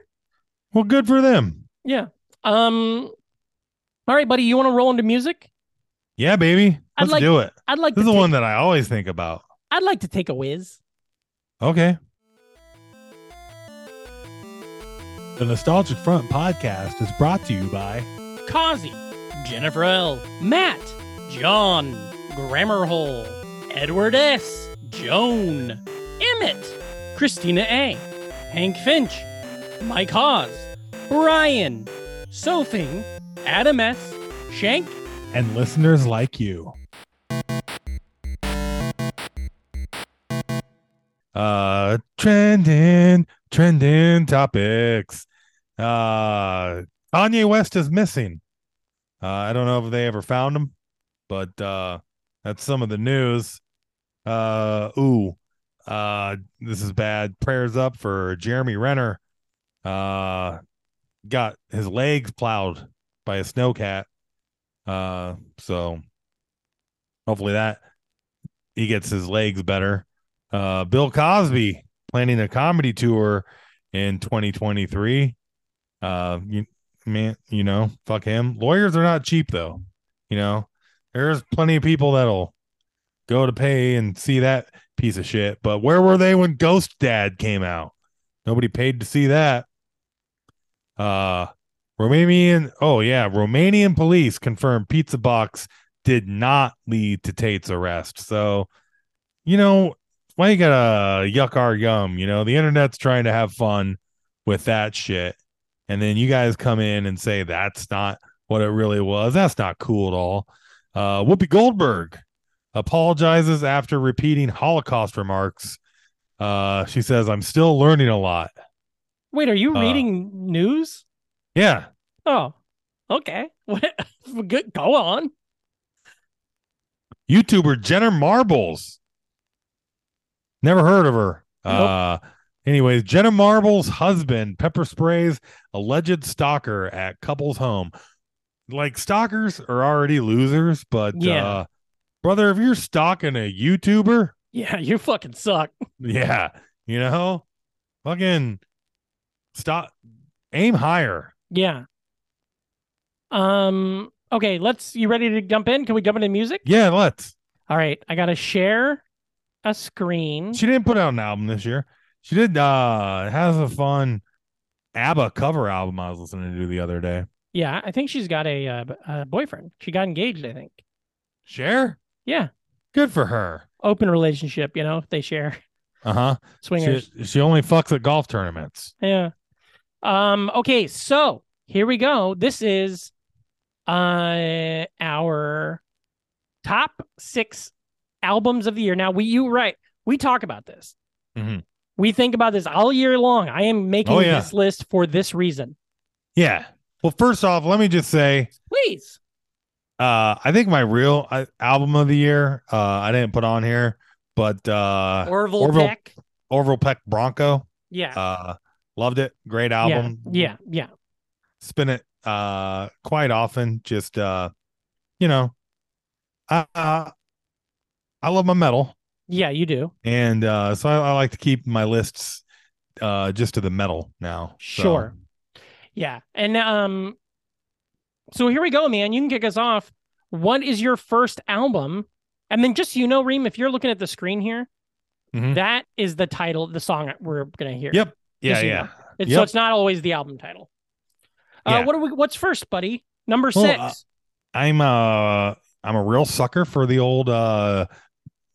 Speaker 3: Well, good for them.
Speaker 2: Yeah. Um all right, buddy, you want to roll into music?
Speaker 3: Yeah, baby,
Speaker 2: I'd
Speaker 3: let's
Speaker 2: like-
Speaker 3: do it.
Speaker 2: I'd like
Speaker 3: This is
Speaker 2: to
Speaker 3: the
Speaker 2: take,
Speaker 3: one that I always think about.
Speaker 2: I'd like to take a whiz.
Speaker 3: Okay. The Nostalgic Front podcast is brought to you by
Speaker 2: Kazi, Jennifer L, Matt, John, Grammarhole, Edward S, Joan, Emmett, Christina A, Hank Finch, Mike Hawes, Brian, Sophing, Adam S, Shank,
Speaker 3: and listeners like you. Uh trending, trending topics. Uh Kanye West is missing. Uh I don't know if they ever found him, but uh that's some of the news. Uh ooh. Uh this is bad. Prayers up for Jeremy Renner. Uh got his legs plowed by a snowcat. Uh, so hopefully that he gets his legs better. Uh, Bill Cosby planning a comedy tour in 2023. Uh, you, man, you know, fuck him. Lawyers are not cheap though. You know, there's plenty of people that'll go to pay and see that piece of shit. But where were they when Ghost Dad came out? Nobody paid to see that. Uh, Romanian, oh yeah, Romanian police confirmed pizza box did not lead to Tate's arrest. So, you know, why you gotta yuck our yum? You know, the internet's trying to have fun with that shit. And then you guys come in and say that's not what it really was. That's not cool at all. Uh, Whoopi Goldberg apologizes after repeating Holocaust remarks. Uh, she says, I'm still learning a lot.
Speaker 2: Wait, are you
Speaker 3: Uh,
Speaker 2: reading news?
Speaker 3: Yeah.
Speaker 2: Oh, okay. What? Good. Go on.
Speaker 3: YouTuber Jenner Marbles. Never heard of her. Uh, anyways, Jenna Marbles' husband pepper sprays alleged stalker at couple's home. Like stalkers are already losers, but
Speaker 2: Yeah.
Speaker 3: uh, brother, if you're stalking a YouTuber,
Speaker 2: Yeah, you fucking suck.
Speaker 3: yeah, you know, fucking stop, aim higher.
Speaker 2: Yeah. Um. Okay. Let's. You ready to jump in? Can we jump into music?
Speaker 3: Yeah, let's.
Speaker 2: All right. I gotta share a screen.
Speaker 3: She didn't put out an album this year. She did uh has a fun ABBA cover album I was listening to the other day.
Speaker 2: Yeah, I think she's got a, uh, b- a boyfriend. She got engaged. I think.
Speaker 3: Share?
Speaker 2: Yeah.
Speaker 3: Good for her.
Speaker 2: Open relationship. You know, they share
Speaker 3: Uh-huh.
Speaker 2: swingers.
Speaker 3: She, she only fucks at golf tournaments.
Speaker 2: Yeah. Um, okay, so here we go. This is uh our top six albums of the year. Now we you right, we talk about this.
Speaker 3: Mhm.
Speaker 2: We think about this all year long. I am making
Speaker 3: Oh, yeah.
Speaker 2: this list for this reason.
Speaker 3: Yeah. Well, first off, let me just say
Speaker 2: Please.
Speaker 3: uh I think my real uh, album of the year uh I didn't put on here, but uh
Speaker 2: Orville,
Speaker 3: Orville-
Speaker 2: Peck.
Speaker 3: Orville Peck Bronco.
Speaker 2: Yeah.
Speaker 3: Uh loved it. Great
Speaker 2: yeah,
Speaker 3: album.
Speaker 2: Yeah, yeah.
Speaker 3: spin it uh quite often just uh you know i uh, i love my metal
Speaker 2: Yeah, you do.
Speaker 3: and uh so I, I like to keep my lists uh just to the metal now So,
Speaker 2: Sure. Yeah. And um so here we go, man. You can kick us off. What is your first album? And then just so you know, Reem, if you're looking at the screen here,
Speaker 3: Mhm.
Speaker 2: that is the title of the song we're gonna hear.
Speaker 3: Yep.
Speaker 2: Just
Speaker 3: yeah
Speaker 2: so you
Speaker 3: yeah
Speaker 2: know. It's, So
Speaker 3: Yep.
Speaker 2: it's not always the album title. Uh
Speaker 3: Yeah.
Speaker 2: what are we what's first, buddy? Number
Speaker 3: Well,
Speaker 2: six.
Speaker 3: uh, i'm uh i'm a real sucker for the old uh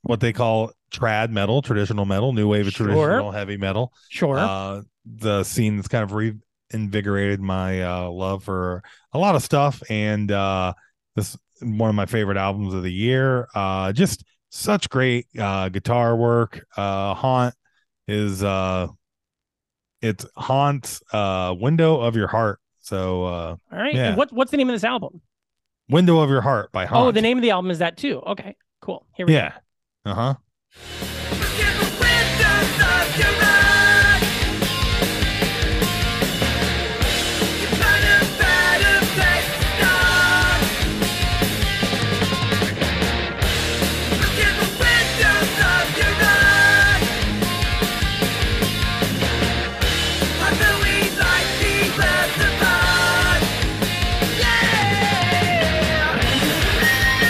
Speaker 3: what they call trad metal traditional metal new wave of
Speaker 2: Sure.
Speaker 3: traditional heavy metal
Speaker 2: sure.
Speaker 3: uh, the scene that's kind of reinvigorated my uh, love for a lot of stuff and uh, this one of my favorite albums of the year uh, just such great uh, guitar work uh, haunt is uh, it's haunt's uh, window of your heart so uh,
Speaker 2: All right.
Speaker 3: yeah.
Speaker 2: And what what's the name of this album?
Speaker 3: window of your heart by haunt
Speaker 2: Oh, the name of the album is that too. Okay, cool. Here we go.
Speaker 3: yeah uh-huh
Speaker 4: Yeah!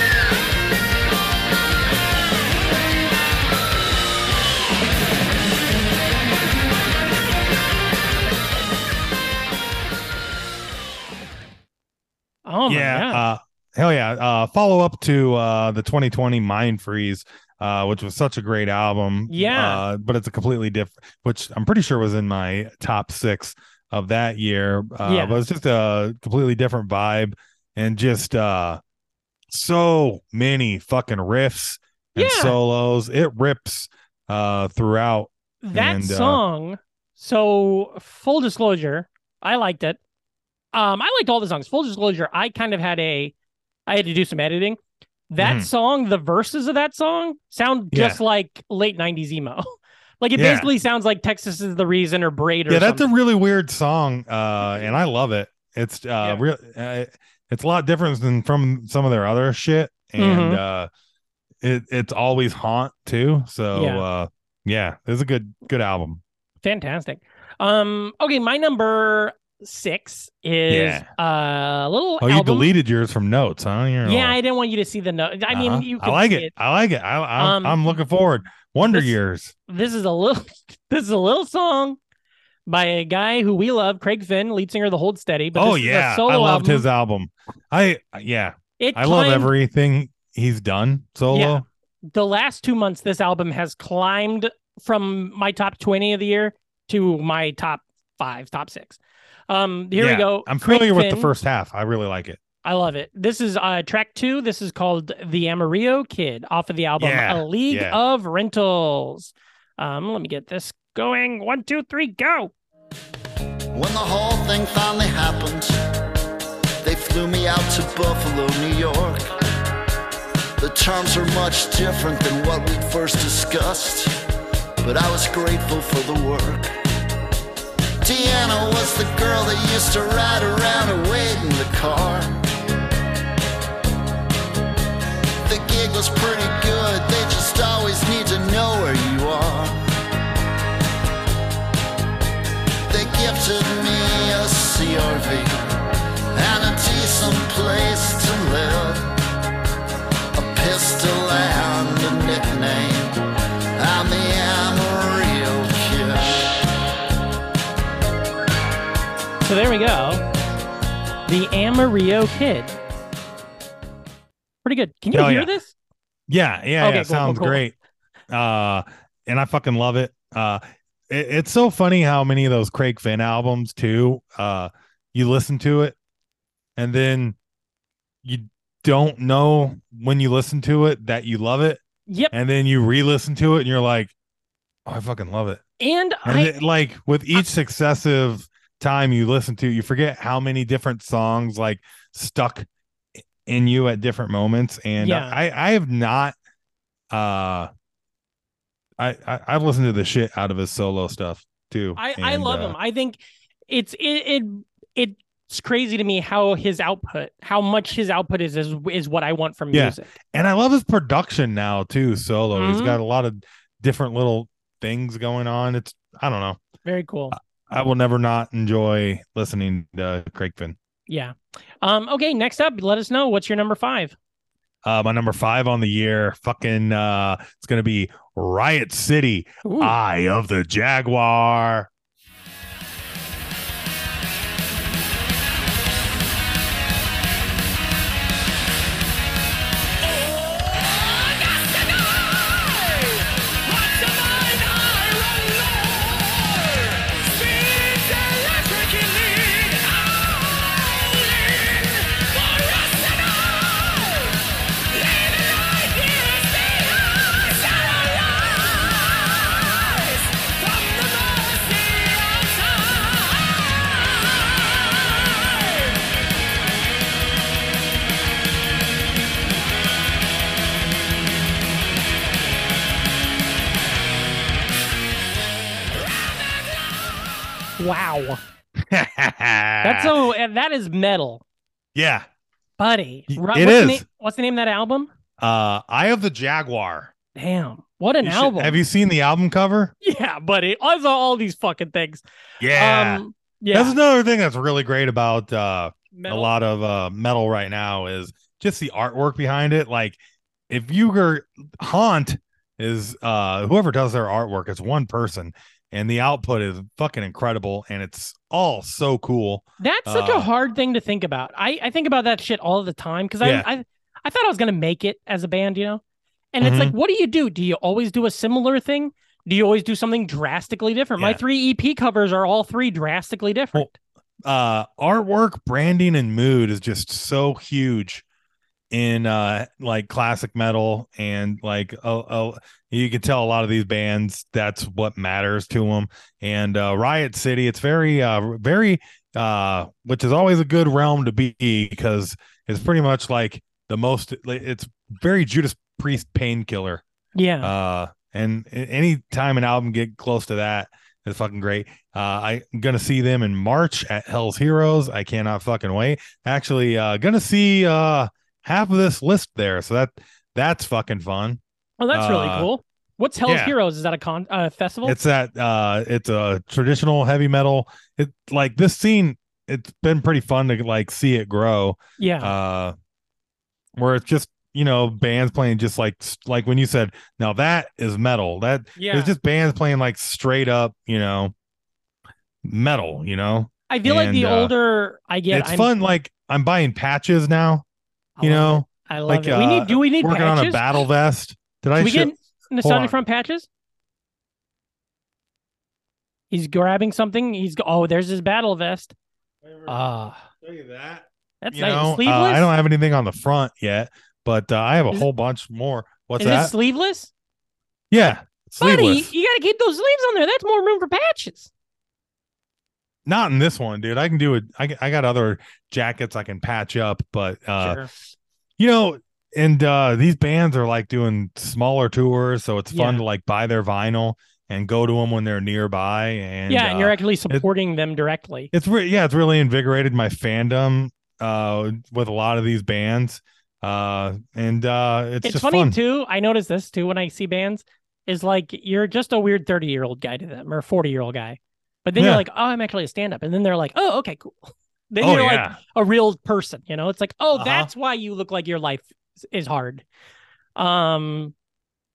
Speaker 2: Oh my
Speaker 3: yeah,
Speaker 2: god.
Speaker 3: Uh, hell yeah. Uh, follow up to uh, the 2020 Mind Freeze, uh, which was such a great album.
Speaker 2: Yeah.
Speaker 3: uh, but it's a completely different, which I'm pretty sure was in my top six of that year. Uh,
Speaker 2: Yeah.
Speaker 3: but it's just a completely different vibe and just uh, so many fucking riffs and
Speaker 2: Yeah.
Speaker 3: solos. It rips uh, throughout.
Speaker 2: that
Speaker 3: And, uh,
Speaker 2: song so full disclosure i liked it um i liked all the songs full disclosure i kind of had a i had to do some editing that
Speaker 3: Mhm.
Speaker 2: song the verses of that song sound
Speaker 3: Yeah.
Speaker 2: just like late 90s emo like it
Speaker 3: Yeah.
Speaker 2: basically sounds like texas is the reason or braid or
Speaker 3: yeah, that's
Speaker 2: something.
Speaker 3: a really weird song, uh, and I love it. It's uh,
Speaker 2: Yeah.
Speaker 3: real. Uh, it's a lot different than from some of their other shit, and
Speaker 2: Mhm.
Speaker 3: uh, it it's always haunt too. So
Speaker 2: Yeah.
Speaker 3: uh, yeah, it's a good good album.
Speaker 2: fantastic um okay my number six is uh, a little
Speaker 3: Oh, you
Speaker 2: album.
Speaker 3: deleted yours from notes, huh? You're
Speaker 2: yeah
Speaker 3: all-
Speaker 2: i didn't want you to see the note i
Speaker 3: Uh-huh.
Speaker 2: mean you
Speaker 3: I
Speaker 2: can
Speaker 3: like
Speaker 2: see
Speaker 3: it. I like it. I, I,
Speaker 2: Um,
Speaker 3: I'm looking forward. Wonder
Speaker 2: this-
Speaker 3: Years.
Speaker 2: this is a little this is a little song by a guy who we love, Craig Finn, lead singer of the Hold Steady. But
Speaker 3: Oh
Speaker 2: this is a
Speaker 3: yeah,
Speaker 2: solo
Speaker 3: I loved
Speaker 2: album.
Speaker 3: his album. I yeah,
Speaker 2: It
Speaker 3: I love
Speaker 2: climbed-
Speaker 3: everything he's done solo.
Speaker 2: Yeah. The last two months, this album has climbed from my top twenty of the year to my top five, top six. Um, here
Speaker 3: Yeah,
Speaker 2: we go.
Speaker 3: I'm familiar with the
Speaker 2: Crankfin.
Speaker 3: first half. I really like it.
Speaker 2: I love it. This is uh, track two. This is called The Amarillo Kid off of the album A
Speaker 3: Yeah,
Speaker 2: League
Speaker 3: yeah.
Speaker 2: of Rentals. Um, let me get this going. One, two, three, go.
Speaker 7: When the whole thing finally happened, they flew me out to Buffalo, New York. The terms are much different than what we first discussed, but I was grateful for the work. Deanna was the girl that used to ride around and wait in the car. The gig was pretty good, they just always need to know where you are. They gifted me a CRV and a decent place to live. A pistol and a nickname. I'm the Amarillo Kid.
Speaker 2: So there we go. The Amarillo Kid. Pretty good. Can you
Speaker 3: Hell
Speaker 2: hear
Speaker 3: yeah.
Speaker 2: this?
Speaker 3: Yeah, yeah,
Speaker 2: Okay,
Speaker 3: yeah.
Speaker 2: cool, cool,
Speaker 3: sounds
Speaker 2: cool.
Speaker 3: great. Uh, and I fucking love it. Uh, it, it's so funny how many of those Craig Finn albums too. Uh, you listen to it, and then you don't know when you listen to it that you love it,
Speaker 2: Yep.
Speaker 3: and then you re-listen to it, and you're like, "Oh, I fucking love it."
Speaker 2: And
Speaker 3: And
Speaker 2: I
Speaker 3: it- like with each successive time you listen to, it, you forget how many different songs like stuck in you at different moments. And
Speaker 2: Yeah.
Speaker 3: I, I have not, uh, I, I I've listened to the shit out of his solo stuff too.
Speaker 2: I, I
Speaker 3: And,
Speaker 2: love
Speaker 3: uh,
Speaker 2: him. I think it's it, it it's crazy to me how his output, how much his output is is, is what I want from
Speaker 3: Yeah.
Speaker 2: music.
Speaker 3: and I love his production now too. Solo, he's
Speaker 2: Mhm.
Speaker 3: got a lot of different little things going on. It's I don't know.
Speaker 2: Very cool.
Speaker 3: I will never not enjoy listening to Craig Finn.
Speaker 2: Yeah. Um, okay, next up, let us know what's your number five.
Speaker 3: Uh, my number five on the year, fucking, uh, it's gonna be Riot City,
Speaker 2: Ooh.
Speaker 3: Eye of the Jaguar.
Speaker 2: Wow. That's
Speaker 3: That's
Speaker 2: so that is metal,
Speaker 3: yeah.
Speaker 2: buddy.
Speaker 3: Y-
Speaker 2: Ri-
Speaker 3: it
Speaker 2: what's the
Speaker 3: is.
Speaker 2: na- what's the name of that album?
Speaker 3: Uh, Eye of the Jaguar.
Speaker 2: Damn. What an
Speaker 3: You should-
Speaker 2: album.
Speaker 3: have you seen the album cover?
Speaker 2: yeah, buddy. I saw all these fucking things.
Speaker 3: Yeah.
Speaker 2: Um yeah.
Speaker 3: That's another thing that's really great about uh, a
Speaker 2: metal.
Speaker 3: lot of uh, metal right now is just the artwork behind it. Like, if you were Haunt is uh, whoever does their artwork, it's one person, and the output is fucking incredible, and it's all so cool.
Speaker 2: That's such a
Speaker 3: Uh,
Speaker 2: hard thing to think about. I, I think about that shit all the time because
Speaker 3: Yeah.
Speaker 2: I, I I thought I was gonna make it as a band, you know. And
Speaker 3: Mm-hmm.
Speaker 2: it's like, what do you do? Do you always do a similar thing? Do you always do something drastically different? My
Speaker 3: Yeah.
Speaker 2: three EP covers are all three drastically different.
Speaker 3: uh artwork branding and mood is just so huge in uh like classic metal and like oh, oh you can tell a lot of these bands that's what matters to them and uh riot city it's very uh very uh which is always a good realm to be because it's pretty much like the most like, it's very judas priest painkiller
Speaker 2: yeah.
Speaker 3: uh, and a- any time an album get close to that is fucking great. Uh, I'm gonna see them in March at Hell's Heroes. I cannot fucking wait. Actually, uh, gonna see uh half of this list there, so that that's fucking fun.
Speaker 2: Oh, that's really
Speaker 3: Uh,
Speaker 2: cool. What's Hell's
Speaker 3: yeah.
Speaker 2: Heroes? Is that a con uh, festival?
Speaker 3: It's that uh, it's a traditional heavy metal. It like this scene. It's been pretty fun to like see it grow.
Speaker 2: yeah.
Speaker 3: uh where it's just you know bands playing just like like when you said now that is metal that
Speaker 2: Yeah.
Speaker 3: it's just bands playing like straight up you know metal you know
Speaker 2: I feel like the
Speaker 3: and, uh,
Speaker 2: older I get,
Speaker 3: it's
Speaker 2: I'm,
Speaker 3: fun like i'm buying patches now
Speaker 2: I
Speaker 3: you
Speaker 2: love
Speaker 3: know
Speaker 2: it. I love
Speaker 3: like,
Speaker 2: it. We
Speaker 3: uh,
Speaker 2: need. Do we need
Speaker 3: working
Speaker 2: patches?
Speaker 3: on a battle vest did
Speaker 2: Do
Speaker 3: i
Speaker 2: we
Speaker 3: ship-
Speaker 2: get nostalgic
Speaker 3: on.
Speaker 2: front patches? He's grabbing something. He's go- oh, there's his battle vest.
Speaker 3: Uh,
Speaker 2: Ah,
Speaker 3: Look at that.
Speaker 2: that's
Speaker 3: You
Speaker 2: nice.
Speaker 3: know, uh,
Speaker 2: sleeveless.
Speaker 3: I don't have anything on the front yet, but uh, I have a
Speaker 2: Is it-
Speaker 3: whole bunch more. What's
Speaker 2: Is
Speaker 3: that?
Speaker 2: it sleeveless?
Speaker 3: yeah, sleeveless.
Speaker 2: Buddy, you got to keep those sleeves on there. That's more room for patches.
Speaker 3: Not in this one, dude. I can do it. I, g- I got other jackets I can patch up, but uh,
Speaker 2: sure.
Speaker 3: you know, and uh, these bands are like doing smaller tours, so it's fun
Speaker 2: Yeah.
Speaker 3: to like buy their vinyl and go to them when they're nearby. And
Speaker 2: yeah, and
Speaker 3: uh,
Speaker 2: you're actually supporting them directly.
Speaker 3: it's re- yeah, it's really invigorated my fandom uh, with a lot of these bands, uh, and uh, it's,
Speaker 2: It's,
Speaker 3: just
Speaker 2: funny
Speaker 3: fun.
Speaker 2: too. I notice this too when I see bands. Is like you're just a weird 30 year old guy to them or 40 year old guy, but then
Speaker 3: Yeah.
Speaker 2: you're like, oh, I'm actually a stand up, and then they're like, oh, okay, cool. Then
Speaker 3: oh
Speaker 2: you're like
Speaker 3: yeah,
Speaker 2: a real person. You know, it's like, oh,
Speaker 3: Uh-huh.
Speaker 2: that's why you look like your life is- is hard. Um,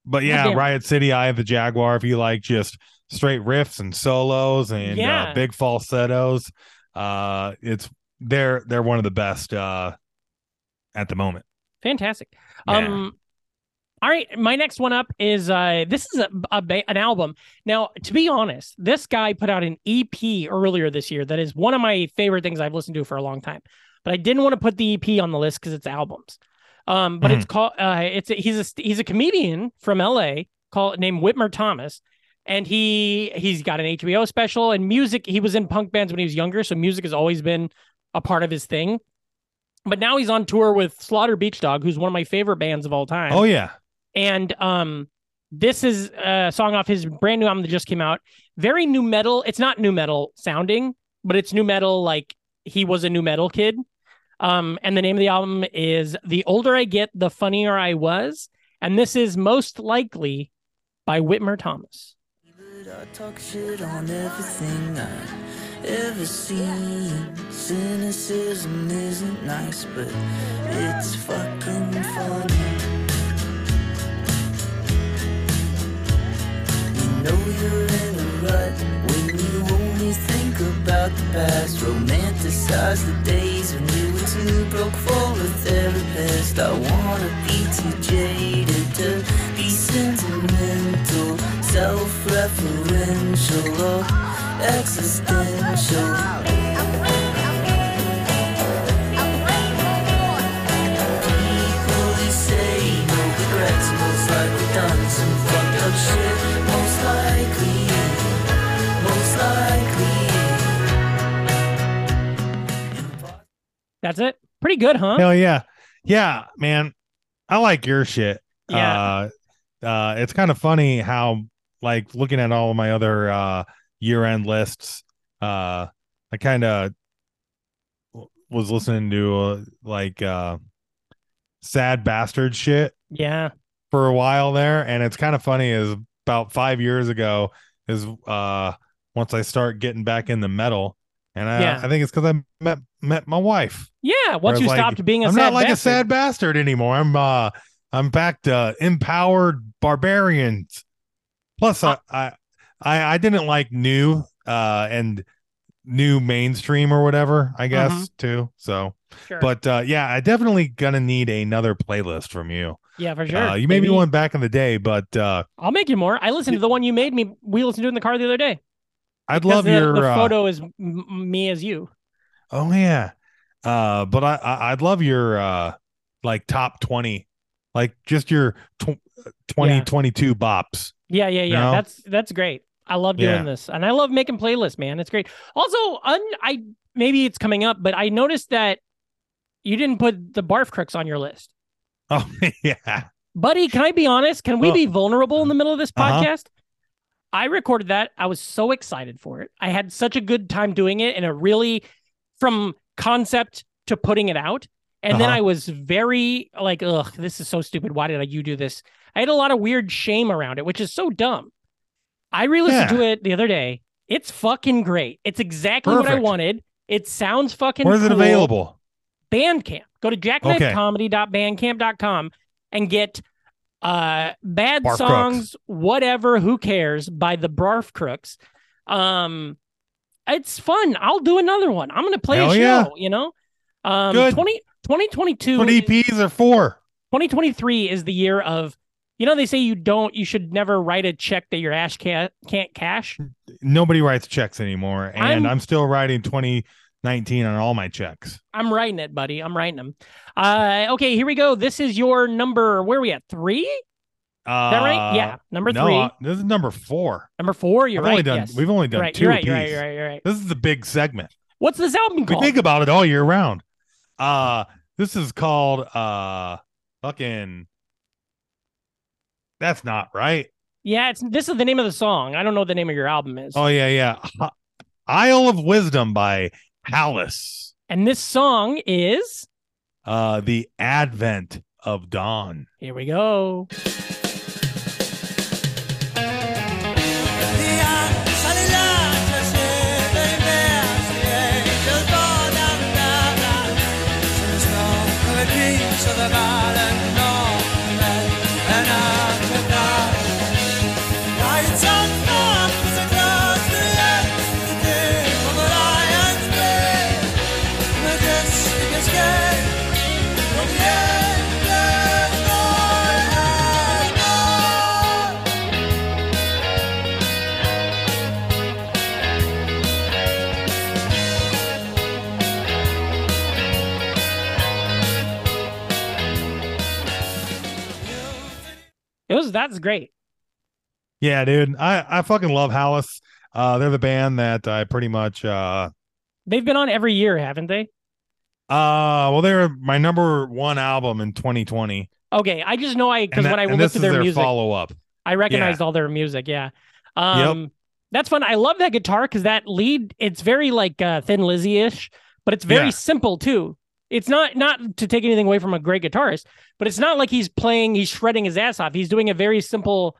Speaker 3: but yeah,
Speaker 2: Goddamn.
Speaker 3: Riot City, Eye of the Jaguar. If you like just straight riffs and solos and uh,
Speaker 2: Yeah.
Speaker 3: big falsettos, uh, it's they're they're one of the best uh, at the moment.
Speaker 2: fantastic.
Speaker 3: Yeah.
Speaker 2: Um, all right, my next one up is uh, this is a, a ba- an album. Now, to be honest, this guy put out an EP earlier this year that is one of my favorite things I've listened to for a long time. But I didn't want to put the EP on the list because it's albums. Um, but it's called uh, it's a, he's a st- he's a comedian from LA called named Whitmer Thomas, and he he's got an HBO special and music. He was in punk bands when he was younger, so music has always been a part of his thing. But now he's on tour with Slaughter Beach Dog, who's one of my favorite bands of all time
Speaker 3: Oh yeah,
Speaker 2: and um this is a song off his brand new album that just came out very new metal it's not new metal sounding but it's new metal like he was a new metal kid um and the name of the album is the older i get the funnier i was and this is most likely by whitmer thomas
Speaker 8: But I talk shit on everything I've ever seen. Cynicism isn't nice, but it's fucking funny. You know you're in a rut when you only think about the past. Romanticize the days when you were too broke for a therapist. I wanna be too jaded to be sentimental, self-referential, or existential. People who say no regrets, most likely done some fucked up shit. Most likely, most likely.
Speaker 2: that's it pretty good huh
Speaker 3: hell yeah, yeah, man. I like your shit.
Speaker 2: yeah
Speaker 3: Uh, uh, it's kind of funny how, like, looking at all of my other uh, year end lists, uh, I kind of was listening to uh, like uh, sad bastard shit
Speaker 2: yeah
Speaker 3: for a while there. And it's kind of funny, is about five years ago, is uh, once I start getting back in the metal. And I,
Speaker 2: Yeah.
Speaker 3: I think it's because I met met my wife.
Speaker 2: yeah
Speaker 3: Whereas,
Speaker 2: once you
Speaker 3: like,
Speaker 2: stopped being a
Speaker 3: I'm
Speaker 2: sad
Speaker 3: not like a
Speaker 2: bastard.
Speaker 3: sad bastard anymore. I'm uh I'm back to empowered barbarians. Plus I I I, I didn't like new uh and new mainstream or whatever, I guess
Speaker 2: Mhm.
Speaker 3: too. So
Speaker 2: Sure.
Speaker 3: but uh yeah, I definitely gonna need another playlist from you.
Speaker 2: yeah for sure
Speaker 3: Uh, you made me
Speaker 2: Maybe-
Speaker 3: one back in the day, but uh
Speaker 2: i'll make you more i listened to the one you made me we listened to in the car the other day
Speaker 3: I'd
Speaker 2: 'Cause
Speaker 3: love
Speaker 2: the,
Speaker 3: your
Speaker 2: the
Speaker 3: uh,
Speaker 2: photo is m- m- me as you.
Speaker 3: Oh yeah. Uh but I, I I'd love your uh like top 20 like just your tw- 2022 bops.
Speaker 2: Yeah, yeah, yeah.
Speaker 3: No?
Speaker 2: That's that's great. I love doing
Speaker 3: Yeah.
Speaker 2: this, and I love making playlists, man. It's great. Also, un- I maybe it's coming up, but I noticed that you didn't put the barf crooks on your list,
Speaker 3: Oh yeah.
Speaker 2: buddy. Can I be honest? Can we
Speaker 3: Well-
Speaker 2: be vulnerable in the middle of this
Speaker 3: Uh-huh.
Speaker 2: podcast? I recorded that. I was so excited for it. I had such a good time doing it, and it really from concept to putting it out. And then
Speaker 3: Uh-huh.
Speaker 2: I was very like, ugh, this is so stupid. Why did I you do this? I had a lot of weird shame around it, which is so dumb. I re-listened
Speaker 3: Yeah.
Speaker 2: to it the other day. It's fucking great. It's exactly what I
Speaker 3: Perfect.
Speaker 2: wanted. It sounds fucking
Speaker 3: Where's it
Speaker 2: cool.
Speaker 3: available?
Speaker 2: Bandcamp. Go to
Speaker 3: Okay.
Speaker 2: jackknifecomedy.bandcamp.com and get uh bad
Speaker 3: Barf
Speaker 2: songs, whatever, who cares, by the Barf Crooks. Um it's fun. I'll do another one. I'm gonna play
Speaker 3: Hell
Speaker 2: a show,
Speaker 3: yeah.
Speaker 2: you know? Um
Speaker 3: Good.
Speaker 2: 20, 2022
Speaker 3: What EPs E are for?
Speaker 2: 2023 is the year of You know they say you don't, you should never write a check that your ass can't can't cash.
Speaker 3: Nobody writes checks anymore, and
Speaker 2: I'm-
Speaker 3: I'm, still writing 2019 on all my checks.
Speaker 2: I'm writing it, buddy. I'm writing them. Uh, okay, here we go. This is your number. Where are we at? Three? Is
Speaker 3: Uh,
Speaker 2: that right? Yeah, number
Speaker 3: no,
Speaker 2: three.
Speaker 3: uh, this is number four.
Speaker 2: number four. You're
Speaker 3: I've
Speaker 2: right.
Speaker 3: only done,
Speaker 2: yes.
Speaker 3: We've only
Speaker 2: You're
Speaker 3: done
Speaker 2: right.
Speaker 3: 2
Speaker 2: You're right.
Speaker 3: apiece.
Speaker 2: You're right. You're right. You're right.
Speaker 3: This is the big segment.
Speaker 2: What's this album
Speaker 3: We
Speaker 2: called?
Speaker 3: think about it all year round. Uh this is called uh fucking That's not right.
Speaker 2: yeah, it's this is the name of the song. I don't know what the name of your album is.
Speaker 3: Oh yeah, yeah. Hi- Isle of Wisdom by Hallis.
Speaker 2: and this song is
Speaker 3: Uh The Advent of Dawn.
Speaker 2: here we go. It was that's great.
Speaker 3: Yeah, dude. I I fucking love Hallis. Uh they're the band that I pretty much uh
Speaker 2: They've been on every year, haven't they?
Speaker 3: uh well they were my number one album in 2020.
Speaker 2: Okay, I just know I because
Speaker 3: And
Speaker 2: when
Speaker 3: that-
Speaker 2: I
Speaker 3: and
Speaker 2: looked
Speaker 3: this
Speaker 2: at
Speaker 3: is
Speaker 2: their, music,
Speaker 3: follow up.
Speaker 2: I recognized all their music. Yeah. Um, That's fun. I love that guitar because that lead, it's very like uh, Thin Lizzy ish, but it's very
Speaker 3: Yeah.
Speaker 2: simple too. It's not not to take anything away from a great guitarist, but it's not like he's playing, he's shredding his ass off. He's doing a very simple,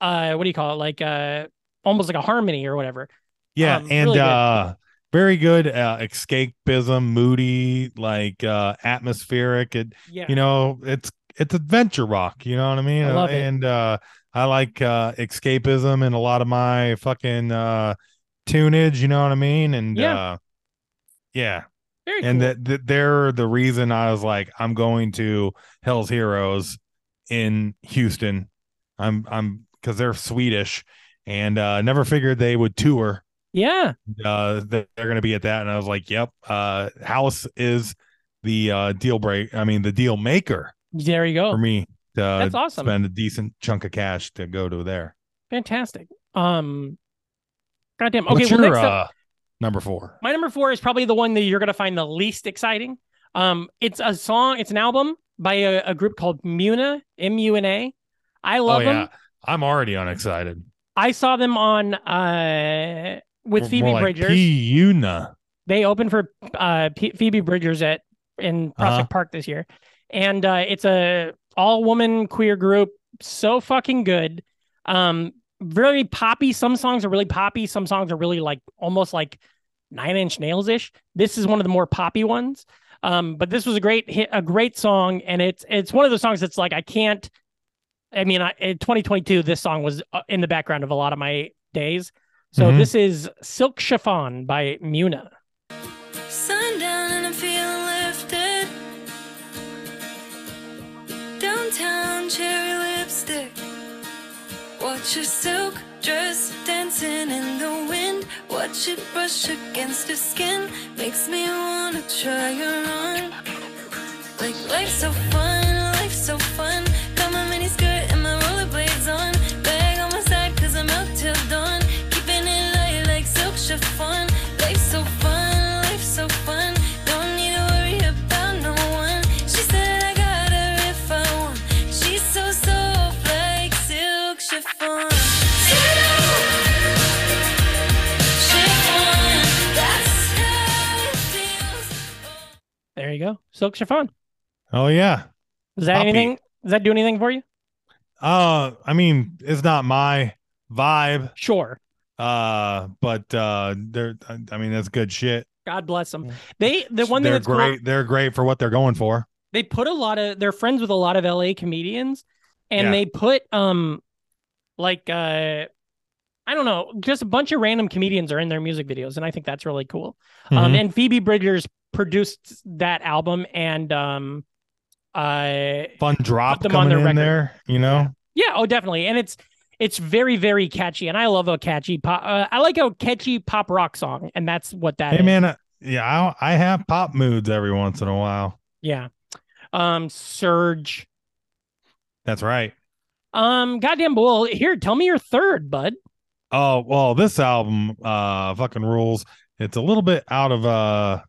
Speaker 2: uh, what do you call it? Like uh, almost like a harmony or whatever.
Speaker 3: Yeah,
Speaker 2: Um,
Speaker 3: and
Speaker 2: really good.
Speaker 3: uh very good uh escapism, moody, like uh atmospheric. It
Speaker 2: Yeah.
Speaker 3: you know, it's it's adventure rock, you know what I mean?
Speaker 2: I love it.
Speaker 3: and uh I like uh escapism and a lot of my fucking uh tunage, you know what I mean? And
Speaker 2: Yeah.
Speaker 3: uh yeah,
Speaker 2: very
Speaker 3: and
Speaker 2: cool.
Speaker 3: that, that they're the reason I was like, I'm going to Hell's Heroes in Houston. I'm I'm because they're Swedish, and uh, never figured they would tour
Speaker 2: yeah.
Speaker 3: uh that they're gonna be at that and i was like yep uh house is the uh deal break i mean the deal maker
Speaker 2: There you go.
Speaker 3: for me to
Speaker 2: Oh, That's awesome.
Speaker 3: spend a decent chunk of cash to go to there
Speaker 2: Fantastic. Um, goddamn. Okay.
Speaker 3: What's
Speaker 2: Well,
Speaker 3: your,
Speaker 2: next up-
Speaker 3: uh, number four
Speaker 2: my number four is probably the one that you're gonna find the least exciting. Um, it's a song, it's an album by a, a group called Muna, M U N A. I love
Speaker 3: oh yeah
Speaker 2: them.
Speaker 3: i'm already unexcited
Speaker 2: I saw them on uh with
Speaker 3: More
Speaker 2: Phoebe
Speaker 3: like
Speaker 2: Bridgers.
Speaker 3: P-Una.
Speaker 2: They opened for uh P- Phoebe Bridgers at in Prospect
Speaker 3: Uh-huh.
Speaker 2: Park this year, and uh, it's a all woman queer group. So fucking good. Um, really poppy. Some songs are really poppy. Some songs are really like almost like Nine Inch Nails ish. This is one of the more poppy ones. Um, but this was a great hit, a great song, and it's it's one of those songs that's like I can't. I mean, I, in 2022, this song was uh, in the background of a lot of my days. So
Speaker 3: Mhm.
Speaker 2: this is Silk Chiffon by Muna.
Speaker 9: Sundown and I'm feeling lifted. Downtown cherry lipstick. Watch your silk dress dancing in the wind. Watch it brush against your skin. Makes me wanna try her on. Like life's so fun, life's so fun. Got my mini skirt and my rollerblades on. Bag on my side cause I'm out till dawn. Keeping it light like silk chiffon. Life's so fun, life's so fun. Don't need to worry about no one. She said I got her if I want. She's so soft like silk chiffon. Silk chiffon, that's how it feels.
Speaker 2: There you go. Silk Chiffon.
Speaker 3: oh yeah
Speaker 2: Does that
Speaker 3: Poppy.
Speaker 2: anything? Does that do anything for you?
Speaker 3: uh i mean it's not my vibe
Speaker 2: Sure.
Speaker 3: uh but uh they're i I mean that's good shit
Speaker 2: God bless them. They the one thing
Speaker 3: they're
Speaker 2: that's cool,
Speaker 3: great they're great for what they're going for
Speaker 2: they put a lot of they're friends with a lot of LA comedians, and
Speaker 3: Yeah.
Speaker 2: they put um like uh I don't know, just a bunch of random comedians are in their music videos, and I think that's really cool. Um,
Speaker 3: Mhm.
Speaker 2: and Phoebe Bridgers produced that album, and um, uh,
Speaker 3: fun drop
Speaker 2: them on
Speaker 3: coming
Speaker 2: their
Speaker 3: in
Speaker 2: record.
Speaker 3: there, you know?
Speaker 2: Yeah, oh, definitely, and it's it's very very catchy, and I love a catchy pop. Uh, I like a catchy pop rock song, and that's what that is.
Speaker 3: Hey man, I, yeah, I, I have pop moods every once in a while.
Speaker 2: Yeah, um, Surge,
Speaker 3: That's right.
Speaker 2: um, goddamn bull. Here, tell me your third, bud.
Speaker 3: Oh well, this album uh fucking rules. It's a little bit out of uh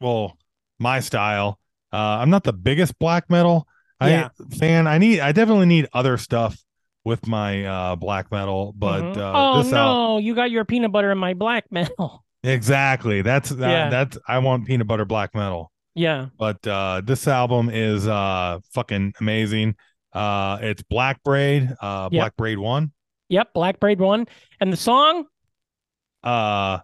Speaker 3: well my style. Uh I'm not the biggest black metal I
Speaker 2: Yeah.
Speaker 3: fan. I need I definitely need other stuff with my uh black metal, but
Speaker 2: Mhm.
Speaker 3: uh
Speaker 2: oh
Speaker 3: this
Speaker 2: no,
Speaker 3: album
Speaker 2: you got your peanut butter in my black metal.
Speaker 3: exactly. That's that,
Speaker 2: Yeah.
Speaker 3: that's I want peanut butter black metal.
Speaker 2: yeah,
Speaker 3: But uh this album is uh fucking amazing. Uh it's Black Braid, uh
Speaker 2: Yep.
Speaker 3: Black Braid 1.
Speaker 2: yep, Black Braid one, and the song.
Speaker 3: Uh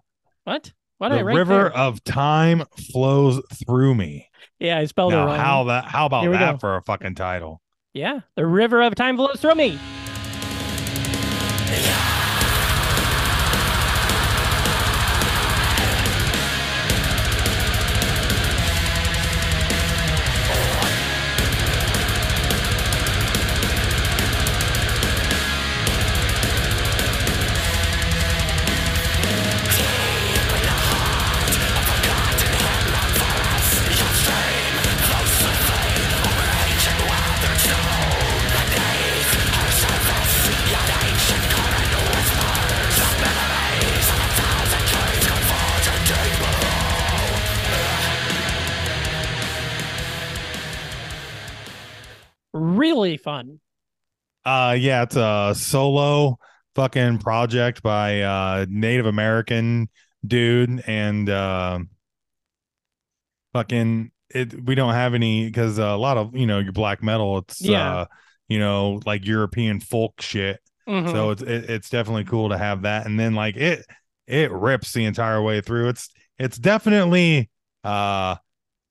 Speaker 2: What? What did I
Speaker 3: the
Speaker 2: write
Speaker 3: river
Speaker 2: there?
Speaker 3: of time flows through me.
Speaker 2: Yeah, I spelled it
Speaker 3: Now,
Speaker 2: wrong.
Speaker 3: how that? How about
Speaker 2: Here we
Speaker 3: that
Speaker 2: go.
Speaker 3: for a fucking title?
Speaker 2: Yeah, the river of time flows through me. Really fun.
Speaker 3: Uh, yeah, it's a solo fucking project by uh Native American dude, and uh, fucking it. We don't have any because a lot of you know your black metal. It's
Speaker 2: Yeah.
Speaker 3: uh, you know like European folk shit.
Speaker 2: Mhm.
Speaker 3: So it's it, it's definitely cool to have that, and then like it it rips the entire way through. It's it's definitely uh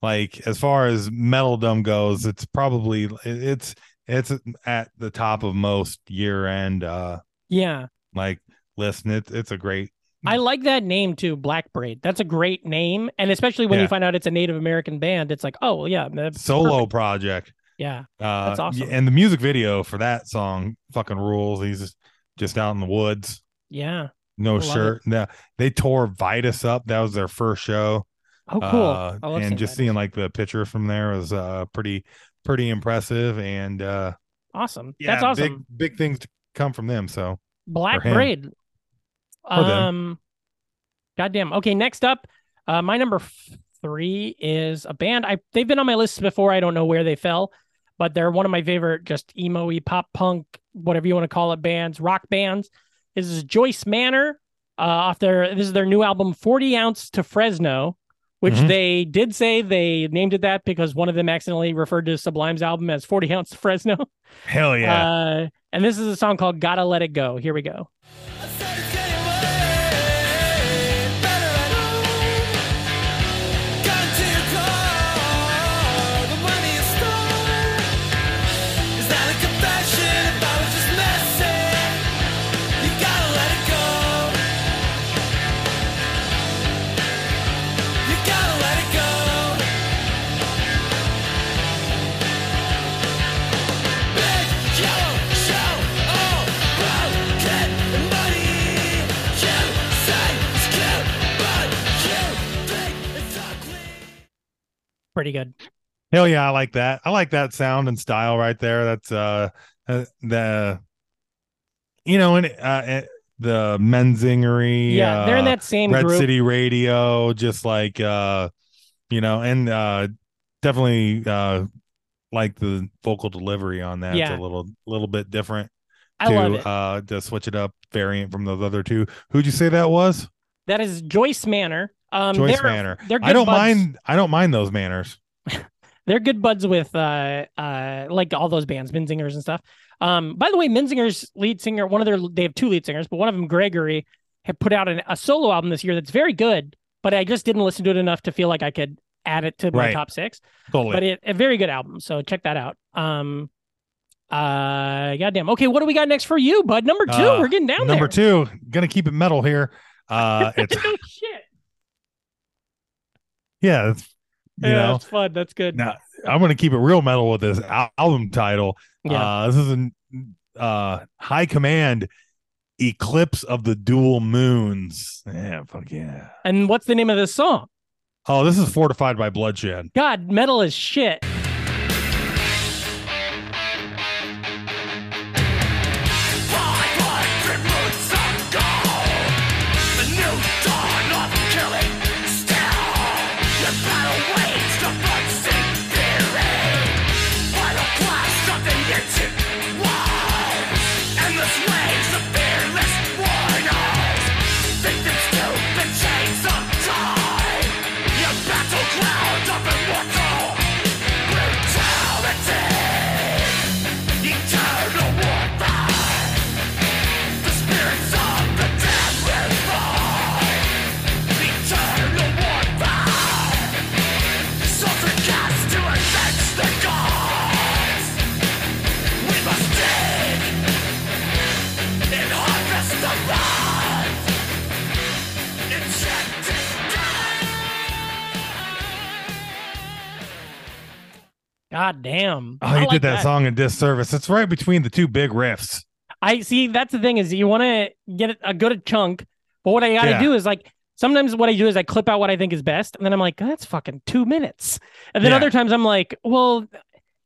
Speaker 3: like as far as metaldom goes, it's probably it- it's it's at the top of most year end uh
Speaker 2: yeah,
Speaker 3: like listen. It's it's a great
Speaker 2: I like that name too, Black Braid. That's a great name, and especially when you
Speaker 3: Yeah.
Speaker 2: find out it's a Native American band, it's like, oh well, yeah, that's
Speaker 3: solo
Speaker 2: perfect.
Speaker 3: project.
Speaker 2: Yeah,
Speaker 3: Uh,
Speaker 2: That's awesome.
Speaker 3: And the music video for that song fucking rules. He's just out in the woods.
Speaker 2: yeah.
Speaker 3: No
Speaker 2: Love it.
Speaker 3: shirt. No, they tore Vitus up. That was their first show.
Speaker 2: Oh, cool.
Speaker 3: Uh,
Speaker 2: I love
Speaker 3: and
Speaker 2: seeing
Speaker 3: just
Speaker 2: that.
Speaker 3: seeing like the picture from there was uh pretty pretty impressive and uh
Speaker 2: awesome.
Speaker 3: yeah,
Speaker 2: that's awesome.
Speaker 3: big big things to come from them so
Speaker 2: Black
Speaker 3: him.
Speaker 2: Braid.
Speaker 3: them.
Speaker 2: Um, goddamn. Okay, next up, uh, my number f- three is a band. I they've been on my list before. I don't know where they fell, but they're one of my favorite, just emo, pop punk, whatever you want to call it, bands, rock bands. This is Joyce Manor. Uh, off their this is their new album, Forty Ounce to Fresno, which
Speaker 3: Mhm.
Speaker 2: they did say they named it that because one of them accidentally referred to Sublime's album as Forty Ounce to Fresno.
Speaker 3: hell yeah
Speaker 2: Uh, and this is a song called "Gotta Let It Go." Here we go. Pretty good.
Speaker 3: hell yeah i like that i like that sound and style right there that's uh uh, the you know and uh eh, the menzingery
Speaker 2: Yeah, they're in
Speaker 3: uh,
Speaker 2: that same
Speaker 3: red
Speaker 2: group.
Speaker 3: city radio just like uh you know and uh definitely uh like the vocal delivery on that
Speaker 2: Yeah.
Speaker 3: it's a little little bit different
Speaker 2: I
Speaker 3: to
Speaker 2: love it.
Speaker 3: uh to switch it up variant from those other two. Who'd you say that was?
Speaker 2: that is Joyce Manor. Um,
Speaker 3: Joyce
Speaker 2: they're,
Speaker 3: Manor.
Speaker 2: They're good
Speaker 3: I don't
Speaker 2: buds.
Speaker 3: mind I don't mind those manners.
Speaker 2: They're good buds with uh, uh, like all those bands, Menzingers and stuff. Um, by the way, Menzinger's lead singer, one of their they have two lead singers, but one of them, Gregory, had put out an, a solo album this year that's very good. But I just didn't listen to it enough to feel like I could add it to my
Speaker 3: Right.
Speaker 2: top six.
Speaker 3: Totally.
Speaker 2: but it a very good album. So check that out. Um, uh, goddamn. Okay, what do we got next for you, bud? Number two.
Speaker 3: Uh,
Speaker 2: we're getting down
Speaker 3: Number
Speaker 2: there.
Speaker 3: two, gonna keep it metal here. Uh it's
Speaker 2: oh shit.
Speaker 3: yeah, it's you
Speaker 2: yeah,
Speaker 3: know
Speaker 2: that's fun. That's good.
Speaker 3: now I'm gonna keep it real metal with this al- album title.
Speaker 2: yeah.
Speaker 3: Uh this is an uh high command eclipse of the dual moons. Yeah, fuck yeah.
Speaker 2: And what's the name of this song?
Speaker 3: Oh, this is fortified by bloodshed.
Speaker 2: God, metal is shit. God damn.
Speaker 3: Oh,
Speaker 2: I
Speaker 3: you
Speaker 2: like
Speaker 3: did that, song in disservice. It's right between the two big riffs.
Speaker 2: I see. That's the thing is you want to get a good chunk, but what I got to
Speaker 3: Yeah.
Speaker 2: do is like sometimes what I do is I clip out what I think is best, and then I'm like, that's fucking two minutes, and then
Speaker 3: Yeah.
Speaker 2: other times I'm like, well,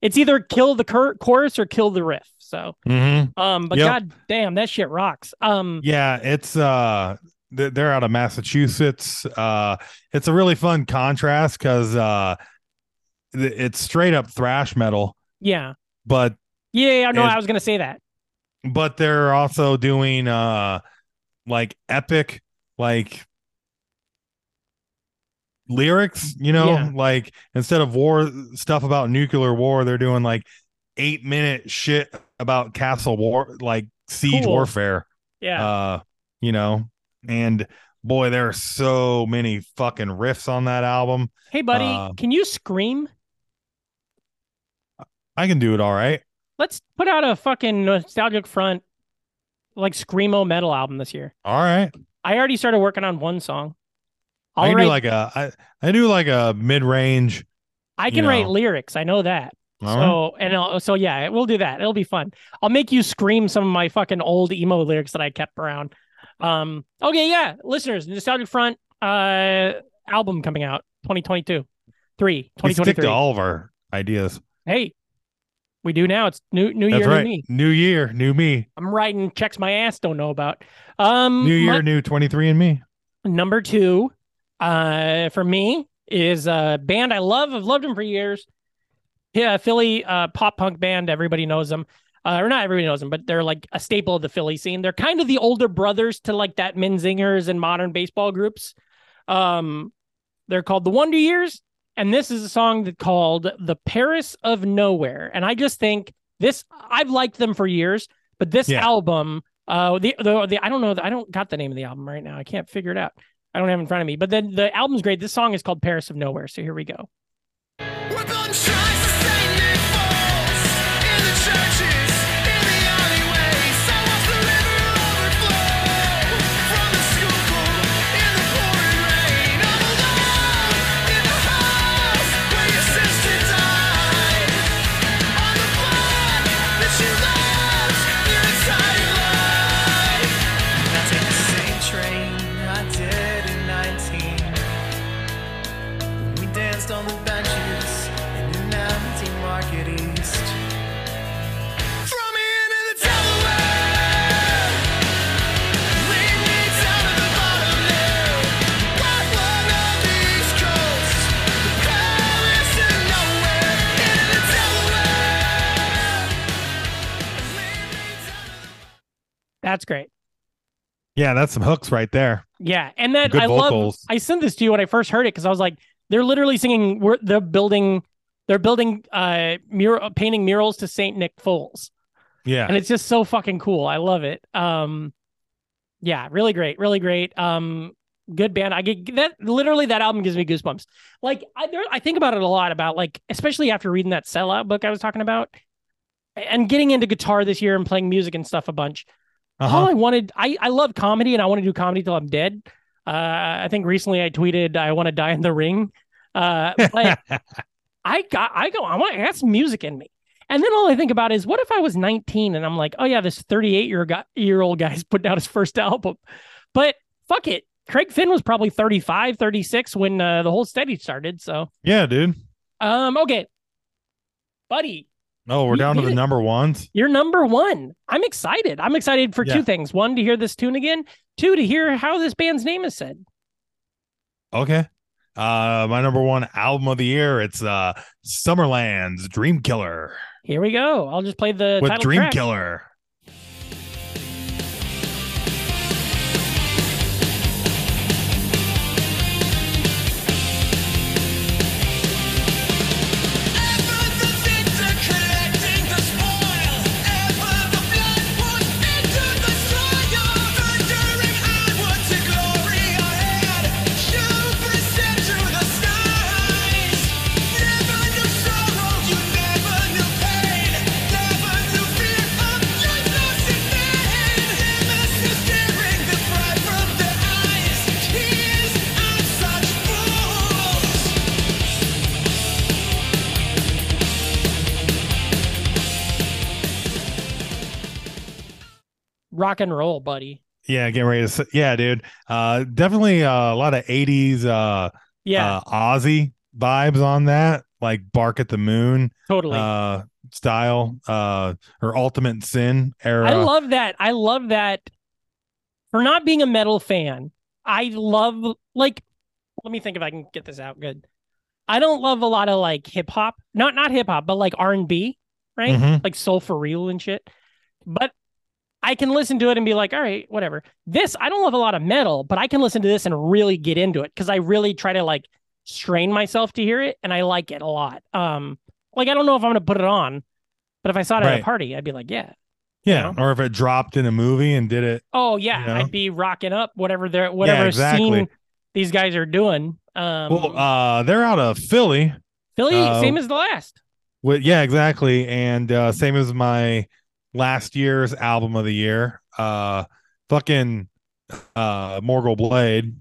Speaker 2: it's either kill the cur- chorus or kill the riff. So,
Speaker 3: Mm-hmm.
Speaker 2: um, but
Speaker 3: Yep.
Speaker 2: god damn, that shit rocks. Um,
Speaker 3: Yeah, it's uh th- they're out of Massachusetts. Uh it's a really fun contrast because uh th- it's straight up thrash metal,
Speaker 2: yeah,
Speaker 3: but
Speaker 2: yeah, yeah. No,
Speaker 3: Is-
Speaker 2: I was gonna say that.
Speaker 3: but they're also doing uh like epic like lyrics you know
Speaker 2: Yeah.
Speaker 3: like instead of war stuff about nuclear war they're doing like eight minute shit about castle war like siege
Speaker 2: Cool.
Speaker 3: warfare
Speaker 2: Yeah,
Speaker 3: uh you know and boy there are so many fucking riffs on that album
Speaker 2: Hey, buddy,
Speaker 3: Uh,
Speaker 2: can you scream?
Speaker 3: i can do it all right
Speaker 2: Let's put out a fucking nostalgic front, like screamo metal album this year.
Speaker 3: all right
Speaker 2: I already started working on one song. I'll
Speaker 3: i can
Speaker 2: write-
Speaker 3: do like a i i do like a mid-range
Speaker 2: I
Speaker 3: you
Speaker 2: can write
Speaker 3: know.
Speaker 2: lyrics. I know that.
Speaker 3: All right.
Speaker 2: so and I'll, so yeah, we'll do that. It'll be fun. I'll make you scream some of my fucking old emo lyrics that I kept around. Um. Okay. Yeah, listeners, Nostalgic Front uh album coming out 2022, three
Speaker 3: we stick
Speaker 2: 2023.
Speaker 3: to all of our ideas
Speaker 2: hey, we do now. It's new new
Speaker 3: That's
Speaker 2: year,
Speaker 3: right.
Speaker 2: new me.
Speaker 3: New year, new me.
Speaker 2: I'm writing checks my ass don't know about. Um,
Speaker 3: New
Speaker 2: my-
Speaker 3: year, new 23 and me.
Speaker 2: number two, uh, for me is a band I love. I've loved them for years. Yeah, Philly uh, pop punk band. Everybody knows them, uh, or not everybody knows them, but they're like a staple of the Philly scene. They're kind of the older brothers to like that Minzingers and modern baseball groups. Um, they're called the Wonder Years, and this is a song that called "The Paris of Nowhere." And I just think this. I've liked them for years, but this
Speaker 3: Yeah.
Speaker 2: album, uh, the, the the I don't know, I don't got the name of the album right now. I can't figure it out. I don't have it in front of me. But then the album's great. This song is called "Paris of Nowhere." So here we go.
Speaker 4: We danced on the benches in an empty market east. Throw me into the Delaware. Lead me down to the bottom there. White one of the East Coast. The Paris of nowhere. Into the Delaware. Lead me down to the
Speaker 2: That's great.
Speaker 3: Yeah, that's some hooks right there.
Speaker 2: Yeah, and that
Speaker 3: Good
Speaker 2: I
Speaker 3: vocals.
Speaker 2: love. I sent this to you when I first heard it because I was like, they're literally singing. We're they're building, they're building uh mural painting murals to Saint Nick Foles,
Speaker 3: Yeah.
Speaker 2: and it's just so fucking cool. I love it. Um, yeah, really great, really great. Um, good band. I get that. Literally, that album gives me goosebumps. Like I, there, I think about it a lot about like, especially after reading that sellout book I was talking about, and getting into guitar this year and playing music and stuff a bunch all
Speaker 3: Uh-huh.
Speaker 2: I wanted, I, I love comedy and I want to do comedy till I'm dead. Uh, I think recently I tweeted, I want to die in the ring. Uh, but I got, I go, I want, that's music in me. And then all I think about is, what if I was 19 and I'm like, oh yeah, this 38 year guy, year old guy's putting out his first album, but fuck it. Craig Finn was probably 35, 36 when uh, the whole study started. So,
Speaker 3: Yeah, dude.
Speaker 2: um, okay, buddy,
Speaker 3: No, Oh, we're
Speaker 2: You
Speaker 3: down to
Speaker 2: did
Speaker 3: the
Speaker 2: it.
Speaker 3: number ones.
Speaker 2: you're number one. I'm excited. I'm excited for
Speaker 3: Yeah.
Speaker 2: two things: one, to hear this tune again; two, to hear how this band's name is said.
Speaker 3: Okay. Uh, my number one album of the year. It's uh Summerland's Dream Killer
Speaker 2: Here we go. I'll just play the
Speaker 3: with
Speaker 2: title
Speaker 3: Dream
Speaker 2: track.
Speaker 3: Killer.
Speaker 4: Fools!
Speaker 2: Rock and roll, buddy.
Speaker 3: Yeah, getting ready to s- yeah, dude. Uh definitely uh, a lot of 80s uh
Speaker 2: Yeah,
Speaker 3: uh Aussie vibes on that, like Bark at the Moon
Speaker 2: totally.
Speaker 3: uh style, uh or Ultimate Sin era.
Speaker 2: I love that. I love that. For not being a metal fan, I love like. Let me think if I can get this out good. I don't love a lot of like hip hop, not not hip hop, but like R and B, right?
Speaker 3: Mhm.
Speaker 2: Like soul for real and shit. But I can listen to it and be like, all right, whatever. This I don't love a lot of metal, but I can listen to this and really get into it because I really try to like strain myself to hear it, and I like it a lot. Um, like I don't know if I'm gonna put it on, but if I saw it at
Speaker 3: Right.
Speaker 2: a party, I'd be like, yeah.
Speaker 3: yeah,
Speaker 2: you
Speaker 3: or if it dropped in a movie and did it
Speaker 2: Oh yeah,
Speaker 3: You know?
Speaker 2: I'd be rocking up whatever they're whatever
Speaker 3: exactly.
Speaker 2: scene these guys are doing. Um,
Speaker 3: Well, uh, they're out of Philly.
Speaker 2: Philly,
Speaker 3: uh,
Speaker 2: same as the last.
Speaker 3: With, yeah, exactly. And uh, same as my last year's album of the year, uh, fucking uh, Morgul Blade.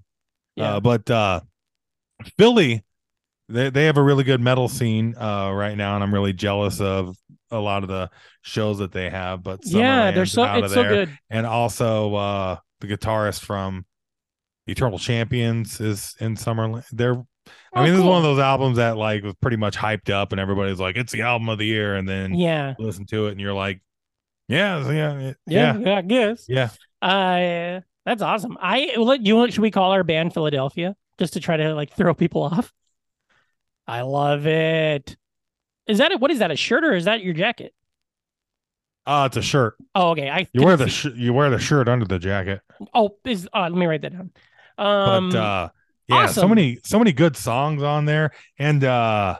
Speaker 2: Yeah.
Speaker 3: Uh, but uh, Philly, they, they have a really good metal scene uh, right now, and I'm really jealous of a lot of the shows that they have. But
Speaker 2: yeah, they're
Speaker 3: Summerland's
Speaker 2: so
Speaker 3: out of
Speaker 2: it's so
Speaker 3: there.
Speaker 2: good.
Speaker 3: And also uh, the guitarist from Eternal Champions is in Summerland. They're I
Speaker 2: Oh,
Speaker 3: mean, this is
Speaker 2: cool.
Speaker 3: one of those albums that like was pretty much hyped up, and everybody's like, "It's the album of the year," and then
Speaker 2: Yeah,
Speaker 3: you listen to it, and you're like, "Yeah, yeah, it-
Speaker 2: yeah,
Speaker 3: yeah,
Speaker 2: yeah, I guess.
Speaker 3: yeah."
Speaker 2: Uh, that's awesome. I well, you want- should we call our band Philadelphia just to try to like throw people off? I love it. Is that a, what is that a shirt or is that your jacket?
Speaker 3: Uh, it's a shirt.
Speaker 2: Oh, okay. I
Speaker 3: You wear
Speaker 2: couldn't
Speaker 3: the
Speaker 2: see-
Speaker 3: sh- you wear the shirt under the jacket,
Speaker 2: oh is uh, let me write that down. Um,
Speaker 3: but uh, yeah, so
Speaker 2: awesome.
Speaker 3: many so many good songs on there, and uh,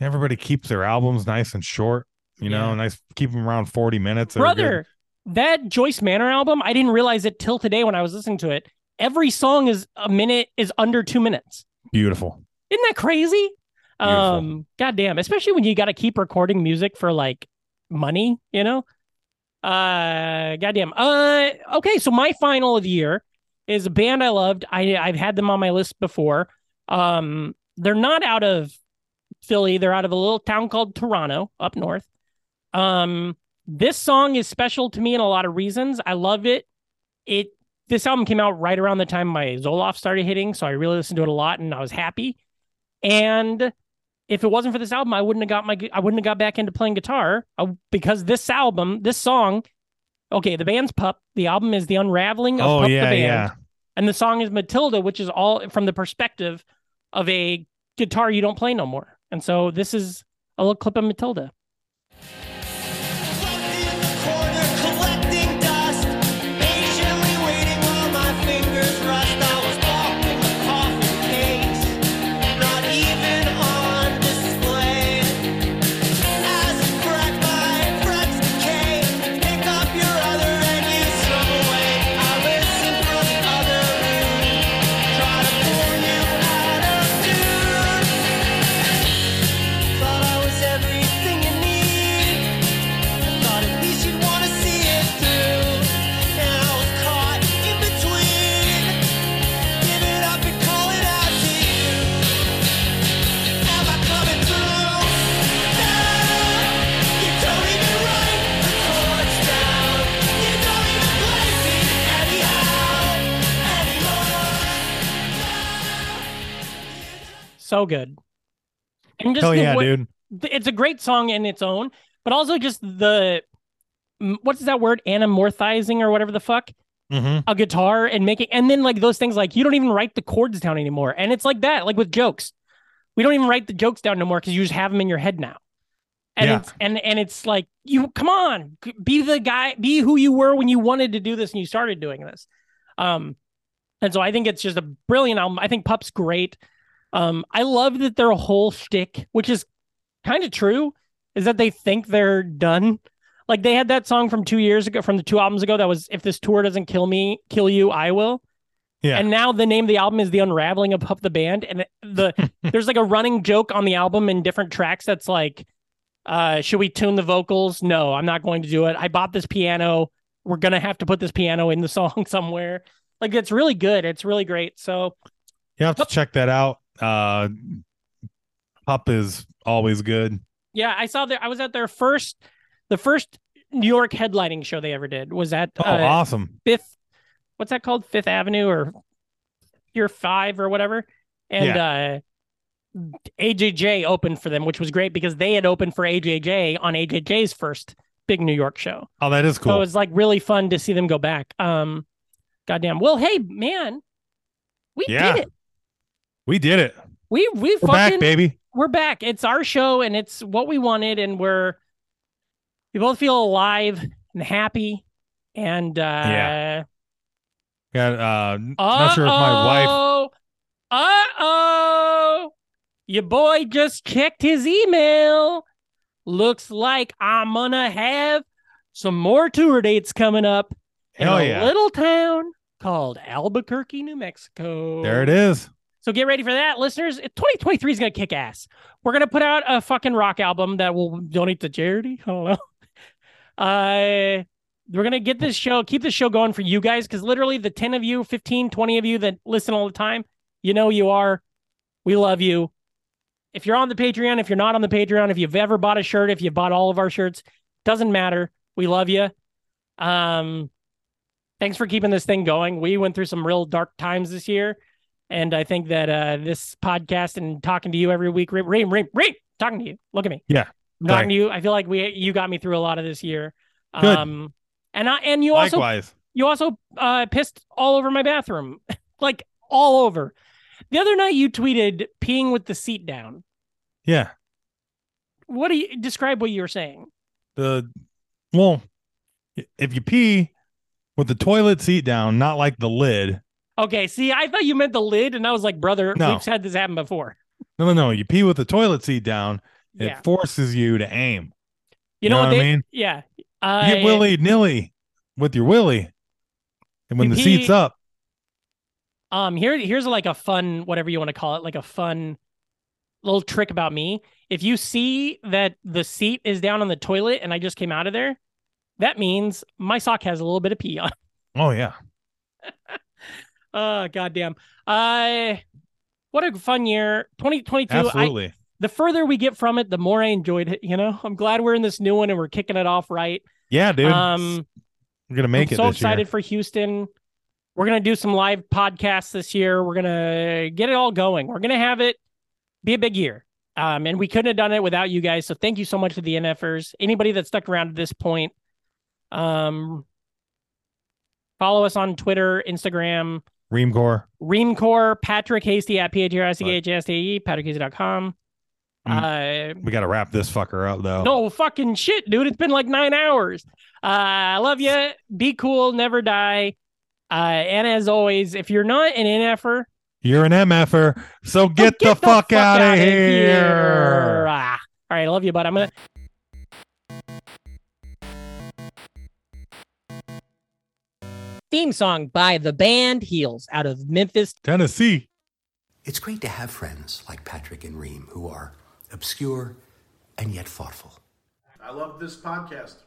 Speaker 3: everybody keeps their albums nice and short. You know,
Speaker 2: Yeah.
Speaker 3: nice keep them around forty minutes. They're good.
Speaker 2: brother that joyce manor album i didn't realize it till today when i was listening to it every song is a minute is under two minutes
Speaker 3: beautiful.
Speaker 2: isn't that crazy
Speaker 3: Beautiful.
Speaker 2: um goddamn especially when you got to keep recording music for like money you know uh goddamn uh okay so my final of the year is a band i loved i i've had them on my list before um they're not out of philly they're out of a little town called toronto up north um this song is special to me in a lot of reasons i love it it this album came out right around the time my Zoloft started hitting, so I really listened to it a lot and I was happy. And if it wasn't for this album, I wouldn't have got my I wouldn't have got back into playing guitar uh, because this album, this song, okay, the band's Pup, the album is The Unraveling of
Speaker 3: Oh
Speaker 2: Pup the
Speaker 3: yeah,
Speaker 2: Band,
Speaker 3: yeah.
Speaker 2: and the song is Matilda, which is all from the perspective of a guitar you don't play no more. And so this is a little clip of Matilda.
Speaker 4: Thought I was everything you
Speaker 2: So good. And just
Speaker 3: Hell
Speaker 2: the
Speaker 3: Oh, yeah,
Speaker 2: way-
Speaker 3: dude.
Speaker 2: th- it's a great song in its own, but also just the m- what's that word anamorphizing or whatever the fuck
Speaker 3: Mm-hmm.
Speaker 2: a guitar and making and then like those things like you don't even write the chords down anymore and it's like that like with jokes we don't even write the jokes down no more because you just have them in your head now and
Speaker 3: Yeah.
Speaker 2: it's and and it's like you come on g- be the guy be who you were when you wanted to do this and you started doing this um and so I think it's just a brilliant album. I think Pup's great. Um, I love that their whole shtick, which is kind of true, is that they think they're done. Like they had that song from two years ago, from the two albums ago, that was "If this tour doesn't kill me, kill you, I will."
Speaker 3: Yeah.
Speaker 2: And now the name of the album is "The Unraveling of Pup the Band," and the there's like a running joke on the album in different tracks that's like, uh, "Should we tune the vocals? No, I'm not going to do it. I bought this piano. We're gonna have to put this piano in the song somewhere." Like it's really good. It's really great. So
Speaker 3: You have to check that out. Uh, Pup is always good.
Speaker 2: yeah, I saw there. I was at their first, the first New York headlining show they ever did was at
Speaker 3: Oh,
Speaker 2: uh,
Speaker 3: awesome.
Speaker 2: Fifth. What's that called? Fifth Avenue or Pier Five or whatever. And uh, AJJ opened for them, which was great because they had opened for AJJ on AJJ's first big New York show.
Speaker 3: Oh, that is cool.
Speaker 2: So it's like really fun to see them go back. Um, goddamn. Well, hey man, we
Speaker 3: Yeah.
Speaker 2: did it.
Speaker 3: we did it.
Speaker 2: We we
Speaker 3: We're
Speaker 2: fucking
Speaker 3: back, baby.
Speaker 2: we're back. It's our show and it's what we wanted and we're we both feel alive and happy and uh
Speaker 3: Yeah. Got uh, n- not sure if my wife.
Speaker 2: Uh-oh. Your boy just checked his email. Looks like I'm gonna have some more tour dates coming up in
Speaker 3: Hell
Speaker 2: a
Speaker 3: yeah.
Speaker 2: little town called Albuquerque, New Mexico.
Speaker 3: There it is.
Speaker 2: So get ready for that, listeners. 2023 is going to kick ass. We're going to put out a fucking rock album that will donate to charity. I don't know. Uh, we're going to get this show, keep this show going for you guys because literally the 10 of you, 15, 20 of you that listen all the time, you know you are. We love you. If you're on the Patreon, if you're not on the Patreon, if you've ever bought a shirt, if you bought all of our shirts, doesn't matter. We love you. Um, thanks for keeping this thing going. We went through some real dark times this year. And I think that uh, this podcast and talking to you every week, reap, reap, reap, reap, talking to you. Look at me.
Speaker 3: Yeah.
Speaker 2: I'm talking
Speaker 3: Sorry.
Speaker 2: to you. I feel like we you got me through a lot of this year.
Speaker 3: Good.
Speaker 2: Um, and I and you also
Speaker 3: Likewise.
Speaker 2: you also uh, pissed all over my bathroom, like all over. The other night you tweeted peeing with the seat down.
Speaker 3: yeah.
Speaker 2: What do you describe what you were saying?
Speaker 3: The well, i- if you pee with the toilet seat down, not like the lid.
Speaker 2: Okay, see, I thought you meant the lid, and I was like, brother,
Speaker 3: No.
Speaker 2: we've had this happen before.
Speaker 3: No, no, no. You pee with the toilet seat down. It
Speaker 2: Yeah,
Speaker 3: forces you to aim.
Speaker 2: you know, what
Speaker 3: I
Speaker 2: they,
Speaker 3: mean?
Speaker 2: yeah.
Speaker 3: You
Speaker 2: Uh,
Speaker 3: get willy nilly with your willy, and when
Speaker 2: You
Speaker 3: the
Speaker 2: pee-
Speaker 3: seat's up,
Speaker 2: Um, here, here's like a fun, whatever you want to call it, like a fun little trick about me. If you see that the seat is down on the toilet and I just came out of there, that means my sock has a little bit of pee on. it.
Speaker 3: oh yeah,
Speaker 2: Oh, goddamn. Uh, what a fun year. 2022. I,
Speaker 3: absolutely.
Speaker 2: the further we get from it, the more I enjoyed it. You know, I'm glad we're in this new one and we're kicking it off right.
Speaker 3: yeah, dude.
Speaker 2: um,
Speaker 3: We're gonna make
Speaker 2: I'm
Speaker 3: it.
Speaker 2: so
Speaker 3: this year.
Speaker 2: excited for Houston. We're gonna do some live podcasts this year. We're gonna get it all going. We're gonna have it be a big year. Um, and we couldn't have done it without you guys. So thank you so much to the NFers. Anybody that stuck around to this point. Um follow us on Twitter, Instagram,
Speaker 3: Reamcore.
Speaker 2: Reamcore, Patrick Hasty at P-A-T-R-I-C-H-A-S-T-E, patrickhasty.com. Uh,
Speaker 3: We gotta wrap this fucker up though.
Speaker 2: no fucking shit, dude. It's been like nine hours. Uh, I love you. Be cool. Never die. Uh, and as always, if you're not an NFer,
Speaker 3: You're an MFer, so
Speaker 2: go
Speaker 3: get, the, fuck, out of
Speaker 2: outta
Speaker 3: here.
Speaker 2: Ah. All right. I love you, bud. I'm going to. Theme song by the band Heels out of Memphis,
Speaker 3: Tennessee.
Speaker 10: It's great to have friends like Patrick and Reem who are obscure and yet thoughtful.
Speaker 11: I love this podcast.